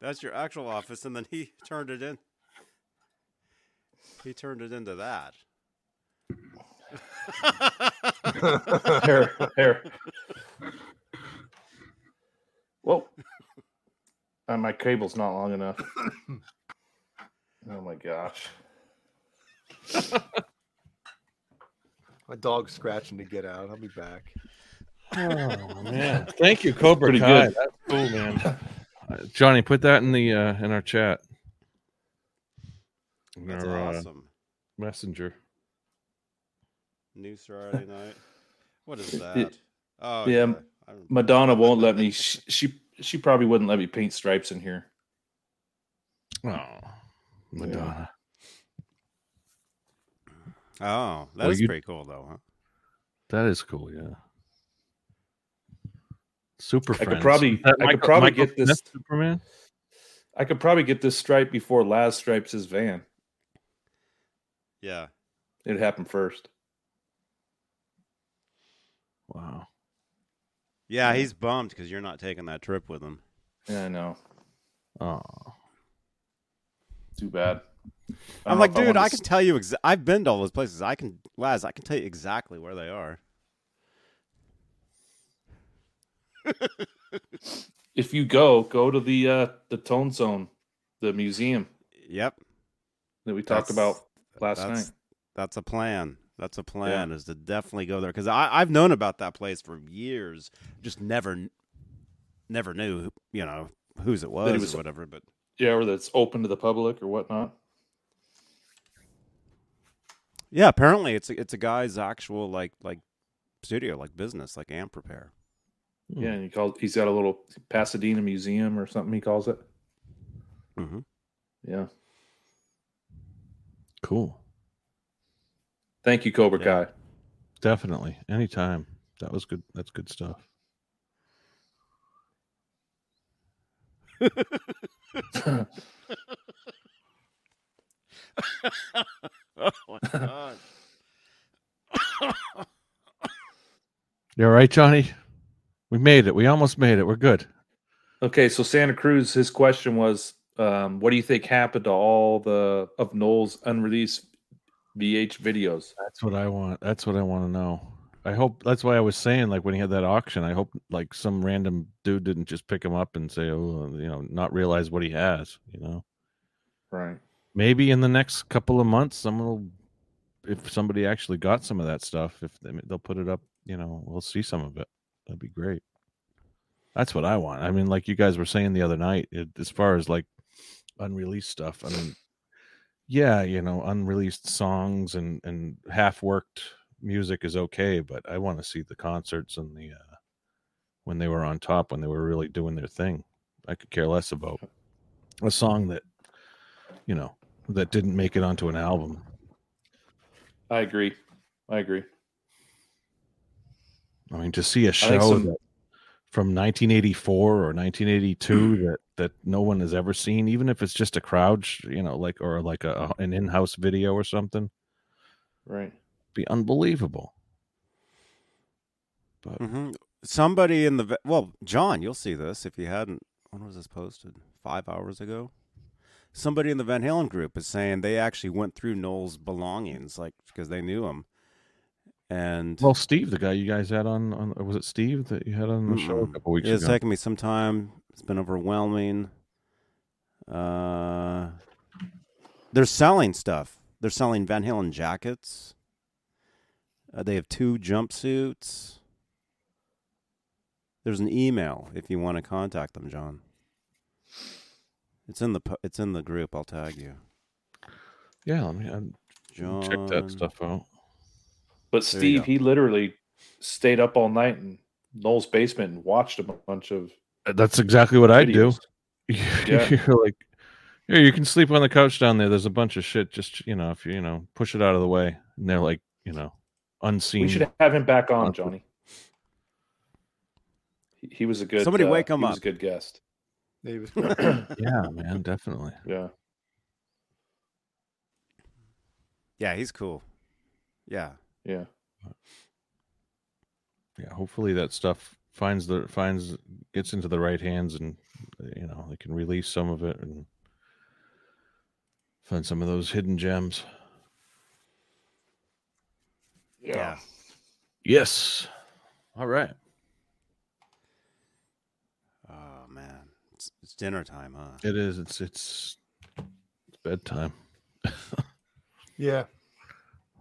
S1: That's your actual office, and then he turned it in. He turned it into that.
S3: hair, hair. Whoa. Uh, my cable's not long enough. Oh my gosh.
S4: My dog's scratching to get out. I'll be back.
S2: Oh, man. Thank you, Cobra
S3: Pretty
S2: Kai.
S3: good.
S2: That's cool, man. Uh, Johnny, put that in the uh, in our chat. In
S1: That's
S2: our, uh,
S1: awesome.
S2: messenger.
S1: New Saturday night. What is that? oh,
S3: yeah,
S1: okay. I remember.
S3: Madonna won't let me. She, she she probably wouldn't let me paint stripes in here.
S2: Oh, Madonna.
S1: Oh, that is
S2: Well, you-
S1: pretty cool, though, huh?
S2: That is cool. Yeah. Super.
S3: I could
S2: Friends.
S3: probably-
S2: That
S3: I could probably get
S2: Smith
S3: this-
S2: Superman.
S3: I could probably get this stripe before Laz stripes his van.
S1: Yeah.
S3: It happened first.
S2: Wow.
S1: Yeah, he's bummed because you're not taking that trip with him.
S3: Yeah, I know.
S2: Oh.
S3: Too bad. I don't
S1: I'm
S3: know
S1: like,
S3: if want
S1: dude, I
S3: to
S1: can tell you. Exa- I've been to all those places. I can, Laz, I can tell you exactly where they are.
S3: if you go, go to the uh the Tone Zone, the museum.
S1: Yep.
S3: that we talked
S1: That's-
S3: about last
S1: that's,
S3: night.
S1: That's a plan. That's a plan is to definitely go there because I've known about that place for years. Just never, kn- never knew you know whose it was,
S3: it was-
S1: or whatever. But
S3: Yeah, or that's open to the public or whatnot.
S1: yeah, apparently it's a, it's a guy's actual like like studio, like business, like amp repair. Hmm.
S3: Yeah, and he called. He's got a little Pasadena museum or something. He calls it.
S1: Mm-hmm.
S3: Yeah.
S2: Cool.
S3: Thank you, Cobra
S1: Yeah.
S3: Kai.
S2: Definitely. Anytime. That was good. That's good stuff.
S1: Oh my god!
S2: You all right, Johnny? We made it. We almost made it. We're good.
S3: Okay, so Santa Cruz. His question was, um, "What do you think happened to all the of Noel's unreleased VH videos?"
S2: That's what I want. That's what I want to know. I hope that's why I was saying like when he had that auction. I hope like some random dude didn't just pick him up and say, "Oh, you know," not realize what he has. You know,
S3: Right.
S2: maybe in the next couple of months, someone will, if somebody actually got some of that stuff, if they, they'll put it up, you know, we'll see some of it. That'd be great. That's what I want. I mean, like you guys were saying the other night, it, as far as like unreleased stuff. I mean, yeah, you know, unreleased songs and and half worked music is okay, but I want to see the concerts and the uh, when they were on top, when they were really doing their thing. I could care less about a song that you know that didn't make it onto an album.
S3: I agree. I agree.
S2: I mean, to see a show
S3: some-
S2: that from 1984 or 1982 that that no one has ever seen, even if it's just a crowd, sh- you know, like or like a an in-house video or something,
S3: Right.
S2: be unbelievable. But
S1: hmm Somebody in the ve- well, John, you'll see this if you hadn't. When was this posted? Five hours ago. Somebody in the Van Halen group is saying they actually went through Noel's belongings, like because they knew him. And
S2: well, Steve, the guy you guys had on, on was it Steve that you had on the show a
S1: Mm-mm.
S2: couple weeks
S1: it's
S2: ago?
S1: taken me some time. It's been overwhelming. Uh, they're selling stuff. They're selling Van Halen jackets. Uh, they have two jumpsuits. There's an email if you want to contact them, John. It's in the po- it's in the group. I'll tag you,
S2: yeah, let me I'm,
S1: John.
S2: check that stuff out.
S3: But
S1: There you
S3: Steve,
S1: go.
S3: he literally stayed up all night in Noel's basement and watched a bunch of.
S2: That's exactly what I do.
S3: videos.
S2: yeah.
S3: Yeah.
S2: you're like here you can sleep on the couch down there there's a bunch of shit just you know if you you know push it out of the way and they're like you know unseen
S3: We should have him back on,
S2: Lots of-
S3: Johnny. He, he was a good. uh,
S1: Somebody wake him
S3: he was
S1: up.
S3: a good guest.
S4: He was-
S2: yeah man definitely
S3: Yeah.
S1: Yeah, he's cool. Yeah,
S3: Yeah.
S2: yeah hopefully that stuff finds the finds gets into the right hands and you know they can release some of it and find some of those hidden gems
S1: yeah.
S2: yes all right
S1: Oh man, it's, it's dinner time, huh?
S2: it is it's it's, it's bedtime
S4: yeah.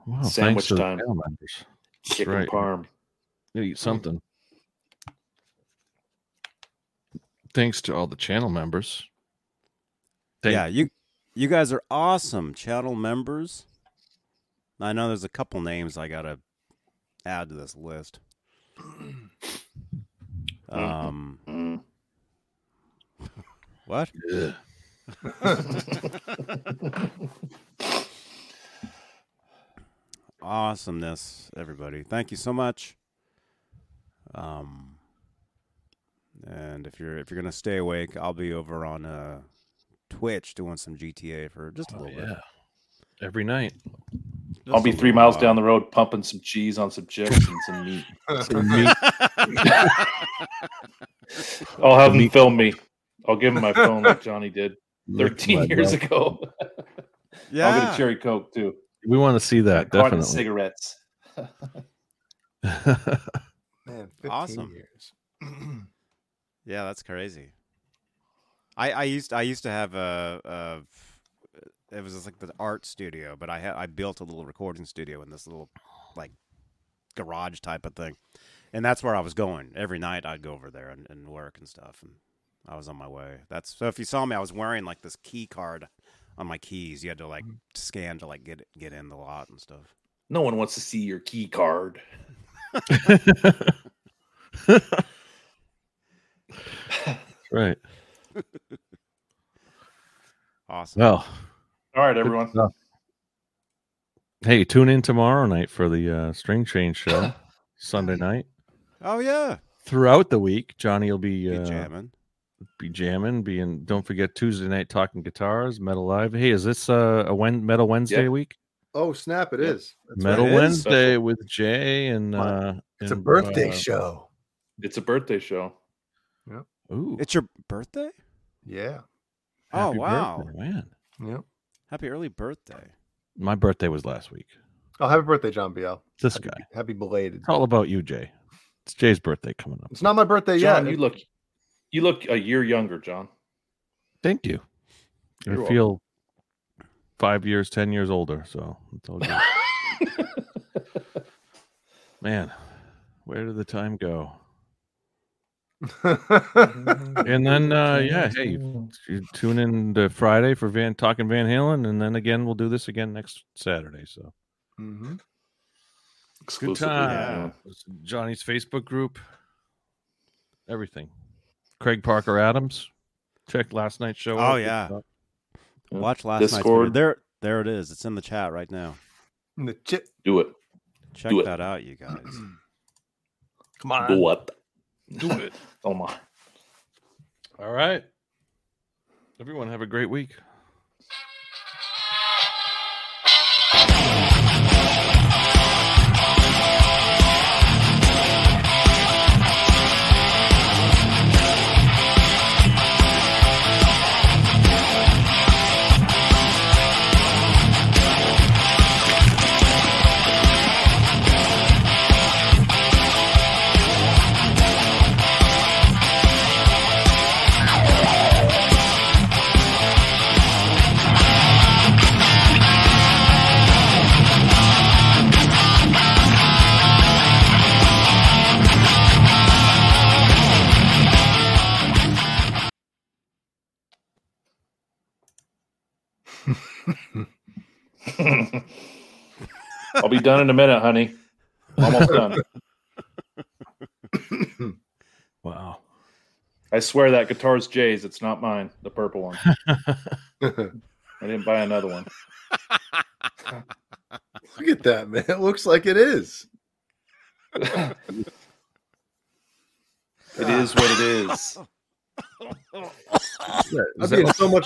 S2: wow thanks
S3: Sandwich
S2: to the
S3: time.
S2: panel members.
S3: Chicken
S2: right.
S3: parm.
S2: You eat something. Thanks to all the channel members. Thank-
S1: yeah, you you guys are awesome channel members. I know there's a couple names I gotta add to this list. Um, what? Awesomeness, everybody! Thank you so much. Um, and if you're if you're gonna stay awake, I'll be over on uh Twitch doing some GTA for just a
S2: Oh,
S1: little bit.
S2: yeah. Every night.
S1: Just
S3: I'll be
S1: a
S3: three
S1: little
S3: miles
S1: while.
S3: down the road pumping some cheese on some chips and some meat. I'll have him film me. I'll give him my phone like Johnny did 13 years ago.
S1: Yeah.
S3: I'll get a cherry coke too.
S2: We want to see that,
S3: Carton of
S2: definitely.
S3: cigarettes.
S4: Man, 15
S1: Awesome.
S4: years.
S1: Yeah, that's crazy. I I used I used to have a, a it was just like the art studio, but I had I built a little recording studio in this little like garage type of thing, and that's where I was going every night. I'd go over there and, and work and stuff, and I was on my way. That's so if you saw me, I was wearing like this key card on my keys. You had to like scan to like get get in the lot and stuff.
S3: No one wants to see your key card.
S2: right.
S1: Awesome.
S2: Well,
S3: All right, everyone.
S2: stuff. hey, tune in tomorrow night for the uh, String Change show, Sunday night.
S1: Oh yeah,
S2: Throughout the week, Johnny will be
S1: Be
S2: uh,
S1: jamming.
S2: be jamming, being. Don't forget Tuesday night talking guitars, metal live. Hey, is this uh, a Wen- metal Wednesday
S3: Yeah.
S2: week?
S4: Oh snap! It
S3: Yeah.
S4: is That's
S2: metal
S4: right, it is.
S3: Wednes-
S2: Wednesday with Jay and uh,
S4: It's a
S2: and,
S4: birthday
S2: uh,
S4: show.
S3: It's a birthday show.
S2: Ooh,
S1: It's your birthday.
S4: Yeah.
S1: Oh
S2: happy
S1: wow!
S2: birthday, man!
S4: Yeah.
S1: Happy early birthday.
S2: My birthday was last week.
S4: Oh, happy birthday, John Biel.
S2: This guy.
S4: Happy belated.
S2: It's all about you, Jay. It's Jay's birthday coming up.
S4: It's not my birthday
S3: John,
S4: yet.
S3: you look you look a year younger, John.
S2: Thank you. I
S3: You're welcome.
S2: feel five years, ten years older, so it's all good. Man, where did the time go?
S4: Mm-hmm.
S2: And then, uh, yeah, hey, you tune in to Friday for Van talking Van Halen, and then again we'll do this again next Saturday. So Mm-hmm.
S4: Mhm.
S2: good
S3: Exclusively,
S2: time. Johnny's Facebook group, everything. Craig Parker Adams, check last night's show.
S1: Oh,
S2: out.
S1: yeah.
S3: Yeah.
S1: Watch last night's video.
S3: Discord.
S1: There, there it is. It's in the chat right now.
S4: And Mm-hmm. the chip.
S3: Do it.
S1: Check
S3: Do it.
S1: that out, you guys.
S4: Come on.
S3: Do it. Do it. oh my.
S2: All right. Everyone have a great week.
S3: I'll be done in a minute, honey. Almost done.
S2: Wow.
S3: I swear that guitar's Jay's. It's not mine. The purple one. I
S4: look
S3: didn't buy another one.
S4: at that, man. It looks like it is.
S3: It is what it is.
S4: I'd be in so much